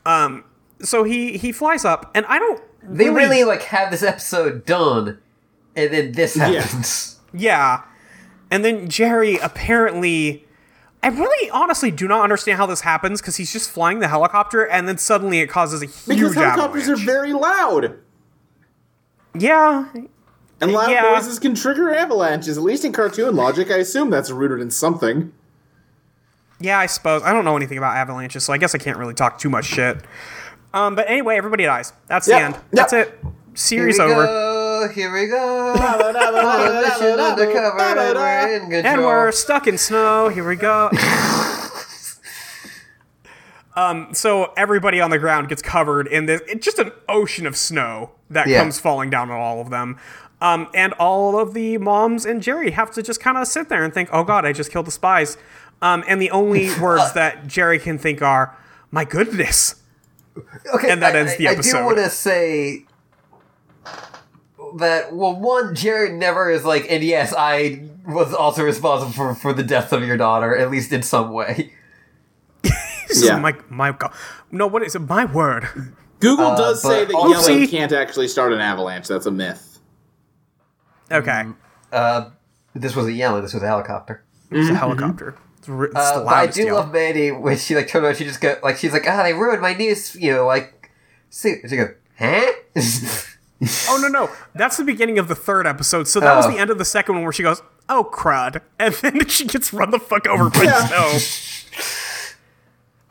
Speaker 2: Um, so he he flies up, and I don't.
Speaker 1: They really like have this episode done, and then this happens.
Speaker 2: Yeah. And then Jerry apparently. I really honestly do not understand how this happens because he's just flying the helicopter and then suddenly it causes a huge
Speaker 3: Because helicopters
Speaker 2: avalanche.
Speaker 3: are very loud.
Speaker 2: yeah,
Speaker 3: And loud
Speaker 2: Yeah.
Speaker 3: noises can trigger avalanches. At least in cartoon logic, I assume that's rooted in something.
Speaker 2: yeah, I suppose. I don't know anything about avalanches, so I guess I can't really talk too much shit. Um, but anyway, everybody dies. That's
Speaker 3: Yep.
Speaker 2: the end.
Speaker 3: Yep.
Speaker 2: That's it. Series
Speaker 1: here we
Speaker 2: over.
Speaker 1: go. Here we go. Operation undercover, and we're in control.
Speaker 2: And we're stuck in snow. Here we go. um, so everybody on the ground gets covered in this. It's just an ocean of snow that
Speaker 1: Yeah.
Speaker 2: comes falling down on all of them. Um, and all of the moms and Jerry have to just kind of sit there and think, oh God, I just killed the spies. Um, and the only words that Jerry can think are, my goodness.
Speaker 1: Okay,
Speaker 2: And that
Speaker 1: I,
Speaker 2: ends the
Speaker 1: I- I
Speaker 2: episode.
Speaker 1: do want to say that well, one, Jared never is like, and yes, I was also responsible for, for the death of your daughter, at least in some way.
Speaker 2: This is
Speaker 3: Yeah.
Speaker 2: My, my God. No, what is it? My word.
Speaker 3: Google
Speaker 1: Uh,
Speaker 3: does say
Speaker 1: but
Speaker 3: that
Speaker 2: also-
Speaker 3: yelling
Speaker 2: Oopsie.
Speaker 3: can't actually start an avalanche. That's a myth.
Speaker 2: Okay.
Speaker 1: Uh, this was a yelling. This was a helicopter.
Speaker 2: It's a helicopter. It's, r- it's
Speaker 1: Uh,
Speaker 2: the
Speaker 1: but I
Speaker 2: loudest
Speaker 1: do
Speaker 2: yell.
Speaker 1: love Mandy when she like turned around. She just go like she's like, ah, they ruined my news. You know, like see, she goes, huh?
Speaker 2: Oh no no, that's the beginning of the third episode. So that was
Speaker 1: Oh.
Speaker 2: the end of the second one where she goes, "Oh crud," and then she gets run the fuck over by snow,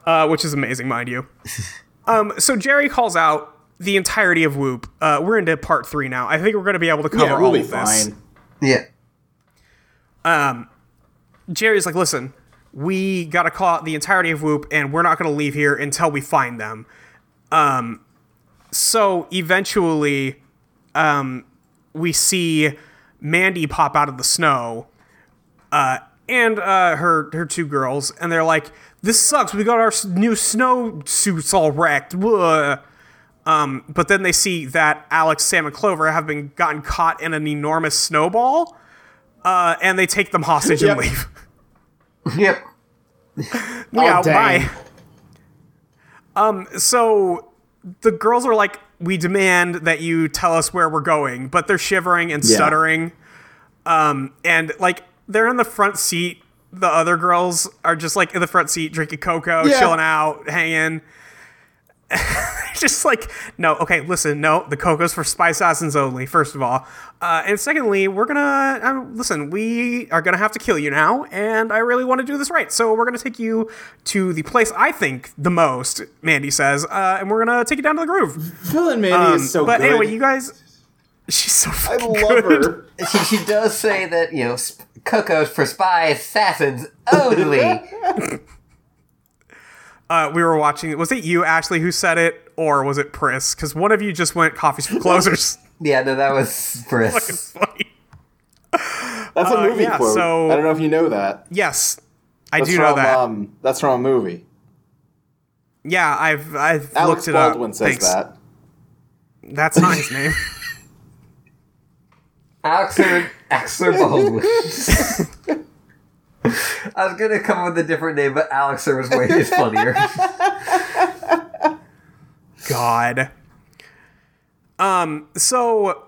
Speaker 2: uh, which is amazing, mind you. Um, so Jerry calls out the entirety of Whoop. Uh, we're into part three now. I think we're going to be able to cover
Speaker 3: Yeah, we'll
Speaker 2: all
Speaker 3: be
Speaker 2: of this.
Speaker 3: fine.
Speaker 1: yeah.
Speaker 2: Jerry's like, listen, we got to call out the entirety of Whoop, and we're not going to leave here until we find them. Um, so eventually, um, we see Mandy pop out of the snow, uh, and uh, her her two girls, and they're like, this sucks. We got our s- new snow suits all wrecked. Blah. Um, but then they see that Alex, Sam, and Clover have been gotten caught in an enormous snowball, uh, and they take them hostage
Speaker 3: Yep.
Speaker 2: and leave.
Speaker 1: Yep.
Speaker 2: yeah,
Speaker 3: Oh, dang.
Speaker 2: bye. Um, so the girls are like, we demand that you tell us where we're going, but they're shivering and
Speaker 3: Yeah.
Speaker 2: stuttering. Um, and like they're in the front seat. The other girls are just like in the front seat drinking cocoa,
Speaker 3: Yeah.
Speaker 2: chilling out, hanging. just like, no, okay, listen, no, the cocoa's for spice assassins only, first of all. Uh, and secondly, we're gonna, um, listen, we are gonna have to kill you now, and I really wanna do this right. So we're gonna take you to the place I think the most, Mandy says, uh, and we're gonna take you down to the groove.
Speaker 3: Phil and Mandy is so
Speaker 2: Um, but
Speaker 3: good.
Speaker 2: anyway, you guys, she's so
Speaker 3: I
Speaker 2: fucking
Speaker 3: love
Speaker 2: good.
Speaker 3: her.
Speaker 1: She, she does say that you know, sp- coco's for spy assassins only.
Speaker 2: Uh, we were watching, was it you, Ashley, who said it, or was it Pris? Because one of you just went coffees for closers.
Speaker 1: Yeah, no, that was
Speaker 2: Fucking
Speaker 1: Briss.
Speaker 2: funny.
Speaker 3: That's a movie
Speaker 2: Uh, yeah,
Speaker 3: quote.
Speaker 2: so-
Speaker 3: I don't know if you know that.
Speaker 2: Yes, I
Speaker 3: That's
Speaker 2: do
Speaker 3: from,
Speaker 2: know that.
Speaker 3: Um, that's from a movie.
Speaker 2: yeah, I've I've
Speaker 3: Alex
Speaker 2: looked it
Speaker 3: Baldwin
Speaker 2: up.
Speaker 3: says
Speaker 2: Thanks.
Speaker 3: that.
Speaker 2: That's not his name.
Speaker 1: Axer, Axer Baldwin. I was gonna come up with a different name, but Alexer was way funnier.
Speaker 2: God. Um. So,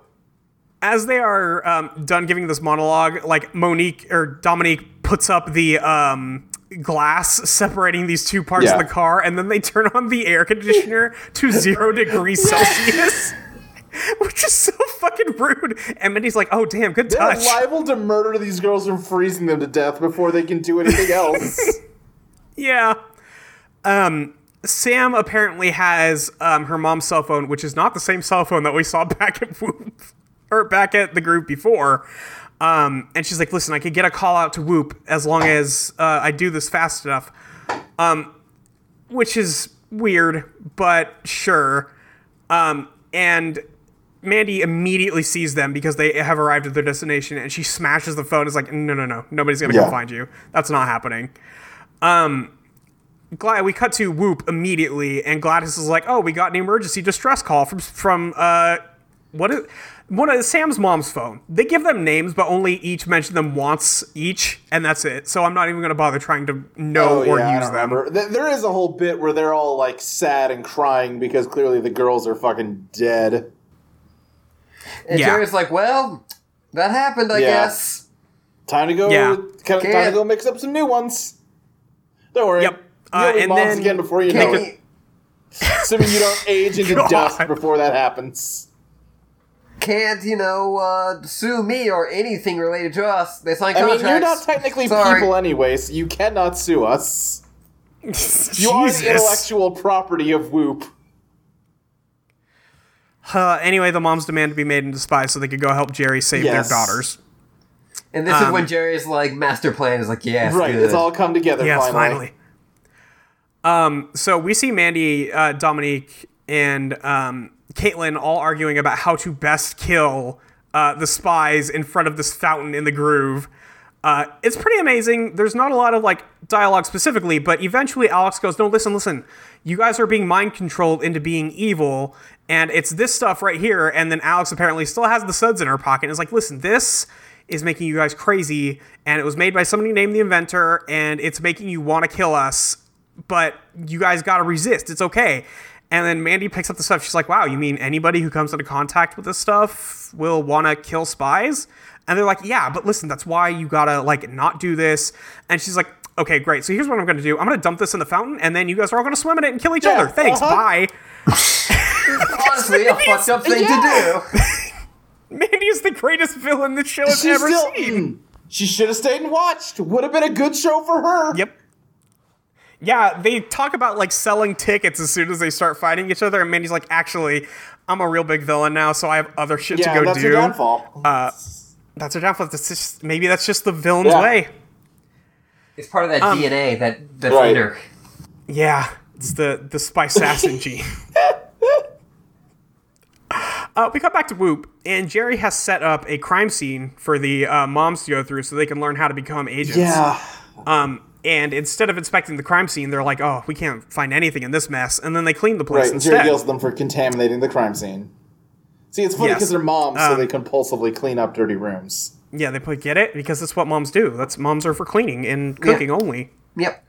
Speaker 2: as they are um, done giving this monologue, like Monique or Dominique puts up the um glass separating these two parts
Speaker 3: Yeah.
Speaker 2: of the car, and then they turn on the air conditioner to zero degrees Celsius. Which is so fucking rude. And Mindy's like, oh, damn, good
Speaker 3: They're
Speaker 2: touch.
Speaker 3: liable to murder these girls from freezing them to death before they can do anything else.
Speaker 2: Yeah. Um, Sam apparently has um, her mom's cell phone, which is not the same cell phone that we saw back at Whoop or back at the group before. Um, and she's like, "Listen, I could get a call out to Whoop as long as uh, I do this fast enough," um, which is weird, but sure. Um, and Mandy immediately sees them because they have arrived at their destination, and she smashes the phone. Is like, "No, no, no! Nobody's gonna
Speaker 3: Yeah.
Speaker 2: come find you. That's not happening." Glad we cut to Whoop immediately, and Gladys is like, "Oh, we got an emergency distress call from from uh, what is one of Sam's mom's phone." They give them names, but only each mention them once each, and that's it. So I'm not even going to bother trying to know or
Speaker 3: Oh, yeah, I
Speaker 2: use
Speaker 3: don't
Speaker 2: them.
Speaker 3: remember. Th- There is a whole bit where they're all like sad and crying because clearly the girls are fucking dead.
Speaker 1: And
Speaker 2: Yeah.
Speaker 1: Jerry's like, "Well, that happened, I
Speaker 3: Yeah.
Speaker 1: guess."
Speaker 3: Time to go.
Speaker 2: Yeah.
Speaker 3: Kind of, time to
Speaker 1: Can't-
Speaker 3: go mix up some new ones. Don't worry.
Speaker 2: Yep.
Speaker 3: You'll
Speaker 2: Uh,
Speaker 3: be
Speaker 2: and
Speaker 3: moms
Speaker 2: then-
Speaker 3: again before you
Speaker 1: Can
Speaker 3: know it.
Speaker 1: we,
Speaker 3: Assuming you don't age into
Speaker 2: God.
Speaker 3: dust before that happens.
Speaker 1: can't you know uh, sue me or anything related to us? They signed
Speaker 3: I mean,
Speaker 1: contracts.
Speaker 3: you're not technically
Speaker 1: Sorry.
Speaker 3: people anyway, so you cannot sue us. You are the
Speaker 2: Jesus.
Speaker 3: intellectual property of Whoop.
Speaker 2: Uh, anyway, the moms demand to be made into spies so they could go help Jerry save
Speaker 3: Yes.
Speaker 2: their daughters.
Speaker 1: and this is when Jerry's like master plan is like, "Yes,
Speaker 3: Right,
Speaker 1: good.
Speaker 3: it's all come together
Speaker 2: Yes, finally.
Speaker 3: finally.
Speaker 2: Um, so we see Mandy, uh, Dominique, and um, Caitlin all arguing about how to best kill uh, the spies in front of this fountain in the groove. Uh, it's pretty amazing. There's not a lot of like dialogue specifically, but eventually Alex goes, "No, listen, listen. You guys are being mind controlled into being evil, and it's this stuff right here." And then Alex apparently still has the suds in her pocket and is like, "Listen, this is making you guys crazy, and it was made by somebody named the Inventor, and it's making you want to kill us, but you guys got to resist. It's okay." And then Mandy picks up the stuff. She's like, "Wow, you mean anybody who comes into contact with this stuff will want to kill spies?" And they're like, yeah, but listen, that's why you gotta like not do this. And she's like, okay, great. So here's what I'm gonna do. I'm gonna dump this in the fountain, and then you guys are all gonna swim in it and kill each
Speaker 3: Yeah,
Speaker 2: other. Thanks,
Speaker 3: uh-huh.
Speaker 2: bye.
Speaker 1: Honestly, a fucked up thing to do.
Speaker 2: Mandy is the greatest villain this show has
Speaker 3: She's
Speaker 2: ever
Speaker 3: still-
Speaker 2: seen.
Speaker 3: Mm. She should have stayed and watched. Would have been a good show for her.
Speaker 2: Yep. Yeah, they talk about like selling tickets as soon as they start fighting each other, and Mandy's like, actually, I'm a real big villain now, so I have other shit
Speaker 3: Yeah,
Speaker 2: to go
Speaker 3: that's
Speaker 2: do. uh,
Speaker 3: her downfall.
Speaker 2: That's her downfall. That's just maybe that's just the villain's
Speaker 3: Yeah.
Speaker 2: way.
Speaker 1: It's part of that DNA, that that
Speaker 3: Right.
Speaker 1: inner.
Speaker 2: Yeah, it's the the spice assassin gene. Uh, we got back to Whoop, and Jerry has set up a crime scene for the uh, moms to go through so they can learn how to become agents.
Speaker 3: yeah.
Speaker 2: Um, and instead of inspecting the crime scene, they're like, "Oh, we can't find anything in this mess," and then they clean the place
Speaker 3: Right. Jerry
Speaker 2: instead.
Speaker 3: yells at them for contaminating the crime scene. See, it's funny
Speaker 2: Yes.
Speaker 3: because they're moms, so
Speaker 2: Um,
Speaker 3: they compulsively clean up dirty rooms.
Speaker 2: yeah, they put get it because that's what moms do. That's moms are for cleaning and cooking only.
Speaker 1: Yep.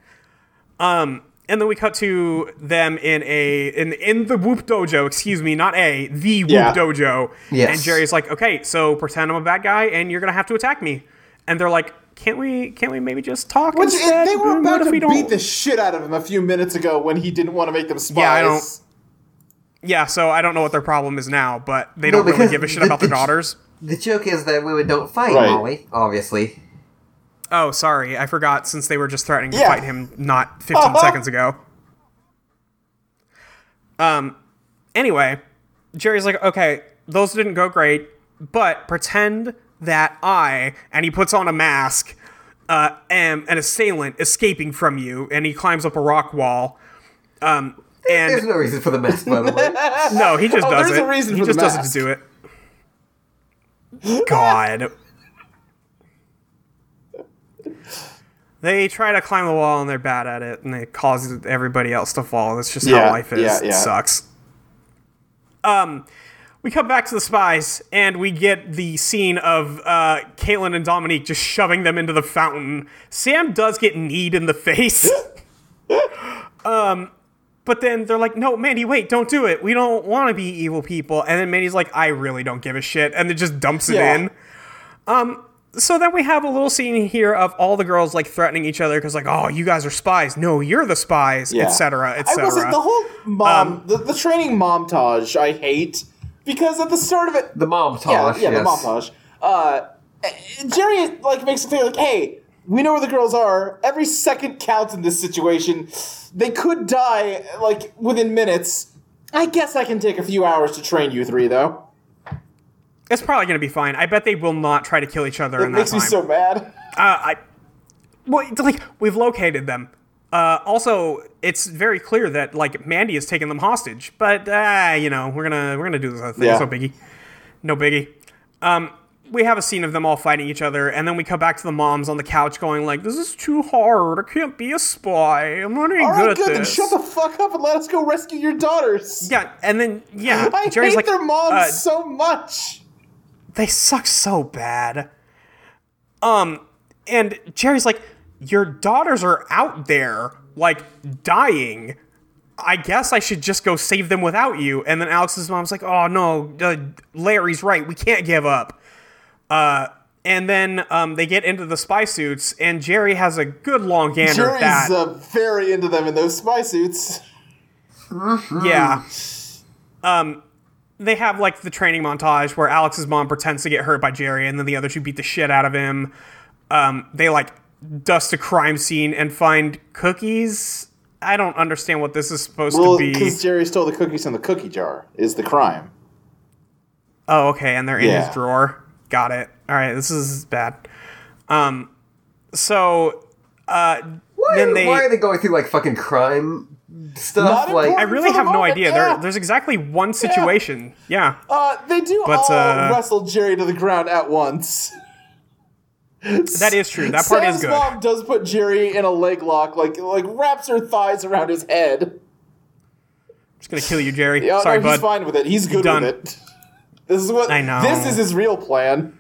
Speaker 2: And then we cut to them in a in in the Whoop Dojo, excuse me, not a the Whoop
Speaker 3: Yeah.
Speaker 2: Dojo.
Speaker 1: Yes.
Speaker 2: And Jerry's like, okay, so pretend I'm a bad guy, and you're gonna have to attack me. And they're like, can't we can't we maybe just talk?
Speaker 3: Which
Speaker 2: instead?
Speaker 3: they
Speaker 2: uh, What
Speaker 3: were about
Speaker 2: if
Speaker 3: to
Speaker 2: we
Speaker 3: beat
Speaker 2: don't-
Speaker 3: the shit out of him a few minutes ago when he didn't want to make them spies.
Speaker 2: Yeah, I don't- Yeah, so I don't know what their problem is now, but they
Speaker 1: No,
Speaker 2: don't really
Speaker 1: because
Speaker 2: give a shit
Speaker 1: the-
Speaker 2: about their
Speaker 1: the-
Speaker 2: daughters.
Speaker 1: The joke is that women don't fight,
Speaker 3: Right.
Speaker 1: Molly. Obviously.
Speaker 2: Oh, sorry, I forgot since they were just threatening to
Speaker 3: Yeah.
Speaker 2: fight him not 15
Speaker 3: Uh-huh.
Speaker 2: seconds ago. Um, anyway, Jerry's like, okay, those didn't go great, but pretend that I, and he puts on a mask, uh, am an assailant escaping from you, and he climbs up a rock wall. Um,
Speaker 1: There's
Speaker 2: and
Speaker 1: no reason for the mess, by the way.
Speaker 2: no, he just
Speaker 3: Oh,
Speaker 2: does
Speaker 3: there's
Speaker 2: it.
Speaker 3: a reason
Speaker 2: he
Speaker 3: for the
Speaker 2: just does it
Speaker 3: mask.
Speaker 2: to do it. God. they try to climb the wall and they're bad at it, and it causes everybody else to fall. That's just
Speaker 3: Yeah,
Speaker 2: how life is.
Speaker 3: yeah, yeah.
Speaker 2: It sucks. Um, we come back to the spies and we get the scene of uh, Caitlin and Dominique just shoving them into the fountain. Sam does get kneed in the face. um, but then they're like, no, Mandy, wait, don't do it. We don't want to be evil people. And then Mandy's like, I really don't give a shit. And then just dumps it
Speaker 3: Yeah.
Speaker 2: in. Um, so then we have a little scene here of all the girls like threatening each other because like, oh, you guys are spies. No, you're the spies,
Speaker 3: Yeah.
Speaker 2: etc., etc.
Speaker 3: I wasn't the whole mom,
Speaker 2: Um,
Speaker 3: the, the training montage. I hate because at the start of it,
Speaker 1: The mom
Speaker 3: yeah,
Speaker 1: tosh.
Speaker 3: yeah,
Speaker 1: yes.
Speaker 3: the montage. Uh, Jerry like makes it clear, like, hey, we know where the girls are. Every second counts in this situation. They could die like within minutes. I guess I can take a few hours to train you three, though.
Speaker 2: It's probably gonna be fine. I bet they will not try to kill each other
Speaker 3: It
Speaker 2: in that
Speaker 3: makes
Speaker 2: time.
Speaker 3: me so mad.
Speaker 2: Uh, I, well, it's like we've located them. Uh, also, it's very clear that like Mandy has taken them hostage, but uh, you know we're gonna we're gonna do this other thing.
Speaker 3: Yeah.
Speaker 2: It's no biggie, no biggie. Um, we have a scene of them all fighting each other, and then we come back to the moms on the couch going like, "This is too hard. I can't be a spy. I'm not even
Speaker 3: All
Speaker 2: good
Speaker 3: right,
Speaker 2: at
Speaker 3: good. Then
Speaker 2: this."
Speaker 3: shut the fuck up and let us go rescue your daughters.
Speaker 2: yeah, and then yeah,
Speaker 3: I
Speaker 2: Jerry's
Speaker 3: hate
Speaker 2: like,
Speaker 3: their moms
Speaker 2: uh,
Speaker 3: so much.
Speaker 2: they suck so bad. Um, and Jerry's like, your daughters are out there, like dying. I guess I should just go save them without you. And then Alex's mom's like, oh no, uh, Larry's right. We can't give up. Uh, and then um, they get into the spy suits, and Jerry has a good long gander at that.
Speaker 3: Jerry's uh, very into them in those spy suits.
Speaker 2: Yeah. Um, they have like the training montage where Alex's mom pretends to get hurt by Jerry, and then the other two beat the shit out of him. Um, they like dust a crime scene and find cookies. I don't understand what this is supposed to
Speaker 3: Well,
Speaker 2: be.
Speaker 3: because Jerry stole the cookies from the cookie jar is the crime.
Speaker 2: Oh, okay, and they're in
Speaker 3: Yeah.
Speaker 2: his drawer. Got it. All right, this is bad. Um, uh, so uh,
Speaker 1: Why,
Speaker 2: then they
Speaker 1: why are they going through like fucking crime stuff.
Speaker 3: Not
Speaker 1: like
Speaker 2: I
Speaker 3: important.
Speaker 2: really
Speaker 3: For the
Speaker 2: have no
Speaker 3: moment,
Speaker 2: idea.
Speaker 3: yeah.
Speaker 2: There, there's exactly one situation. Yeah.
Speaker 3: Uh, they do
Speaker 2: But,
Speaker 3: all
Speaker 2: uh,
Speaker 3: wrestle Jerry to the ground at once.
Speaker 2: That is true. That part
Speaker 3: Sam's
Speaker 2: is good.
Speaker 3: mom does put Jerry in a leg lock, like like wraps her thighs around his head.
Speaker 2: just gonna kill you, Jerry.
Speaker 3: Yeah,
Speaker 2: Sorry,
Speaker 3: no,
Speaker 2: bud.
Speaker 3: he's fine with it. He's good
Speaker 2: Done.
Speaker 3: with it. This is what
Speaker 2: I know.
Speaker 3: This is his real plan.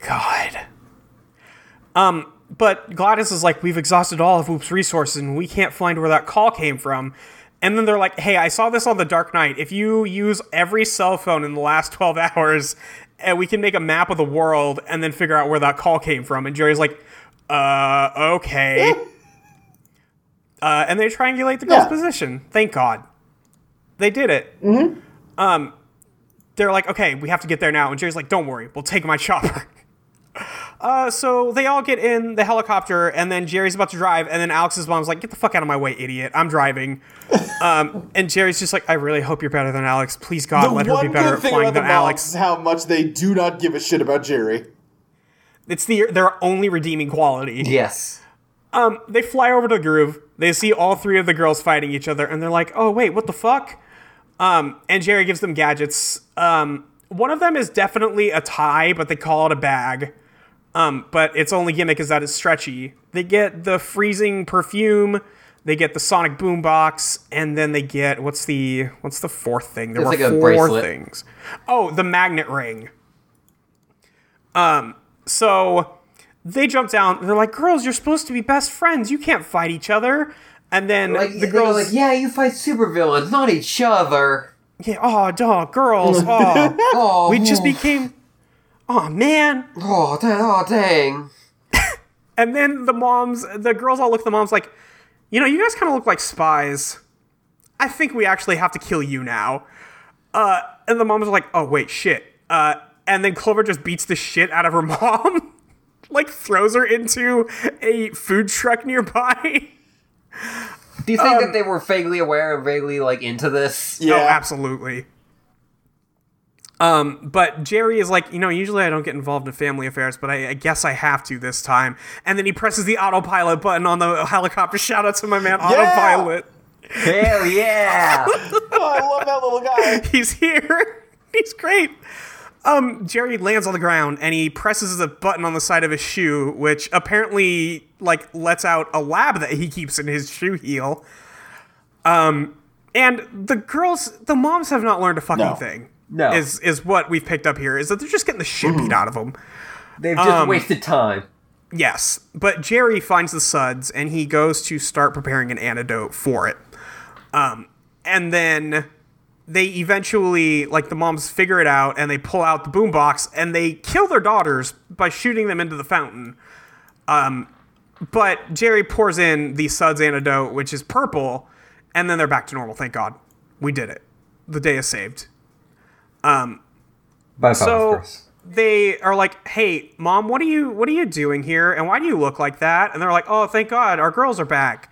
Speaker 2: God. Um, but Gladys is like, we've exhausted all of Whoop's resources and we can't find where that call came from. And then they're like, hey, I saw this on The Dark Knight. If you use every cell phone in the last 12 hours, and we can make a map of the world and then figure out where that call came from. And Jerry's like, uh, okay. uh, and they triangulate the girl's
Speaker 3: Yeah.
Speaker 2: position. Thank God. They did it. Mm-hmm. Um, they're like, okay, we have to get there now. And Jerry's like, don't worry, we'll take my chopper. Uh, so they all get in the helicopter, and then Jerry's about to drive, and then Alex's mom's like, "Get the fuck out of my way, idiot! I'm driving." um, and Jerry's just like, "I really hope you're better than Alex. Please God,
Speaker 3: The
Speaker 2: let her
Speaker 3: one
Speaker 2: be better
Speaker 3: good
Speaker 2: at
Speaker 3: thing
Speaker 2: flying
Speaker 3: about the
Speaker 2: than
Speaker 3: moms
Speaker 2: Alex."
Speaker 3: is how much they do not give a shit about Jerry.
Speaker 2: It's the their only redeeming quality.
Speaker 1: yes,
Speaker 2: Um, they fly over to the groove. They see all three of the girls fighting each other, and they're like, "Oh wait, what the fuck?" Um, and Jerry gives them gadgets. Um, one of them is definitely a tie, but they call it a bag. Um, but its only gimmick is that it's stretchy. They get the freezing perfume. They get the sonic boom box, and then they get what's the what's the fourth thing? There
Speaker 1: It's
Speaker 2: were
Speaker 1: like a
Speaker 2: four
Speaker 1: bracelet.
Speaker 2: things. Oh, the magnet ring. Um, so they jump down. and They're like, "Girls, you're supposed to be best friends. You can't fight each other." And then
Speaker 1: like
Speaker 2: the
Speaker 1: they were
Speaker 2: girls,
Speaker 1: like, yeah, you fight supervillains, not each other.
Speaker 2: yeah, oh, dog, girls, oh,
Speaker 1: Oh,
Speaker 2: we just became, oh man.
Speaker 1: oh, da- oh, dang.
Speaker 2: And then the moms, the girls all look at the moms like, you know, you guys kind of look like spies. I think we actually have to kill you now. Uh, and the moms are like, oh, wait, shit. Uh, and then Clover just beats the shit out of her mom, like throws her into a food truck nearby.
Speaker 1: Do you
Speaker 2: Um,
Speaker 1: think that they were vaguely aware and vaguely like into this?
Speaker 3: Yeah,
Speaker 2: Oh, absolutely. Um, but Jerry is like, you know, usually I don't get involved in family affairs, but I, I guess I have to this time. And then he presses the autopilot button on the helicopter. Shout out to my man, autopilot.
Speaker 1: Hell yeah!
Speaker 3: Oh, I love that little guy.
Speaker 2: He's here. He's great. Um, Jerry lands on the ground and he presses the button on the side of his shoe, which apparently like lets out a lab that he keeps in his shoe heel. Um, and the girls, the moms have not learned a fucking
Speaker 3: No.
Speaker 2: thing.
Speaker 1: No.
Speaker 2: is is what we've picked up here is that they're just getting the shit beat out of them.
Speaker 1: They've just
Speaker 2: Um,
Speaker 1: wasted time.
Speaker 2: Yes, but Jerry finds the suds and he goes to start preparing an antidote for it. Um, and then they eventually, like the moms, figure it out and they pull out the boombox and they kill their daughters by shooting them into the fountain. Um, but Jerry pours in the suds antidote, which is purple, and then they're back to normal. Thank God, we did it. The day is saved.
Speaker 1: By
Speaker 2: So they are like, "Hey, mom, what are you what are you doing here? And why do you look like that?" And they're like, "Oh, thank God, our girls are back."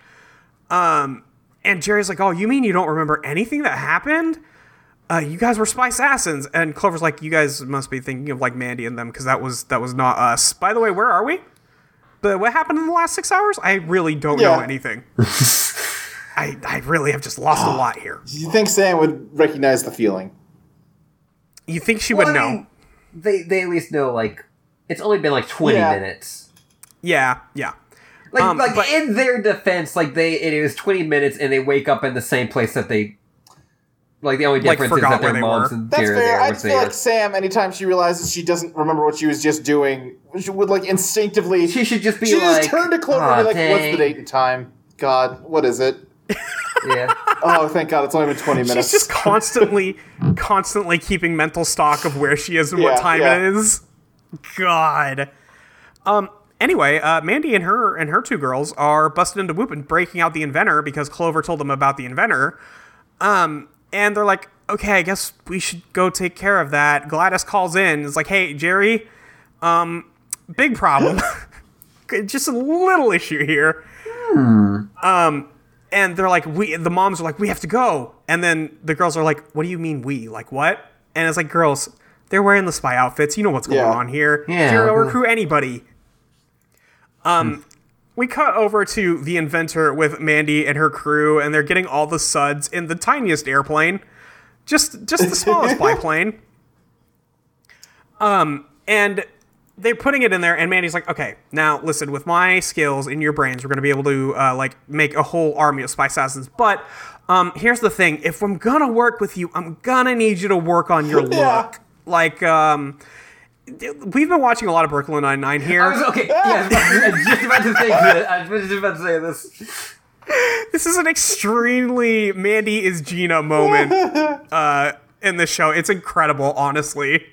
Speaker 2: Um, and Jerry's like, "Oh, you mean you don't remember anything that happened? Uh, you guys were spice assassins." And Clover's like, "You guys must be thinking of like Mandy and them because that was that was not us." By the way, where are we? But what happened in the last six hours? I really don't know
Speaker 3: Yeah.
Speaker 2: anything. I, I really have just lost a lot here.
Speaker 3: You think Sam would recognize the feeling?
Speaker 2: You think she would know?
Speaker 1: They they at least know like it's only been like twenty
Speaker 3: Yeah.
Speaker 1: minutes.
Speaker 2: Yeah, yeah.
Speaker 1: Like
Speaker 2: Um,
Speaker 1: like
Speaker 2: but-
Speaker 1: in their defense, like they it was twenty minutes and they wake up in the same place that they. Like the only
Speaker 2: Like,
Speaker 1: difference is
Speaker 2: forgot
Speaker 1: that
Speaker 2: where
Speaker 1: their
Speaker 2: they
Speaker 1: moms
Speaker 2: were.
Speaker 1: and
Speaker 3: That's
Speaker 1: Jerry
Speaker 3: fair.
Speaker 1: there was
Speaker 3: I just feel
Speaker 1: there.
Speaker 3: like Sam, anytime she realizes she doesn't remember what she was just doing, she would like instinctively.
Speaker 1: She should just be
Speaker 3: she
Speaker 1: like,
Speaker 3: just turned to Clover and
Speaker 1: "Aw,
Speaker 3: be like, "What's the
Speaker 1: dang."
Speaker 3: date and time? God, what is it?
Speaker 1: Yeah.
Speaker 3: Oh, thank God, it's only been twenty
Speaker 2: She's
Speaker 3: minutes."
Speaker 2: just constantly, constantly keeping mental stock of where she is and what
Speaker 3: Yeah,
Speaker 2: time
Speaker 3: yeah.
Speaker 2: it is. God. Um. Anyway, uh, Mandy and her and her two girls are busted into Whoop and breaking out the inventor because Clover told them about the inventor. Um. And they're like, okay, I guess we should go take care of that. Gladys calls in. Is like, hey, Jerry. Um. Big problem. just a little issue here Um, and they're like we the moms are like we have to go and then the girls are like what do you mean we like what and it's like girls they're wearing the spy outfits you know what's going
Speaker 3: Yeah.
Speaker 2: on here
Speaker 1: Yeah.
Speaker 2: Zero recruit anybody um we cut over to the inventor with Mandy and her crew, and they're getting all the suds in the tiniest airplane, just just the smallest biplane. Um, and they're putting it in there, and Mandy's like, "Okay, now listen. With my skills in your brains, we're gonna be able to uh, like make a whole army of spy assassins. But um, here's the thing: if I'm gonna work with you, I'm gonna need you to work on your look.
Speaker 3: Yeah.
Speaker 2: Like, um, we've been watching a lot of Brooklyn Nine Nine here.
Speaker 1: I was okay. Yeah, I was just about to say that. I was just about to say this.
Speaker 2: This is an extremely Mandy is Gina moment uh, in this show. It's incredible, honestly.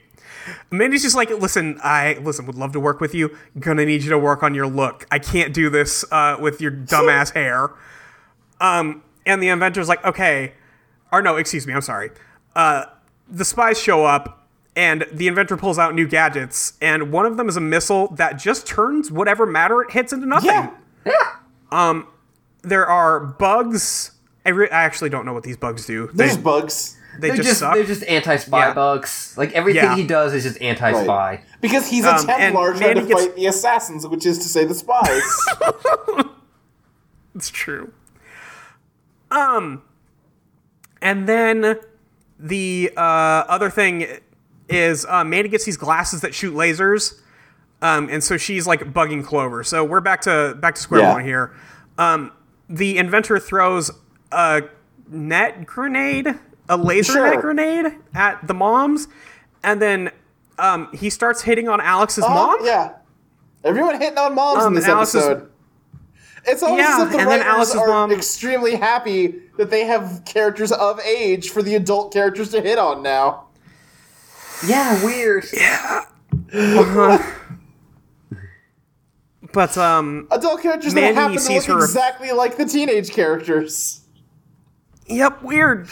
Speaker 2: Mandy's just like, listen, I listen. Would love to work with you. Gonna need you to work on your look. I can't do this uh, with your dumbass hair. Um, and the inventor's like, okay, or no, excuse me, I'm sorry. Uh, the spies show up, and the inventor pulls out new gadgets, and one of them is a missile that just turns whatever matter it hits into nothing
Speaker 3: Yeah.
Speaker 2: there are bugs. I, re- I actually don't know what these bugs do. They,
Speaker 3: There's bugs.
Speaker 2: they
Speaker 1: They're
Speaker 2: just,
Speaker 1: just,
Speaker 2: suck.
Speaker 1: they're just anti-spy
Speaker 2: Yeah.
Speaker 1: bugs. Like everything
Speaker 2: Yeah.
Speaker 1: he does is just anti-spy.
Speaker 3: Right. Because he's a
Speaker 2: Um, and
Speaker 3: Templar trying to
Speaker 2: Mandy gets-
Speaker 3: fight the assassins, which is to say the spies.
Speaker 2: it's true. Um, and then the uh, other thing is uh, Mandy gets these glasses that shoot lasers, um, and so she's like bugging Clover. So we're back to back to square
Speaker 3: Yeah.
Speaker 2: one here. Um, the inventor throws a net grenade, a laser net
Speaker 3: Sure.
Speaker 2: grenade at the moms, and then um, he starts hitting on Alex's mom.
Speaker 3: Oh, Yeah. Everyone hitting on moms
Speaker 2: Um,
Speaker 3: in this
Speaker 2: and Alice's-
Speaker 3: episode. It's almost
Speaker 2: Yeah,
Speaker 3: as if the
Speaker 2: and then
Speaker 3: writers
Speaker 2: Alice's
Speaker 3: are
Speaker 2: mom-
Speaker 3: extremely happy that they have characters of age for the adult characters to hit on now.
Speaker 1: Yeah, weird.
Speaker 2: But um,
Speaker 3: Adult characters
Speaker 2: Mandy
Speaker 3: that happen to
Speaker 2: sees
Speaker 3: look
Speaker 2: her-
Speaker 3: exactly like the teenage characters.
Speaker 2: Yep, weird.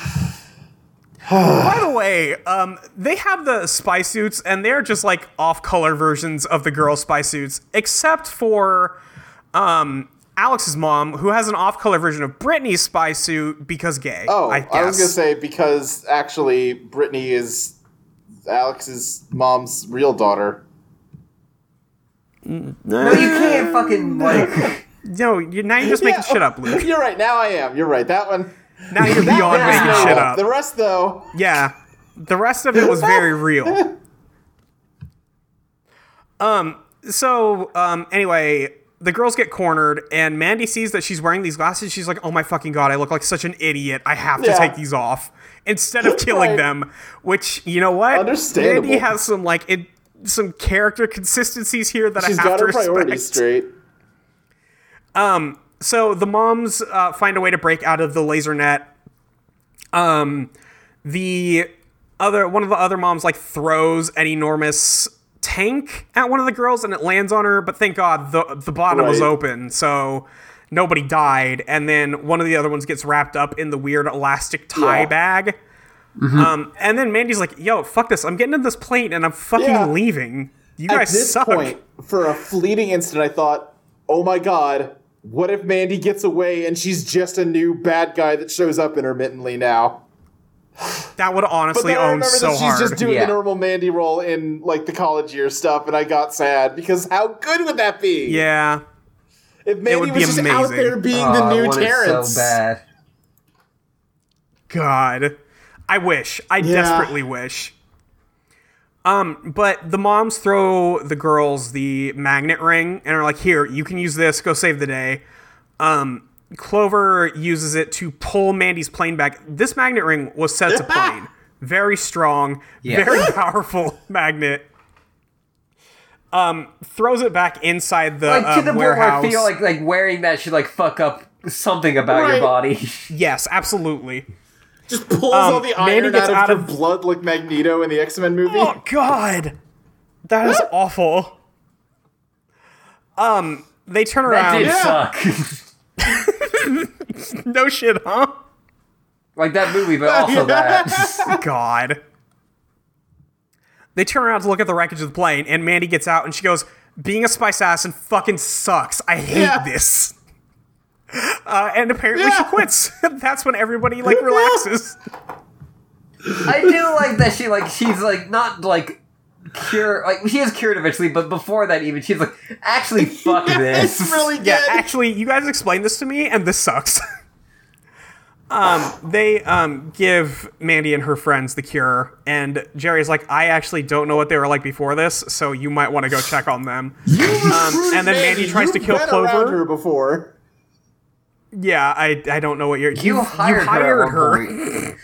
Speaker 2: By the way, um, they have the spy suits, and they're just like off-color versions of the girl spy suits, except for um, Alex's mom, who has an off-color version of Brittany's spy suit because gay.
Speaker 3: Oh,
Speaker 2: I
Speaker 3: I,
Speaker 2: guess.
Speaker 3: was gonna say because actually Brittany is Alex's mom's real daughter.
Speaker 1: No, you can't fucking like.
Speaker 2: no, you, now you're just making
Speaker 3: Yeah,
Speaker 2: shit up,
Speaker 3: oh,
Speaker 2: Luke.
Speaker 3: You're right. Now I am. You're right. That one.
Speaker 2: Now you're
Speaker 3: that
Speaker 2: beyond
Speaker 3: one's
Speaker 2: making
Speaker 3: real.
Speaker 2: shit up.
Speaker 3: The rest, though,
Speaker 2: Yeah. The rest of it was very real. Um so um anyway, the girls get cornered and Mandy sees that she's wearing these glasses. She's like, "Oh my fucking god, I look like such an idiot. I have to
Speaker 3: Yeah.
Speaker 2: take these off instead of killing
Speaker 3: Right.
Speaker 2: them." Which, you know what?
Speaker 3: Understandable.
Speaker 2: Mandy has some like it, some character consistencies here that
Speaker 3: she's
Speaker 2: I have
Speaker 3: got
Speaker 2: to
Speaker 3: her priorities
Speaker 2: respect.
Speaker 3: straight.
Speaker 2: So the moms uh, find a way to break out of the laser net. Um, the other one of the other moms like throws an enormous tank at one of the girls and it lands on her. But thank God the the bottom was
Speaker 3: Right.
Speaker 2: open, so nobody died. And then one of the other ones gets wrapped up in the weird elastic tie
Speaker 3: Yeah. Mm-hmm.
Speaker 2: bag. Um, and then Mandy's like, "Yo, fuck this! I'm getting in this plane and I'm fucking
Speaker 3: Yeah.
Speaker 2: leaving. You
Speaker 3: At
Speaker 2: guys
Speaker 3: this
Speaker 2: suck."
Speaker 3: point, for a fleeting instant, I thought, "Oh my god, what if Mandy gets away and she's just a new bad guy that shows up intermittently now?"
Speaker 2: that would
Speaker 3: But
Speaker 2: honestly
Speaker 3: then I
Speaker 2: own
Speaker 3: remember
Speaker 2: so
Speaker 3: that she's
Speaker 2: hard.
Speaker 3: just doing
Speaker 1: Yeah.
Speaker 3: the normal Mandy role in like the college year stuff, and I got sad because how good would that be?
Speaker 2: yeah.
Speaker 3: if Mandy
Speaker 2: would
Speaker 3: was
Speaker 2: be
Speaker 3: just out
Speaker 2: amazing.
Speaker 3: there being
Speaker 1: Oh,
Speaker 3: the
Speaker 1: I
Speaker 3: new
Speaker 1: want it
Speaker 3: Terrence.
Speaker 1: so bad.
Speaker 2: God. I wish. I desperately wish. Um, but the moms throw the girls the magnet ring and are like, here, you can use this, go save the day. Um, Clover uses it to pull Mandy's plane back. This magnet ring was set to plane. Very strong,
Speaker 1: Yeah.
Speaker 2: very powerful magnet. Um, throws it back inside the,
Speaker 1: Like to
Speaker 2: um,
Speaker 1: the point where
Speaker 2: warehouse.
Speaker 1: I feel like like wearing that should like fuck up something about your
Speaker 3: Right.
Speaker 1: body.
Speaker 2: yes, absolutely.
Speaker 3: Just pulls all the
Speaker 2: Um, Mandy
Speaker 3: iron
Speaker 2: gets
Speaker 3: out, of
Speaker 2: out
Speaker 3: her
Speaker 2: of-
Speaker 3: blood like Magneto in the X Men movie.
Speaker 2: Oh God, that is awful. Um, they turn
Speaker 1: That
Speaker 2: around.
Speaker 1: did
Speaker 3: Yeah.
Speaker 1: suck.
Speaker 2: No shit, huh?
Speaker 1: like that movie, but also that.
Speaker 2: God. They turn around to look at the wreckage of the plane, and Mandy gets out, and she goes, "Being a spy assassin fucking sucks. I hate
Speaker 3: Yeah.
Speaker 2: this." Uh, and apparently she
Speaker 3: Yeah.
Speaker 2: quits. That's when everybody like relaxes.
Speaker 1: I do like that she like she's like not like cure. Like she is cured eventually, but before that, even she's like, actually, fuck
Speaker 3: Yeah,
Speaker 1: this.
Speaker 3: It's really good.
Speaker 2: Yeah, actually, you guys explained this to me, and this sucks. um, they um, give Mandy and her friends the cure, and Jerry's like, I actually don't know what they were like before this, so you might want to go check on them.
Speaker 3: You recruited
Speaker 2: um, and then Mandy tries
Speaker 3: You've
Speaker 2: to kill
Speaker 3: been around
Speaker 2: Clover.
Speaker 3: her before.
Speaker 2: Yeah, I, I don't know what you're.
Speaker 1: you hired, her. at one point.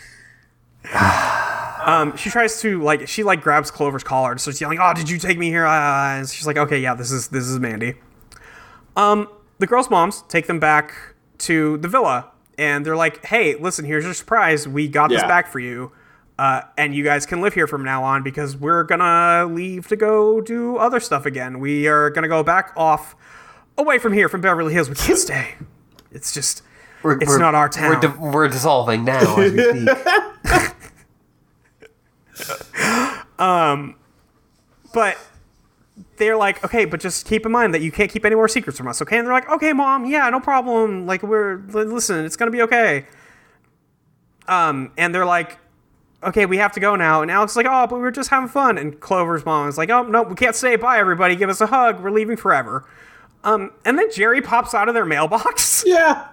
Speaker 2: Um, she tries to like she like grabs Clover's collar and starts yelling, "Oh, did you take me here?" Uh, and she's like, "Okay, yeah, this is this is Mandy." Um, the girls' moms take them back to the villa, and they're like, "Hey, listen, here's your surprise. We got this
Speaker 3: Yeah.
Speaker 2: back for you, uh, and you guys can live here from now on because we're gonna leave to go do other stuff again. We are gonna go back off away from here, from Beverly Hills. We can't stay. It's just."
Speaker 1: We're-
Speaker 2: It's
Speaker 1: we're-
Speaker 2: not our town.
Speaker 1: We're, di- we're dissolving now as we speak.
Speaker 2: but they're like, okay, but just keep in mind that you can't keep any more secrets from us, okay? And they're like, okay, mom, yeah, no problem. Like, we're li- listen, it's gonna be okay. Um, and they're like, okay, we have to go now. And Alex is like, oh, but we were just having fun. And Clover's mom is like, oh no, we can't say bye, everybody. Give us a hug. We're leaving forever. Um, and then Jerry pops out of their mailbox.
Speaker 3: Yeah.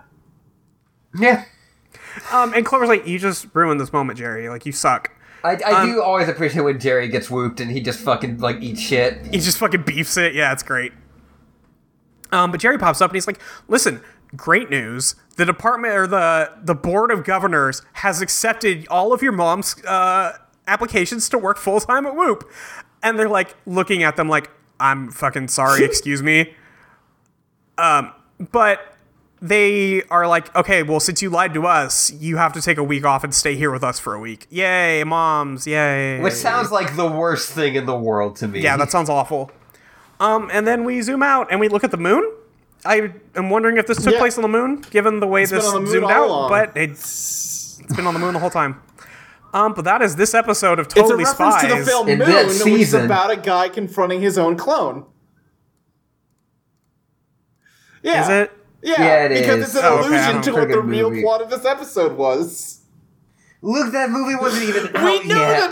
Speaker 1: yeah.
Speaker 2: Um, and Clover's like, you just ruined this moment, Jerry. Like, you suck.
Speaker 1: I, I do always appreciate when Jerry gets whooped and he just fucking like eats shit.
Speaker 2: he just fucking beefs it. Yeah, it's great. Um, but Jerry pops up and he's like, "Listen, great news. The department or the the board of governors has accepted all of your mom's uh, applications to work full time at Whoop." And they're like looking at them like, "I'm fucking sorry, excuse me." Um, but they are like, "Okay, well, since you lied to us, you have to take a week off and stay here with us for a week." Yay, moms! Yay.
Speaker 1: Which sounds like the worst thing in the world to me.
Speaker 2: Yeah, that sounds awful. Um, and then we zoom out and we look at the moon. I am wondering if this took
Speaker 3: Yeah.
Speaker 2: place on the moon, given the way this
Speaker 3: been on the moon
Speaker 2: zoomed
Speaker 3: all
Speaker 2: out.
Speaker 3: along.
Speaker 2: But it's, it's been on the moon the whole time. Um, but that is this episode of
Speaker 3: It's a
Speaker 2: Totally
Speaker 3: reference
Speaker 2: Spies.
Speaker 3: to the film
Speaker 1: In
Speaker 3: Moon,
Speaker 1: that
Speaker 3: which is
Speaker 1: season-
Speaker 3: about a guy confronting his own clone. Yeah.
Speaker 2: Is it?
Speaker 3: Yeah,
Speaker 1: Yeah, it
Speaker 3: because
Speaker 1: is.
Speaker 3: it's an
Speaker 2: Oh, okay, I
Speaker 3: allusion
Speaker 2: don't
Speaker 3: to what the
Speaker 1: forget
Speaker 3: real
Speaker 1: movie.
Speaker 3: plot of this episode was.
Speaker 1: Look, that movie wasn't even out
Speaker 3: We know
Speaker 1: yet.
Speaker 3: that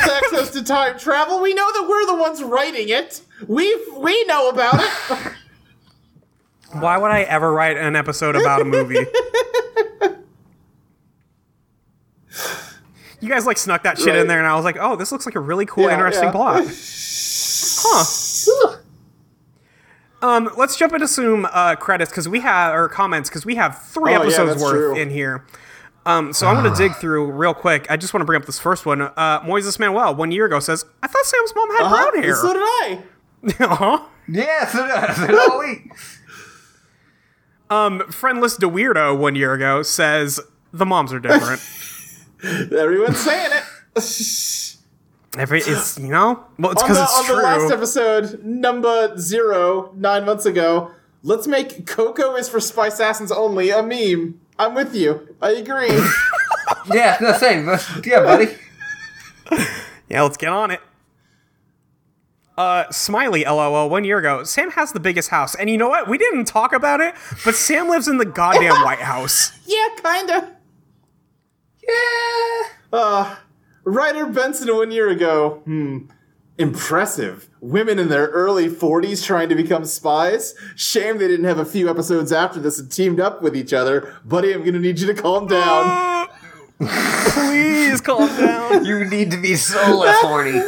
Speaker 3: has access to time travel. We know that we're the ones writing it. We we know about it.
Speaker 2: Why would I ever write an episode about a movie? you guys like snuck that shit in
Speaker 3: Right.
Speaker 2: there, and I was like, "Oh, this looks like a really cool,
Speaker 3: Yeah,
Speaker 2: interesting
Speaker 3: yeah.
Speaker 2: plot." Huh. Um, let's jump into some uh, credits because we have or comments because we have three
Speaker 3: Oh, yeah,
Speaker 2: episodes
Speaker 3: that's
Speaker 2: worth
Speaker 3: true.
Speaker 2: in here. Um, so I'm going to dig through real quick. I just want to bring up this first one. Uh, Moises Manuel one year ago says, "I thought Sam's mom had
Speaker 3: Uh-huh.
Speaker 2: brown hair."
Speaker 3: So did I.
Speaker 2: uh-huh.
Speaker 1: Yeah, so did- so did all we.
Speaker 2: Um, friendless de weirdo one year ago says the moms are different.
Speaker 3: Everyone's saying it.
Speaker 2: Every it's you know well it's
Speaker 3: on
Speaker 2: because
Speaker 3: the,
Speaker 2: it's
Speaker 3: on
Speaker 2: true.
Speaker 3: the last episode, number zero, nine months ago, let's make Coco is for Spy Assassins only a meme. I'm with you. I agree.
Speaker 1: Yeah, no, same. but- Yeah, buddy.
Speaker 2: Yeah, let's get on it. Uh, Smiley, lol, one year ago, Sam has the biggest house. And you know what? We didn't talk about it, but Sam lives in the goddamn White House.
Speaker 3: yeah, kinda.
Speaker 1: Yeah.
Speaker 3: Uh, Ryder Benson one year ago. Hmm. Impressive. Women in their early 40s trying to become spies. Shame they didn't have a few episodes after this and teamed up with each other. Buddy, I'm gonna need you to calm down.
Speaker 2: Please calm down.
Speaker 1: You need to be so less horny.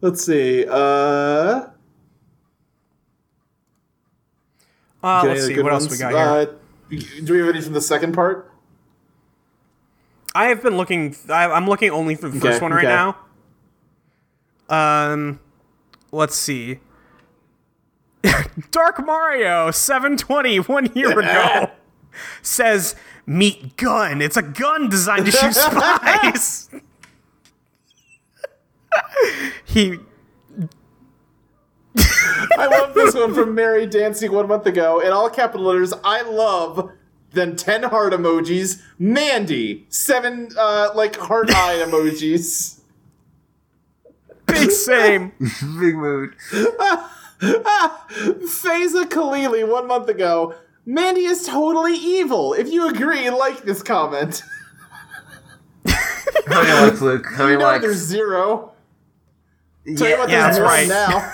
Speaker 3: Let's see.
Speaker 2: Ah,
Speaker 3: Uh,
Speaker 2: Uh,
Speaker 3: any
Speaker 2: let's
Speaker 3: other
Speaker 2: see,
Speaker 3: good
Speaker 2: what else we
Speaker 3: ones?
Speaker 2: got here?
Speaker 3: Uh, do we have any from the second part?
Speaker 2: I have been looking, I, I'm looking only through the
Speaker 3: Okay,
Speaker 2: first one right
Speaker 3: okay.
Speaker 2: now. Um, let's see. Dark Mario 720 one year ago says, Meet Gun. It's a gun designed to shoot spies. he
Speaker 3: I love this one from Mary Dancing one month ago. In all capital letters, I love, then 10 heart emojis, Mandy, seven, uh, like, heart eye emojis.
Speaker 2: big same.
Speaker 1: Big mood.
Speaker 3: Faza Khalili Ah, one month ago. Mandy is totally evil. If you agree, like this comment.
Speaker 1: How many likes, Luke? How
Speaker 3: you
Speaker 1: many
Speaker 3: know
Speaker 1: likes?
Speaker 3: there's zero. Tell you
Speaker 1: Yeah,
Speaker 3: what,
Speaker 2: yeah, that's
Speaker 3: there's more
Speaker 2: right.
Speaker 3: now.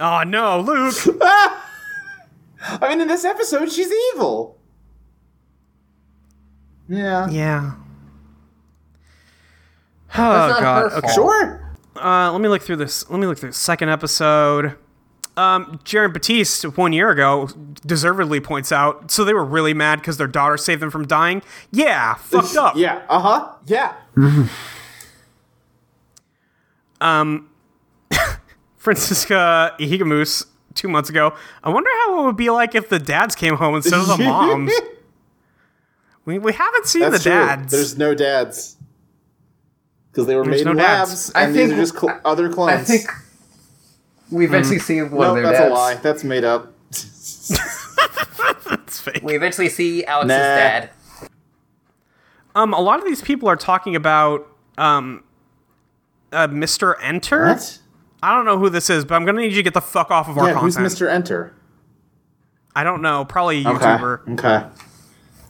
Speaker 2: Oh no, Luke.
Speaker 3: I mean, in this episode, she's evil. Yeah.
Speaker 2: yeah. Oh
Speaker 1: not
Speaker 2: god.
Speaker 1: her
Speaker 2: Okay.
Speaker 1: fault.
Speaker 3: Sure.
Speaker 2: Uh, let me look through this. Let me look through the second episode. Um, Jaron Batiste one year ago deservedly points out. So they were really mad because their daughter saved them from dying. Yeah, fucked up.
Speaker 3: Yeah. Uh huh. Yeah.
Speaker 2: Francisca Higamoose two months ago. I wonder how it would be like if the dads came home instead of the moms. we, we haven't seen
Speaker 3: That's
Speaker 2: the
Speaker 3: true.
Speaker 2: dads.
Speaker 3: There's no dads. Because they were
Speaker 2: There's
Speaker 3: made
Speaker 2: no
Speaker 3: in
Speaker 2: dads.
Speaker 3: labs,
Speaker 1: I
Speaker 3: and these
Speaker 1: think-
Speaker 3: are just cl- other clones.
Speaker 1: I think we
Speaker 2: Mm-hmm.
Speaker 1: eventually see one
Speaker 3: no,
Speaker 1: of their
Speaker 3: that's
Speaker 1: dads.
Speaker 3: a lie. That's made up.
Speaker 2: It's fake.
Speaker 1: We eventually see Alex's
Speaker 3: Nah.
Speaker 1: dad.
Speaker 2: Um, a lot of these people are talking about um, uh, Mr. Enter.
Speaker 3: what?
Speaker 2: I don't know who this is, but I'm gonna need you to get the fuck off of our
Speaker 3: Yeah. Who's
Speaker 2: content.
Speaker 3: Mr. Enter?
Speaker 2: I don't know. Probably a
Speaker 3: Okay.
Speaker 2: YouTuber.
Speaker 3: Okay.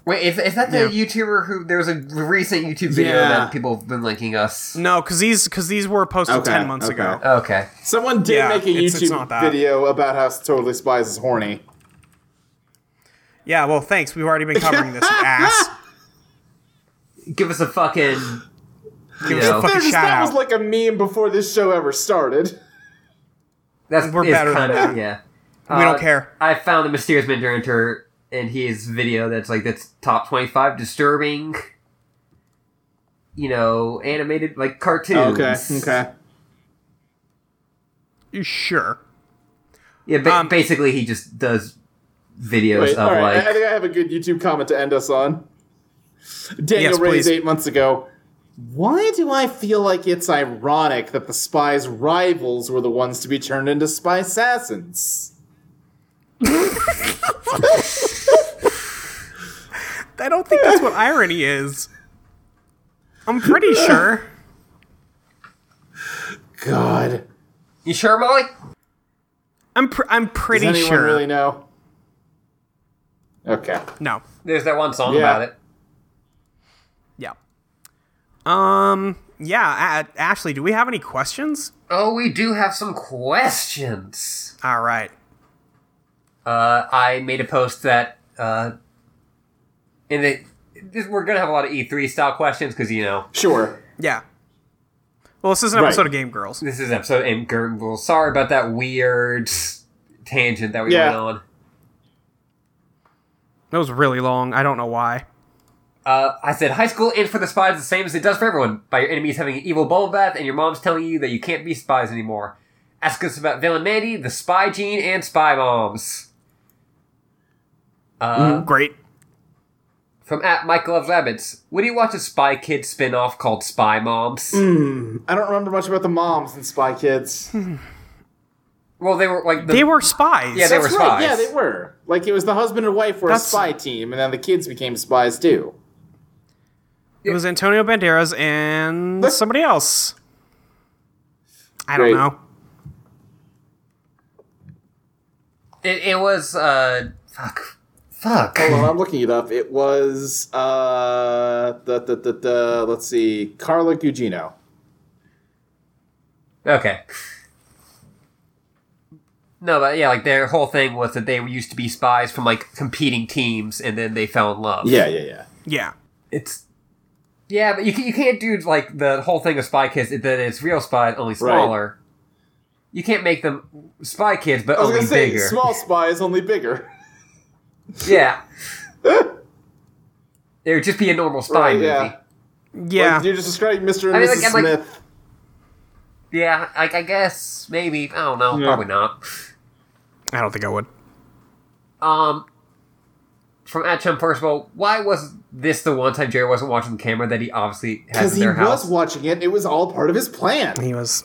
Speaker 1: Wait, is, is that the
Speaker 2: Yeah.
Speaker 1: YouTuber who there was a recent YouTube video
Speaker 3: Yeah.
Speaker 1: that people have been linking us?
Speaker 2: No, because these because these were posted
Speaker 3: Okay,
Speaker 2: ten months
Speaker 3: okay.
Speaker 2: ago.
Speaker 1: Okay.
Speaker 3: Someone did
Speaker 2: Yeah,
Speaker 3: make a
Speaker 2: it's-
Speaker 3: YouTube
Speaker 2: it's not that.
Speaker 3: video about how Totally Spies is horny.
Speaker 2: Yeah, well, thanks. We've already been covering this you ass.
Speaker 1: Give us a fucking. You
Speaker 2: us a
Speaker 1: know,
Speaker 2: fuck- Fucking
Speaker 3: There's-
Speaker 2: shout
Speaker 3: that was
Speaker 2: out.
Speaker 3: like a meme before this show ever started.
Speaker 1: that's
Speaker 2: we're
Speaker 1: it's
Speaker 2: better than
Speaker 1: kinda-
Speaker 2: that.
Speaker 1: Yeah. Uh,
Speaker 2: We
Speaker 3: Uh,
Speaker 2: don't care.
Speaker 1: I found the mysterious Mr. Enter and his video that's like that's top twenty five disturbing. You know, animated like
Speaker 3: Oh,
Speaker 1: cartoons.
Speaker 2: Sure.
Speaker 1: Yeah, ba-
Speaker 2: Um,
Speaker 1: basically he just does videos
Speaker 3: Wait,
Speaker 1: of
Speaker 3: all right.
Speaker 1: like
Speaker 3: I, I think I have a good YouTube comment to end us on. Daniel
Speaker 2: Yes,
Speaker 3: raised
Speaker 2: please.
Speaker 3: eight months ago. Why do I feel like it's ironic that the spies' rivals were the ones to be turned into spy assassins?
Speaker 2: I don't think that's what irony is. I'm pretty sure.
Speaker 3: God,
Speaker 1: You sure, Molly?
Speaker 2: I'm pr- I'm
Speaker 3: does
Speaker 2: pretty
Speaker 3: anyone
Speaker 2: sure.
Speaker 3: really know? Okay,
Speaker 2: No.
Speaker 1: There's that one song
Speaker 3: Yeah.
Speaker 1: about it.
Speaker 2: Yeah. Um. Yeah. A- Ashley, do we have any questions?
Speaker 1: Oh, we do have some questions.
Speaker 2: All right.
Speaker 1: Uh, I made a post that, uh, and it, this- we're gonna have a lot of E3 style questions because you know
Speaker 3: sure.
Speaker 2: Yeah. Well, this is an
Speaker 3: Right.
Speaker 2: episode of Game Girls.
Speaker 1: this is episode and Gurgle. Sorry about that weird tangent that we
Speaker 3: Yeah.
Speaker 1: went on.
Speaker 2: That was really long. I don't know why.
Speaker 1: Uh, I said high school ends for the spies the same as it does for everyone by your enemies having an evil bubble bath and your mom's telling you that you can't be spies anymore. Ask us about villain Mandy, the spy gene, and spy moms. Uh,
Speaker 2: Great.
Speaker 1: From at Mike Loves Rabbits, would you watch a Spy Kid spin-off called Spy Moms?
Speaker 2: Mm.
Speaker 3: I don't remember much about the moms and Spy Kids.
Speaker 1: Well, they were like the,
Speaker 2: They were spies.
Speaker 1: Yeah, they were
Speaker 3: That's right.
Speaker 1: spies.
Speaker 3: Yeah, they were. Like it was the husband and wife were
Speaker 2: That's-
Speaker 3: a spy team, and then the kids became spies too.
Speaker 2: It was Antonio Banderas and
Speaker 3: Look-
Speaker 2: somebody else. I don't
Speaker 3: Great.
Speaker 2: know.
Speaker 1: It, it was uh fuck, fuck.
Speaker 3: Hold on, I'm looking it up. It was uh, the, the, the, the, let's see, Carla Gugino.
Speaker 1: Okay. No, but yeah, like their whole thing was that they used to be spies from like competing teams, and then they fell in love.
Speaker 3: Yeah, yeah, yeah.
Speaker 2: Yeah.
Speaker 1: it's yeah, but you can, you can't do like the whole thing of Spy Kids that it's real spies only smaller. You can't make them Spy Kids, but
Speaker 3: I was
Speaker 1: only
Speaker 3: gonna say
Speaker 1: bigger.
Speaker 3: small spies, only bigger.
Speaker 1: Yeah. it would just be a normal spy
Speaker 3: Right,
Speaker 1: movie.
Speaker 3: yeah.
Speaker 1: Yeah,
Speaker 2: Yeah.
Speaker 3: Like, you're just describing Mr. and
Speaker 1: I mean,
Speaker 3: Mrs.
Speaker 1: like, I'm like-
Speaker 3: Smith.
Speaker 1: like I guess maybe I don't know,
Speaker 3: Yeah.
Speaker 1: probably not.
Speaker 2: I don't think I would.
Speaker 1: Um, from at Chum first of all, why was this the one time Jerry wasn't watching the camera that he obviously has
Speaker 3: Because
Speaker 1: in
Speaker 3: he
Speaker 1: their house?
Speaker 3: was watching it, it was all part of his plan.
Speaker 2: He was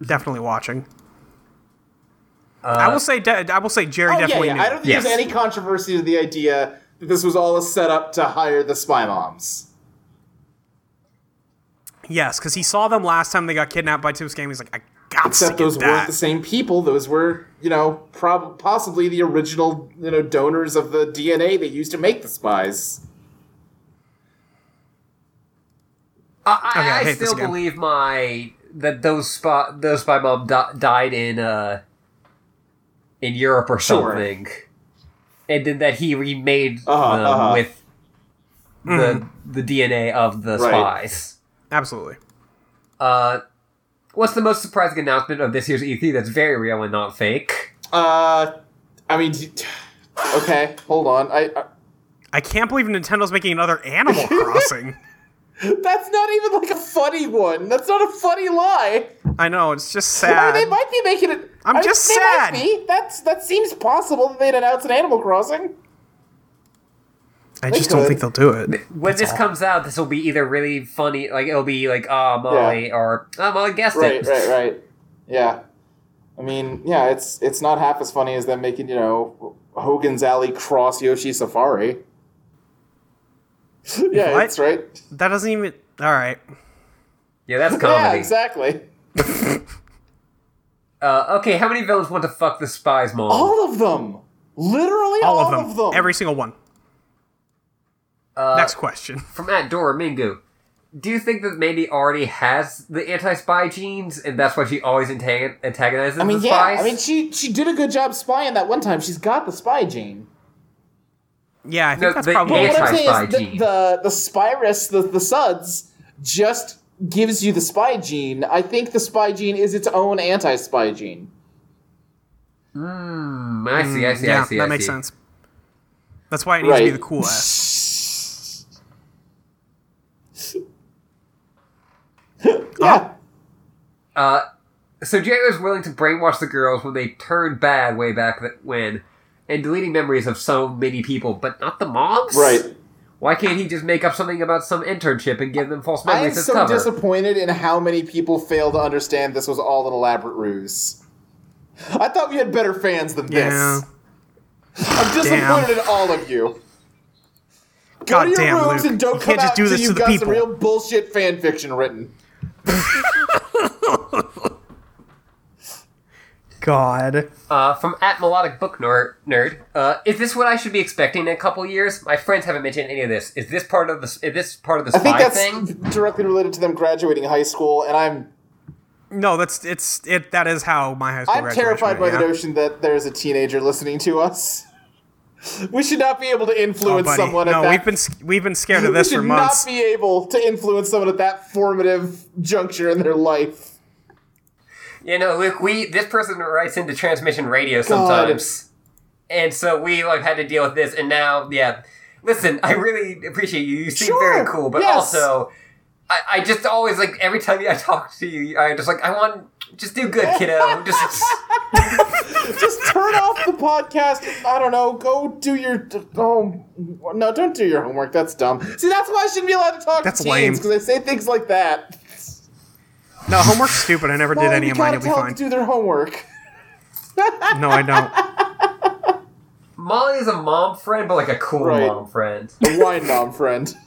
Speaker 2: definitely watching. I will say. De- I will say. Jerry
Speaker 3: Uh, Oh, yeah,
Speaker 2: definitely
Speaker 3: yeah.
Speaker 2: knew.
Speaker 3: I don't think
Speaker 1: Yes.
Speaker 3: there's any controversy to the idea that this was all a setup to hire the spy moms.
Speaker 2: Yes, because he saw them last time they got kidnapped by Tips Game. He's like, I got to
Speaker 3: Except
Speaker 2: get
Speaker 3: those
Speaker 2: that.
Speaker 3: weren't the same people. Those were, you know, prob- possibly the original, you know, donors of the DNA they used to make the spies.
Speaker 1: I, I,
Speaker 2: Okay, I
Speaker 1: I
Speaker 2: hate this
Speaker 1: still
Speaker 2: game.
Speaker 1: believe my that those spy those spy mom di- died in uh in Europe or
Speaker 3: Sure.
Speaker 1: something, and then that he remade
Speaker 3: Uh-huh,
Speaker 1: them
Speaker 3: uh-huh.
Speaker 1: with
Speaker 2: Mm-hmm.
Speaker 1: the the DNA of the
Speaker 3: Right.
Speaker 1: spies.
Speaker 2: Absolutely.
Speaker 1: Uh, what's the most surprising announcement of this year's E3 that's very real and not fake?
Speaker 3: Uh, I mean, okay, hold on. I, I
Speaker 2: I can't believe Nintendo's making another Animal Crossing.
Speaker 3: that's not even like a funny one. That's not a funny lie.
Speaker 2: I know it's just
Speaker 3: Or
Speaker 2: sad.
Speaker 3: they might be making it.
Speaker 2: I'm
Speaker 3: I-
Speaker 2: just
Speaker 3: they
Speaker 2: sad.
Speaker 3: Might be. That's that seems possible that they'd announce an Animal Crossing.
Speaker 2: I
Speaker 3: they
Speaker 2: just don't
Speaker 3: could.
Speaker 2: think they'll do it.
Speaker 1: When this comes out, this will be either really funny, like it'll be like, "Oh, Molly," or "Oh, Molly guessed
Speaker 3: Right,
Speaker 1: it."
Speaker 3: right, right. Yeah. I mean, yeah, it's it's not half as funny as them making you know Hogan's Alley cross Yoshi Safari. yeah,
Speaker 2: What?
Speaker 3: that's right.
Speaker 2: That doesn't even. All right.
Speaker 1: Yeah, that's
Speaker 3: Yeah,
Speaker 1: comedy.
Speaker 3: exactly.
Speaker 1: uh, okay, how many villains want to fuck the spies, mom?
Speaker 3: All of them. Literally all,
Speaker 2: All, of, them. Every single one.
Speaker 1: Uh,
Speaker 2: Next question.
Speaker 1: From at Dora Mingu. Do you think that Mandy already has the anti-spy genes, and that's why she always antagon- antagonizes
Speaker 3: I mean,
Speaker 1: the
Speaker 3: yeah.
Speaker 1: spies?
Speaker 3: I mean, she she did a good job spying that one time. She's got the spy gene.
Speaker 2: Yeah, I think
Speaker 1: No,
Speaker 2: that's
Speaker 1: the
Speaker 2: probably.
Speaker 1: answer-
Speaker 3: What I'm saying
Speaker 1: Anti-spy
Speaker 3: is the,
Speaker 1: gene.
Speaker 3: the the spyrus, the the suds, just gives you the spy gene. I think the spy gene is its own anti-spy gene.
Speaker 1: Hmm, I see, I see,
Speaker 2: yeah,
Speaker 1: I see.
Speaker 2: that
Speaker 1: I
Speaker 2: makes
Speaker 1: see.
Speaker 2: sense. That's why it needs to be the cool ass.
Speaker 3: yeah.
Speaker 1: Uh, so Jerry was willing to brainwash the girls when they turned bad way back th- when, and deleting memories of so many people, but not the moms.
Speaker 3: Right.
Speaker 1: Why can't he just make up something about some internship and give them false
Speaker 3: I am
Speaker 1: memories as
Speaker 3: so
Speaker 1: cover?
Speaker 3: disappointed in how many people fail to understand this was all an elaborate ruse. I thought we had better fans than
Speaker 2: Yeah.
Speaker 3: this. I'm disappointed in all of you. Go to your
Speaker 2: Goddamn,
Speaker 3: rooms
Speaker 2: Luke.
Speaker 3: and don't
Speaker 2: You
Speaker 3: come
Speaker 2: can't just
Speaker 3: out
Speaker 2: do
Speaker 3: till
Speaker 2: this to
Speaker 3: you've
Speaker 2: the
Speaker 3: got some
Speaker 2: people.
Speaker 3: real bullshit fan fiction written.
Speaker 2: God.
Speaker 1: Uh, from at melodic book nerd, nerd uh, is this what I should be expecting in a couple years? My friends haven't mentioned any of this. Is this part of the? s- Is this part of the
Speaker 3: I think
Speaker 1: spy
Speaker 3: that's
Speaker 1: thing?
Speaker 3: directly related to them graduating high school, and I'm
Speaker 2: No, that's it's it. That is how my high school.
Speaker 3: I'm
Speaker 2: graduation
Speaker 3: terrified by
Speaker 2: went,
Speaker 3: the
Speaker 2: yeah.
Speaker 3: notion that there's a teenager listening to us. We should not be able to influence
Speaker 2: Oh, buddy.
Speaker 3: someone.
Speaker 2: No,
Speaker 3: at that.
Speaker 2: we've been s- we've been scared of this
Speaker 3: we should
Speaker 2: for months.
Speaker 3: not be able to influence someone at that formative juncture in their life.
Speaker 1: You know, Luke, we this person writes into transmission radio sometimes, and so we like had to deal with this. And now, yeah, listen, I really appreciate you. You seem
Speaker 3: Sure,
Speaker 1: very cool, but
Speaker 3: yes.
Speaker 1: also, I, I just always like every time I talk to you, I just like I want just do good, kiddo. just
Speaker 3: Just turn off the podcast. I don't know. Go do your d- home. No, don't do your homework. That's dumb. See, that's why I shouldn't be allowed to talk
Speaker 2: That's
Speaker 3: to
Speaker 2: lame.
Speaker 3: teens because they say things like that.
Speaker 2: No, homework's stupid. I never did
Speaker 3: Well,
Speaker 2: any
Speaker 3: you
Speaker 2: of mine.
Speaker 3: gotta
Speaker 2: You'll be
Speaker 3: tell them
Speaker 2: fine.
Speaker 3: to do their homework.
Speaker 2: No, I don't.
Speaker 1: Molly is a mom friend, but like a cool
Speaker 3: Right.
Speaker 1: mom friend.
Speaker 3: The wine mom friend.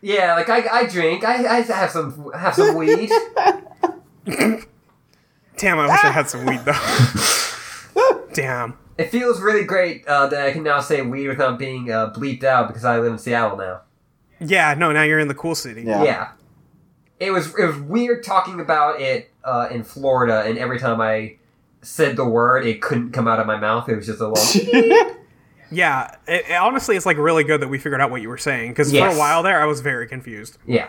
Speaker 1: Yeah, like I, I drink, I, I have some have some weed.
Speaker 2: Damn, I wish I had some weed though. Damn.
Speaker 1: It feels really great uh, that I can now say weed without being uh, bleeped out because I live in Seattle now.
Speaker 2: Yeah, no. Now you're in the cool city.
Speaker 1: Yeah. It was it was weird talking about it uh, in Florida, and every time I said the word, it couldn't come out of my mouth. It was just a little.
Speaker 2: Yeah, it, it- honestly, it's like really good that we figured out what you were saying because for
Speaker 1: Yes.
Speaker 2: a while there, I was very confused.
Speaker 1: yeah.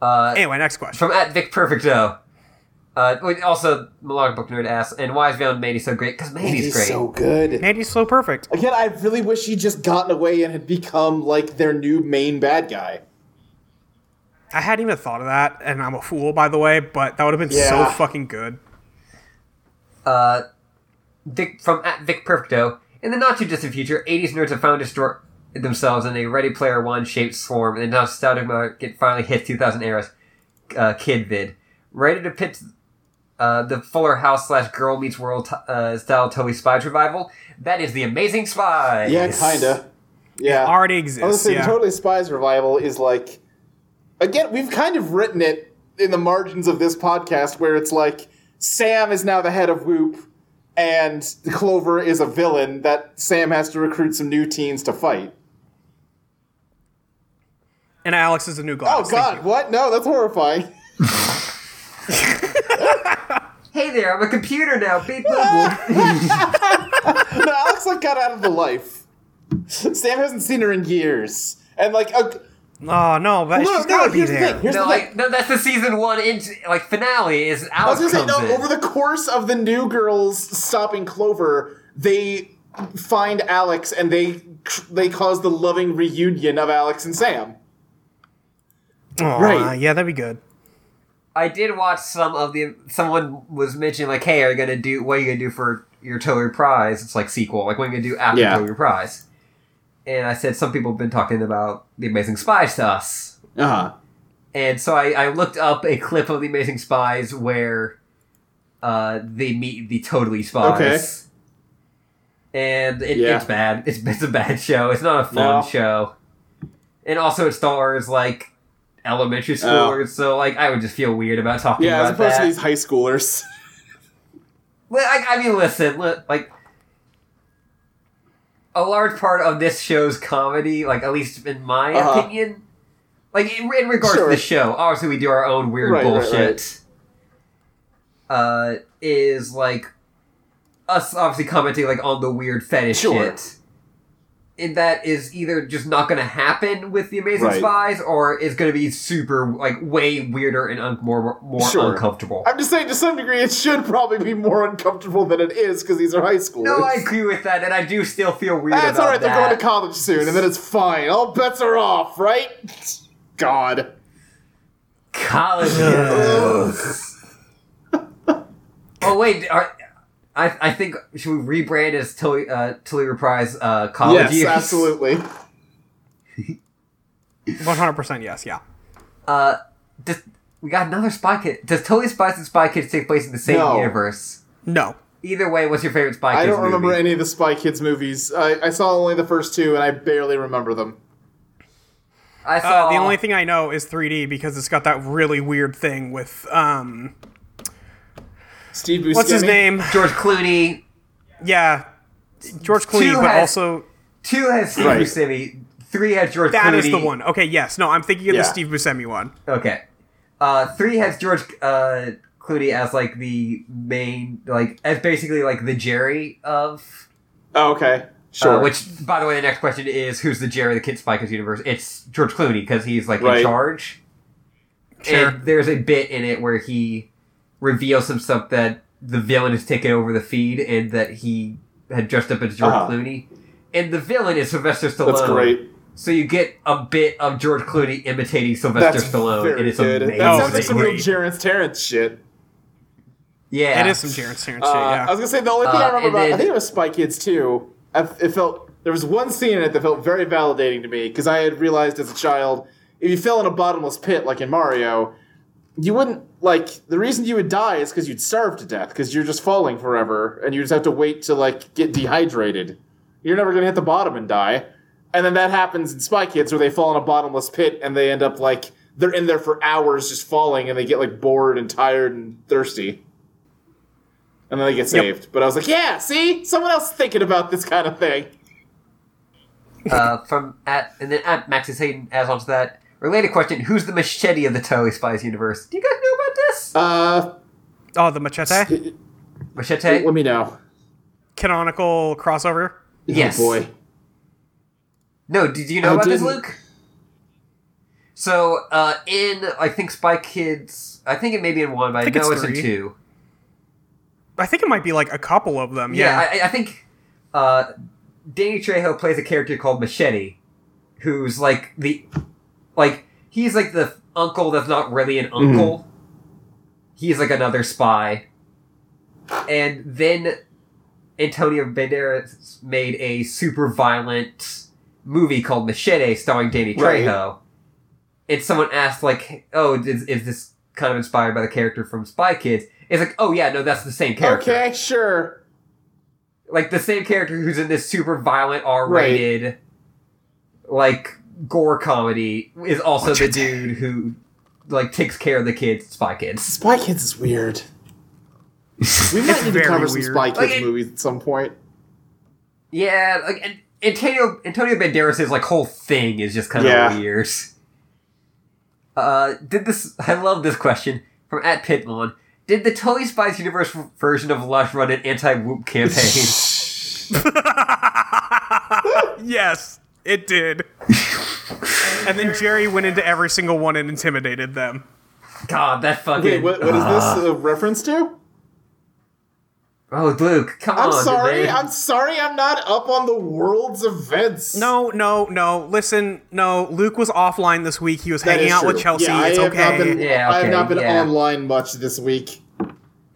Speaker 1: Uh,
Speaker 2: Anyway, next question.
Speaker 1: from at Vic Perfecto. Uh, wait, also, Malog Book Nerd asks, and why is Valen Mandy so great? Because Mandy's
Speaker 3: He's
Speaker 1: great.
Speaker 3: so good.
Speaker 2: Mandy's so perfect.
Speaker 3: Again, I really wish he'd just gotten away and had become like their new main bad guy.
Speaker 2: I hadn't even thought of that, and I'm a fool, by the way. But that would have been so
Speaker 3: Yeah.
Speaker 2: fucking good.
Speaker 1: uh, Vic from at Vic Perfecto. In the not too distant future, 80s nerds have found destroy themselves in a Ready Player One shaped swarm, and the nostalgic market finally hits 2000 era's uh, kid vid. Ready to pitch uh, the Fuller House slash Girl Meets World t- uh, style Toei Spies revival. That is the Amazing Spies.
Speaker 3: Yeah, kinda. Yeah.
Speaker 2: Already
Speaker 3: I was
Speaker 2: exists.
Speaker 3: saying,
Speaker 2: Yeah.
Speaker 3: Totally Spies Revival is like, again, we've kind of written it in the margins of this podcast where it's like Sam is now the head of Whoop, and Clover is a villain that Sam has to recruit some new teens to fight.
Speaker 2: And Alex is the new
Speaker 3: Oh
Speaker 2: Gladys. Thank
Speaker 3: God, what? No, that's horrifying.
Speaker 1: Hey there, I'm a computer now. Beep, boop, boop.
Speaker 3: no, Alex like got out of the life. Sam hasn't seen her in years, and like, okay,
Speaker 2: you. Oh no, but
Speaker 3: no,
Speaker 2: she's
Speaker 3: no,
Speaker 2: gotta be
Speaker 3: here's the
Speaker 2: there.
Speaker 3: thing. Here's
Speaker 1: No,
Speaker 3: the thing.
Speaker 1: like, no, that's the season one in, like finale. Is
Speaker 3: I
Speaker 1: Alex
Speaker 3: was gonna
Speaker 1: comes
Speaker 3: say, no,
Speaker 1: in.
Speaker 3: over the course of the New Girls stopping Clover, they find Alex and they they cause the loving reunion of Alex and Sam.
Speaker 2: Aw,
Speaker 3: Right.
Speaker 2: Yeah, that'd be good.
Speaker 1: I did watch some of the. Someone was mentioning like, "Hey, are you gonna do what are you gonna do for your Tory Prize?" It's like sequel. Like, what are you gonna do after
Speaker 3: Yeah.
Speaker 1: Tory Prize? And I said some people have been talking about the Amazing Spies to us,
Speaker 3: Uh
Speaker 1: Uh-huh.
Speaker 3: huh.
Speaker 1: and so I, I looked up a clip of the Amazing Spies where uh, they meet the Totally Spies. And it,
Speaker 3: Yeah.
Speaker 1: it's bad. It's, it's a bad show. It's not a fun
Speaker 3: No.
Speaker 1: show. And also, it stars like elementary schoolers, so like I would just feel weird about talking
Speaker 3: Oh. Yeah, as
Speaker 1: about
Speaker 3: opposed
Speaker 1: that.
Speaker 3: to these high schoolers.
Speaker 1: Well, I, I mean, listen, li- like a large part of this show's comedy, like at least in my
Speaker 3: Uh-huh.
Speaker 1: opinion, like in, in regards
Speaker 3: Sure.
Speaker 1: to the show, obviously we do our own weird
Speaker 3: Right, right,
Speaker 1: bullshit. Uh, is like us obviously commenting like on the weird fetish
Speaker 3: Sure.
Speaker 1: shit. And that is either just not going to happen with the Amazing
Speaker 3: Right.
Speaker 1: Spies, or is going to be super like way weirder and un- more more
Speaker 3: Sure.
Speaker 1: uncomfortable.
Speaker 3: I'm just saying, to some degree, it should probably be more uncomfortable than it is because these are high schoolers.
Speaker 1: No, I agree with that, and I do still feel weird
Speaker 3: That's
Speaker 1: about
Speaker 3: all right.
Speaker 1: that.
Speaker 3: They're going to college soon, and then it's fine. All bets are off, right? God.
Speaker 1: college. oh wait, are, I I think should we rebrand as Tilly uh, Tilly Reprise uh, college
Speaker 3: yes,
Speaker 1: years?
Speaker 3: absolutely.
Speaker 2: One hundred percent. Yes. Yeah.
Speaker 1: Uh, does, we got another Spy Kid. Does Totally Spies and Spy Kids take place in the same
Speaker 3: No.
Speaker 1: universe?
Speaker 2: No.
Speaker 1: Either way, what's your favorite Spy Kids
Speaker 3: I don't remember
Speaker 1: movie?
Speaker 3: any of the Spy Kids movies. I, I saw only the first two, and I barely remember them.
Speaker 1: I saw
Speaker 2: Uh, the only thing I know is 3D because it's got that really weird thing with um,
Speaker 3: Steve Buscemi.
Speaker 2: what's his name?
Speaker 1: George Clooney.
Speaker 2: Yeah, George Clooney, but
Speaker 1: has-
Speaker 2: also
Speaker 1: Two has Steve
Speaker 3: Right.
Speaker 1: Buscemi. Three has George Clooney.
Speaker 2: that is the one. Okay, yes, no, I'm thinking of
Speaker 3: Yeah.
Speaker 2: the Steve Buscemi one.
Speaker 1: Okay. Uh, three has George uh, Clooney as like the main, like as basically like the Jerry of.
Speaker 3: Oh, okay.
Speaker 1: Uh,
Speaker 3: Sure.
Speaker 1: which, by the way, the next question is who's the Jerry of the Kid Spikers universe? It's George Clooney because he's like
Speaker 3: Right.
Speaker 1: in charge.
Speaker 2: Sure.
Speaker 1: And there's a bit in it where he reveals some stuff that the villain has taken over the feed and that he had dressed up as George
Speaker 3: Uh-huh.
Speaker 1: Clooney. And the villain is Sylvester Stallone.
Speaker 3: That's great.
Speaker 1: So you get a bit of George Clooney imitating Sylvester
Speaker 3: That's
Speaker 1: Stallone,
Speaker 3: very
Speaker 1: and it's
Speaker 3: good.
Speaker 1: amazing.
Speaker 3: That
Speaker 2: Oh,
Speaker 3: sounds like
Speaker 2: it's
Speaker 3: some real
Speaker 2: great.
Speaker 3: Terrence Terrence shit.
Speaker 1: yeah,
Speaker 2: It is some Terrence Terrence
Speaker 3: Uh,
Speaker 2: shit.
Speaker 3: I
Speaker 2: Yeah,
Speaker 3: was gonna say the only thing
Speaker 1: Uh,
Speaker 3: I remember
Speaker 1: and
Speaker 3: about
Speaker 1: then-
Speaker 3: I think it was Spy Kids too. I, it felt there was one scene in it that felt very validating to me because I had realized as a child if you fell in a bottomless pit like in Mario, you wouldn't like the reason you would die is because you'd starve to death because you're just falling forever and you just have to wait to like get dehydrated. You're never gonna hit the bottom and die. And then that happens in Spy Kids where they fall in a bottomless pit and they end up like they're in there for hours just falling and they get like bored and tired and thirsty. And then they get
Speaker 2: Yep.
Speaker 3: saved. But I was like, yeah, see? Someone else thinking about this kind of thing.
Speaker 1: uh, from at and then at Max is Hayden adds on to that related question: Who's the machete of the Totally Spies universe? Do you guys know about this
Speaker 3: Uh,
Speaker 2: oh, the machete
Speaker 1: machete?
Speaker 3: let me know.
Speaker 2: canonical crossover.
Speaker 1: yes.
Speaker 3: Oh, boy.
Speaker 1: No, did you know
Speaker 3: I
Speaker 1: about this,
Speaker 3: didn't.
Speaker 1: Luke? So uh, in I think Spy Kids, I think it may be in one, but I,
Speaker 2: think
Speaker 1: know
Speaker 2: it's
Speaker 1: it's, in
Speaker 2: three.
Speaker 1: two.
Speaker 2: I think it might be like a couple of them.
Speaker 1: Yeah,
Speaker 2: Yeah,
Speaker 1: I, I think uh, Danny Trejo plays a character called Machete, who's like the like he's like the uncle that's not really an
Speaker 2: Mm-hmm.
Speaker 1: uncle. He's like another spy, and then Antonio Banderas made a super violent movie called Machete, starring Danny
Speaker 3: Right.
Speaker 1: Trejo. And someone asked, like, "Oh, is, is this kind of inspired by the character from Spy Kids?" It's like, "Oh yeah, no, that's the same character."
Speaker 3: Okay, sure.
Speaker 1: like the same character who's in this super violent R-rated like gore comedy is also the dude who like takes care of the kids, Spy Kids.
Speaker 3: Spy Kids is weird. We might need to
Speaker 2: very
Speaker 3: cover some
Speaker 2: weird.
Speaker 3: Spy Kids
Speaker 1: Like, it-
Speaker 3: movies at some point.
Speaker 1: Yeah, like and Antonio Antonio Banderas' like whole thing is just kind of
Speaker 3: Yeah.
Speaker 1: weird. Uh, did this? I love this question from at Pitmon. Did the Totally Spies Universe version of Lush run an anti-whoop campaign?
Speaker 2: yes, it did. and then Jerry went into every single one and intimidated them.
Speaker 1: God, that fucking. Uh,
Speaker 3: Wait, what, what is
Speaker 2: Ah.
Speaker 3: this a reference to?
Speaker 1: Oh, Luke, come
Speaker 3: I'm
Speaker 1: on!
Speaker 3: sorry.
Speaker 1: man.
Speaker 3: I'm sorry. I'm not up on the world's events.
Speaker 2: No, no, no. Listen, no. Luke was offline this week. He was
Speaker 3: That
Speaker 2: hanging
Speaker 3: is
Speaker 2: out with
Speaker 3: true.
Speaker 2: Chelsea.
Speaker 3: Yeah,
Speaker 2: it's
Speaker 3: I have
Speaker 2: okay.
Speaker 3: Not been,
Speaker 1: Yeah,
Speaker 3: I have
Speaker 1: okay,
Speaker 3: not been
Speaker 1: yeah.
Speaker 3: online much this week.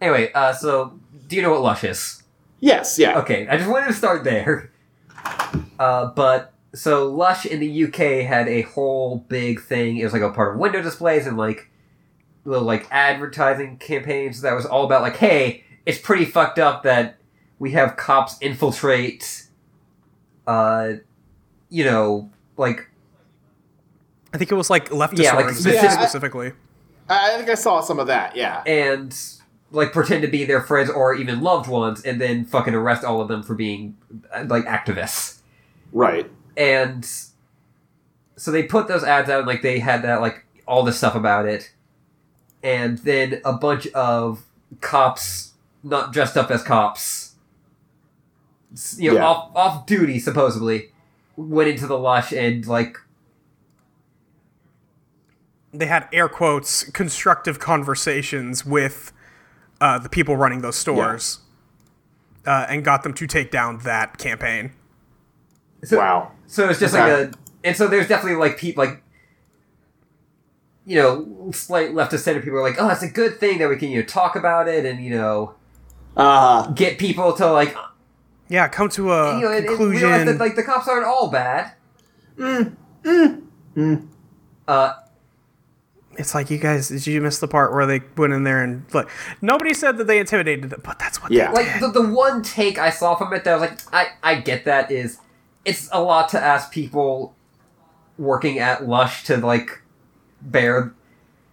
Speaker 1: Anyway, uh, so do you know what Lush is?
Speaker 3: Yes, yeah.
Speaker 1: Okay, I just wanted to start there. Uh, but so Lush in the UK had a whole big thing. It was like a part of window displays and like little like advertising campaigns that was all about like, hey, it's pretty fucked up that we have cops infiltrate, uh, you know, like
Speaker 2: I think it was like leftist
Speaker 1: Yeah, like
Speaker 2: organizations
Speaker 3: specific-
Speaker 2: specifically.
Speaker 3: I I think I saw some of that. Yeah.
Speaker 1: and like pretend to be their friends or even loved ones, and then fucking arrest all of them for being uh, like activists.
Speaker 3: Right.
Speaker 1: and so they put those ads out and like they had that like all this stuff about it and then a bunch of cops not dressed up as cops s- you know
Speaker 3: Yeah.
Speaker 1: off off duty supposedly went into the lush and like
Speaker 2: They had air quotes constructive conversations with uh, the people running those stores, uh, and got them to take down that campaign.
Speaker 1: so,
Speaker 3: wow.
Speaker 1: so it's just
Speaker 3: Okay.
Speaker 1: like a and so there's definitely like people like you know slight left of center people are like oh that's a good thing that we can you know talk about it and you know
Speaker 3: Uh,
Speaker 1: get people to like
Speaker 2: Yeah, come to a
Speaker 1: you know, and, and we
Speaker 2: conclusion.
Speaker 1: realize that like the cops aren't all bad. Uh,
Speaker 2: it's like you guys, did you miss the part where they went in there and like nobody said that they intimidated them, but that's what.
Speaker 3: yeah.
Speaker 1: like the, the one take I saw from it that I was like, I, I get that is, it's a lot to ask people working at Lush to like bear,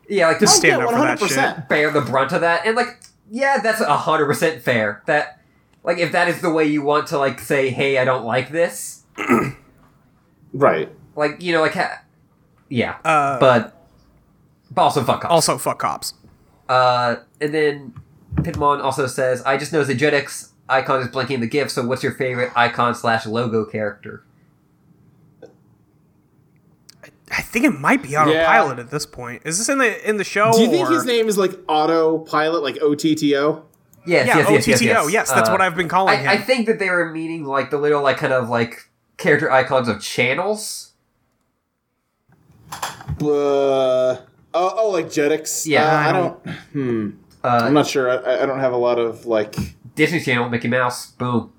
Speaker 1: yeah, like to
Speaker 2: Just
Speaker 1: bear,
Speaker 2: stand up for that shit.
Speaker 1: the brunt of that, and like, yeah, that's a hundred percent fair. That, like, if that is the way you want to like say, hey, I don't like this,
Speaker 3: Right.
Speaker 1: like you know, like, ha- yeah,
Speaker 2: Uh,
Speaker 1: but, but also fuck off.
Speaker 2: also, fuck cops.
Speaker 1: Uh, and then Pitmon also says, I just know Zedgetix icon is blinking the GIF, so what's your favorite icon slash logo character?
Speaker 2: I think it might be autopilot at this point. Is this in the in the show?
Speaker 3: Do you think
Speaker 2: or-
Speaker 3: his name is like autopilot, like OTTO?
Speaker 1: Yes, yes,
Speaker 2: Yeah,
Speaker 1: yes,
Speaker 2: OTTO. Yes,
Speaker 1: yes, yes.
Speaker 2: that's
Speaker 1: Uh,
Speaker 2: what I've been calling him.
Speaker 1: I, I think that they were meaning, like, the little, like, kind of, like, character icons of channels.
Speaker 3: Uh, oh, oh, like Jetix.
Speaker 1: Yeah,
Speaker 3: Uh,
Speaker 1: I
Speaker 3: I, don't. Hmm. I'm
Speaker 1: Uh,
Speaker 3: not sure. I- I, I don't have a lot of like.
Speaker 1: Disney Channel, Mickey Mouse, boom.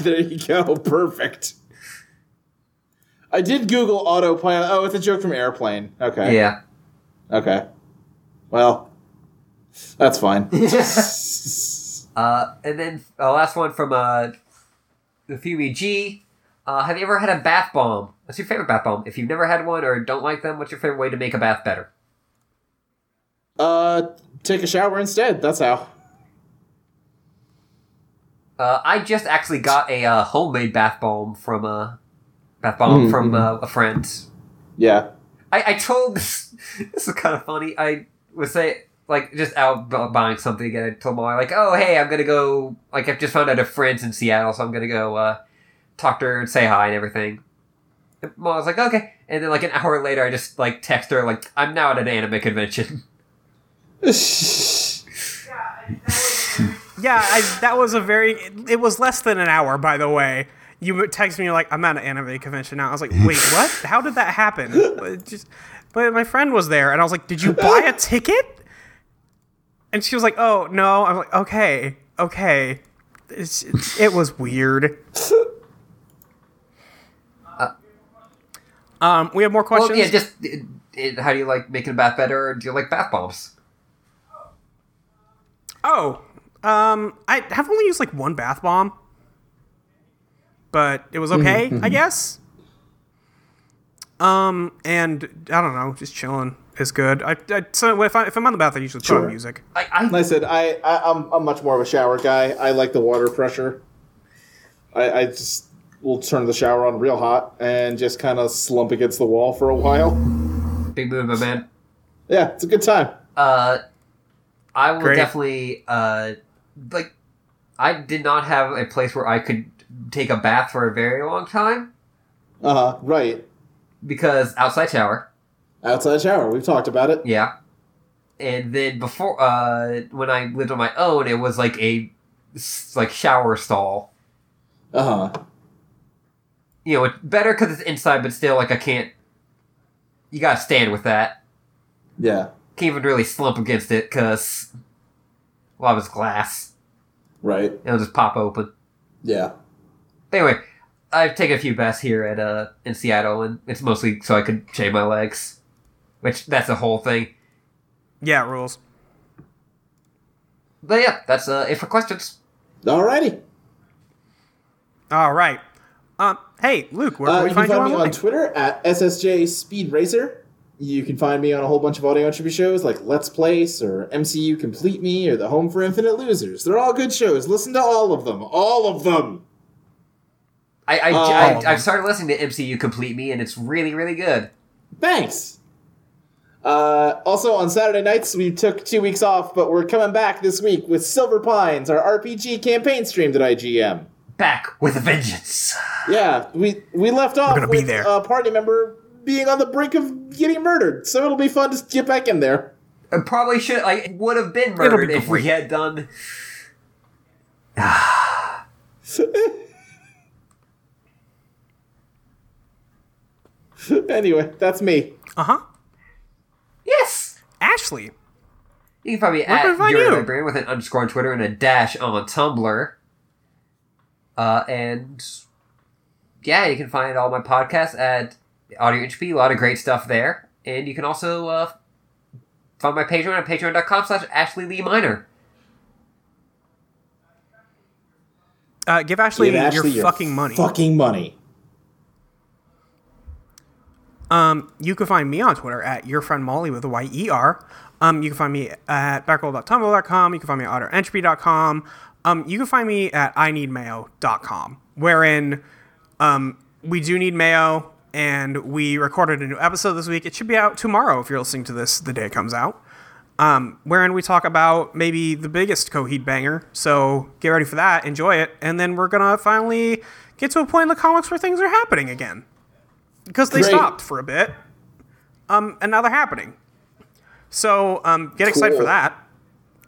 Speaker 3: there you go. Perfect. I did Google autopilot. Oh, it's a joke from Airplane. Okay.
Speaker 1: Yeah.
Speaker 3: Okay. Well, that's fine.
Speaker 1: Uh, and then uh, last one from, uh, the Fumi G. Uh, have you ever had a bath bomb? What's your favorite bath bomb? If you've never had one or don't like them, what's your favorite way to make a bath better?
Speaker 3: uh, take a shower instead. That's how.
Speaker 1: Uh, I just actually got a uh, homemade bath bomb from a bath bomb
Speaker 3: Mm,
Speaker 1: from uh, a friend.
Speaker 3: Yeah.
Speaker 1: I, I told this. This is kind of funny. I was say like just out bu- buying something again. I told my wife, like, oh hey, I'm gonna go. Like I've just found out a friend's in Seattle, so I'm gonna go uh, talk to her and say hi and everything. And Mom was like, okay. And then like an hour later, I just like text her like, I'm now at an anime convention.
Speaker 2: yeah, I, that was a very. It, it was less than an hour, by the way. You texted me you're like, "I'm at an anime convention now." I was like, "Wait, what? How did that happen?" But just, but my friend was there, and I was like, "Did you buy a ticket?" And she was like, "Oh no." I was like, "Okay, okay." It's, it's, it was weird. um, we have more questions.
Speaker 1: Uh, well, yeah, just it, it, how do you like making a bath better? Or do you like bath bombs?
Speaker 2: Oh, um, I have only used like one bath bomb,
Speaker 3: Mm-hmm,
Speaker 2: but it was okay, I guess. Um, and I don't know, just chilling is good. I, I so if I if I'm on the bath, I usually put
Speaker 3: Sure.
Speaker 2: on music.
Speaker 1: I, I
Speaker 3: Like I said, I, I I'm, I'm much more of a shower guy. I like the water pressure. I, I just will turn the shower on real hot and just kind of slump against the wall for a while.
Speaker 1: big move, my man.
Speaker 3: Yeah, it's a good time.
Speaker 1: Uh, I will
Speaker 2: Great.
Speaker 1: definitely uh, like. I did not have a place where I could take a bath for a very long time
Speaker 3: Uh huh. Right.
Speaker 1: because outside shower.
Speaker 3: Outside shower. We've talked about it.
Speaker 1: Yeah. And then before, uh, when I lived on my own, it was like a s- like shower stall.
Speaker 3: Uh huh.
Speaker 1: You know, it's better because it's inside, but still, like I can't. You gotta stand with that.
Speaker 3: Yeah.
Speaker 1: Can't even really slump against it because a lot of it's glass.
Speaker 3: Right.
Speaker 1: It'll just pop open.
Speaker 3: Yeah.
Speaker 1: But anyway, I've taken a few baths here at uh in Seattle, and it's mostly so I could shave my legs, which that's a whole thing.
Speaker 2: Yeah, it rules.
Speaker 1: But yeah, that's uh it for questions.
Speaker 3: Alrighty.
Speaker 2: All right. Um, hey Luke, where
Speaker 3: Uh,
Speaker 2: can we
Speaker 3: you can
Speaker 2: find you
Speaker 3: me on
Speaker 2: online?
Speaker 3: Twitter at SSJ Speed Racer. You can find me on a whole bunch of audio entropy shows like Let's Place or MCU Complete Me or The Home for Infinite Losers. They're all good shows. Listen to all of them. All of them.
Speaker 1: I I,
Speaker 3: Oh.
Speaker 1: I, I've started listening to MCU Complete Me, and it's really really good.
Speaker 3: Thanks. Uh, also, on Saturday nights, we took two weeks off, but we're coming back this week with Silver Pines, our RPG campaign stream at IGM.
Speaker 1: Back with a vengeance.
Speaker 3: Yeah, we we left off
Speaker 2: gonna be
Speaker 3: with
Speaker 2: there.
Speaker 3: a party member being on the brink of getting murdered, so it'll be fun to get back in there.
Speaker 1: I probably should. I would have been murdered
Speaker 2: be
Speaker 1: if we
Speaker 2: great.
Speaker 1: had done.
Speaker 3: anyway, that's me.
Speaker 2: Uh huh.
Speaker 1: Yes.
Speaker 2: Ashley.
Speaker 1: You can find me
Speaker 2: can we
Speaker 1: at
Speaker 2: find
Speaker 1: your
Speaker 2: you?
Speaker 1: librarian with an underscore on Twitter and a dash on Tumblr. Uh, and yeah, you can find all my podcasts at Audio HP. A lot of great stuff there, and you can also uh, find my Patreon at patreon.com/slash Ashley Lee Minor.
Speaker 2: Uh, give Ashley,
Speaker 3: Give Ashley
Speaker 2: your fucking money.
Speaker 3: Fucking money.
Speaker 2: Um, you can find me on Twitter at your friend Molly with a Y E R. Um, you can find me at backroll.tumblr.com. You can find me at otterentropy.com. Um, you can find me at I need mayo.com, wherein um, we do need mayo and we recorded a new episode this week. It should be out tomorrow if you're listening to this the day it comes out. Um, wherein we talk about maybe the biggest Coheed banger. So get ready for that, enjoy it, and then we're gonna finally get to a point in the comics where things are happening again because they
Speaker 3: Great.
Speaker 2: stopped for a bit, um, and now they're happening. So um, get excited for
Speaker 3: Cool.
Speaker 2: that.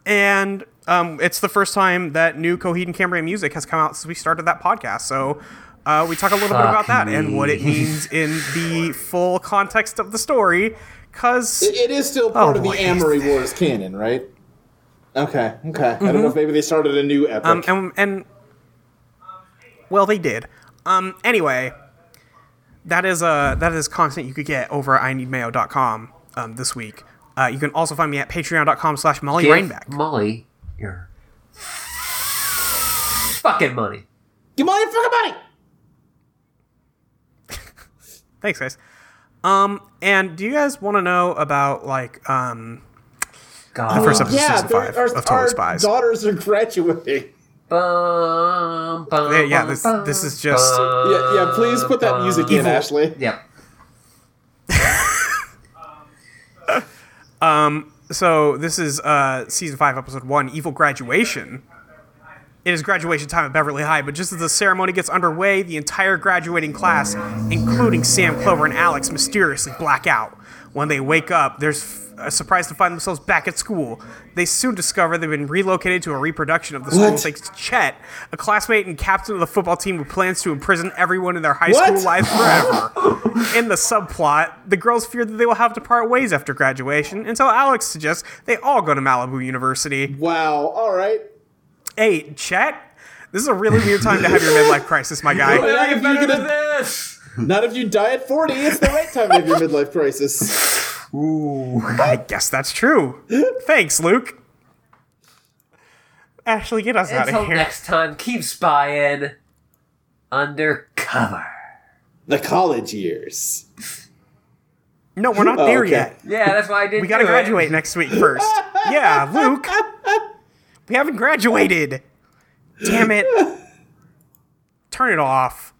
Speaker 2: And um, it's the first time that new Coheed and Cambria music has come out since we started that podcast. So uh, we talk a little bit
Speaker 1: Fuck
Speaker 2: about that and what it
Speaker 1: me.
Speaker 2: means in the full context of the story. Because
Speaker 3: It, it is still part of the
Speaker 2: Oh, boy.
Speaker 3: Amory Wars canon, right? Okay, okay. I don't know if maybe they started a new epic.
Speaker 2: Mm-hmm. um, and, and well, they did. Um, anyway, that is uh, that is content you could get over at ineedmayo.com um, this week. Uh, you can also find me at patreon.com/slash Molly
Speaker 1: Give
Speaker 2: Rainback.
Speaker 1: Molly your fucking money.
Speaker 3: Give me your fucking money!
Speaker 2: Thanks, guys. Um, and do you guys want to know about like um,
Speaker 1: God.
Speaker 2: first episode. This is
Speaker 3: Yeah,
Speaker 2: season
Speaker 3: there-
Speaker 2: five
Speaker 3: our,
Speaker 2: of Total
Speaker 3: our
Speaker 2: Spies.
Speaker 3: daughters are graduating.
Speaker 1: Bum, bum,
Speaker 2: Yeah, yeah,
Speaker 1: bum,
Speaker 2: this-
Speaker 1: bum,
Speaker 2: this is just-
Speaker 1: bum,
Speaker 3: Yeah, yeah. Please put that music in,
Speaker 2: Evil.
Speaker 3: Ashley.
Speaker 1: Yep.
Speaker 2: so this is uh, season five, episode one, Evil Graduation. It is graduation time at Beverly High, but just as the ceremony gets underway, the entire graduating class, including Sam, Clover, and Alex, mysteriously black out. When they wake up, they're s- uh, surprised to find themselves back at school. They soon discover they've been relocated to a reproduction of the school
Speaker 3: What?
Speaker 2: thanks to Chet, a classmate and captain of the football team who plans to imprison everyone in their high
Speaker 3: What?
Speaker 2: school lives forever. in the subplot, the girls fear that they will have to part ways after graduation until Alex suggests they all go to Malibu University.
Speaker 3: Wow. All right.
Speaker 2: Hey, Chet, this is a really weird time to have your midlife crisis, my guy.
Speaker 3: Not if, you gonna-
Speaker 1: this.
Speaker 3: not if you die at forty. It's the right time to have your midlife crisis.
Speaker 2: I guess that's true. Thanks, Luke. Ashley, get us out
Speaker 1: Until
Speaker 2: of here.
Speaker 1: next time, keep spying undercover.
Speaker 3: The college years.
Speaker 2: No, we're not
Speaker 3: Oh,
Speaker 2: there
Speaker 3: okay.
Speaker 2: yet.
Speaker 1: Yeah, that's why I didn't.
Speaker 2: We gotta
Speaker 1: do it.
Speaker 2: graduate next week first. yeah, Luke. We haven't graduated. Damn it. Turn it off.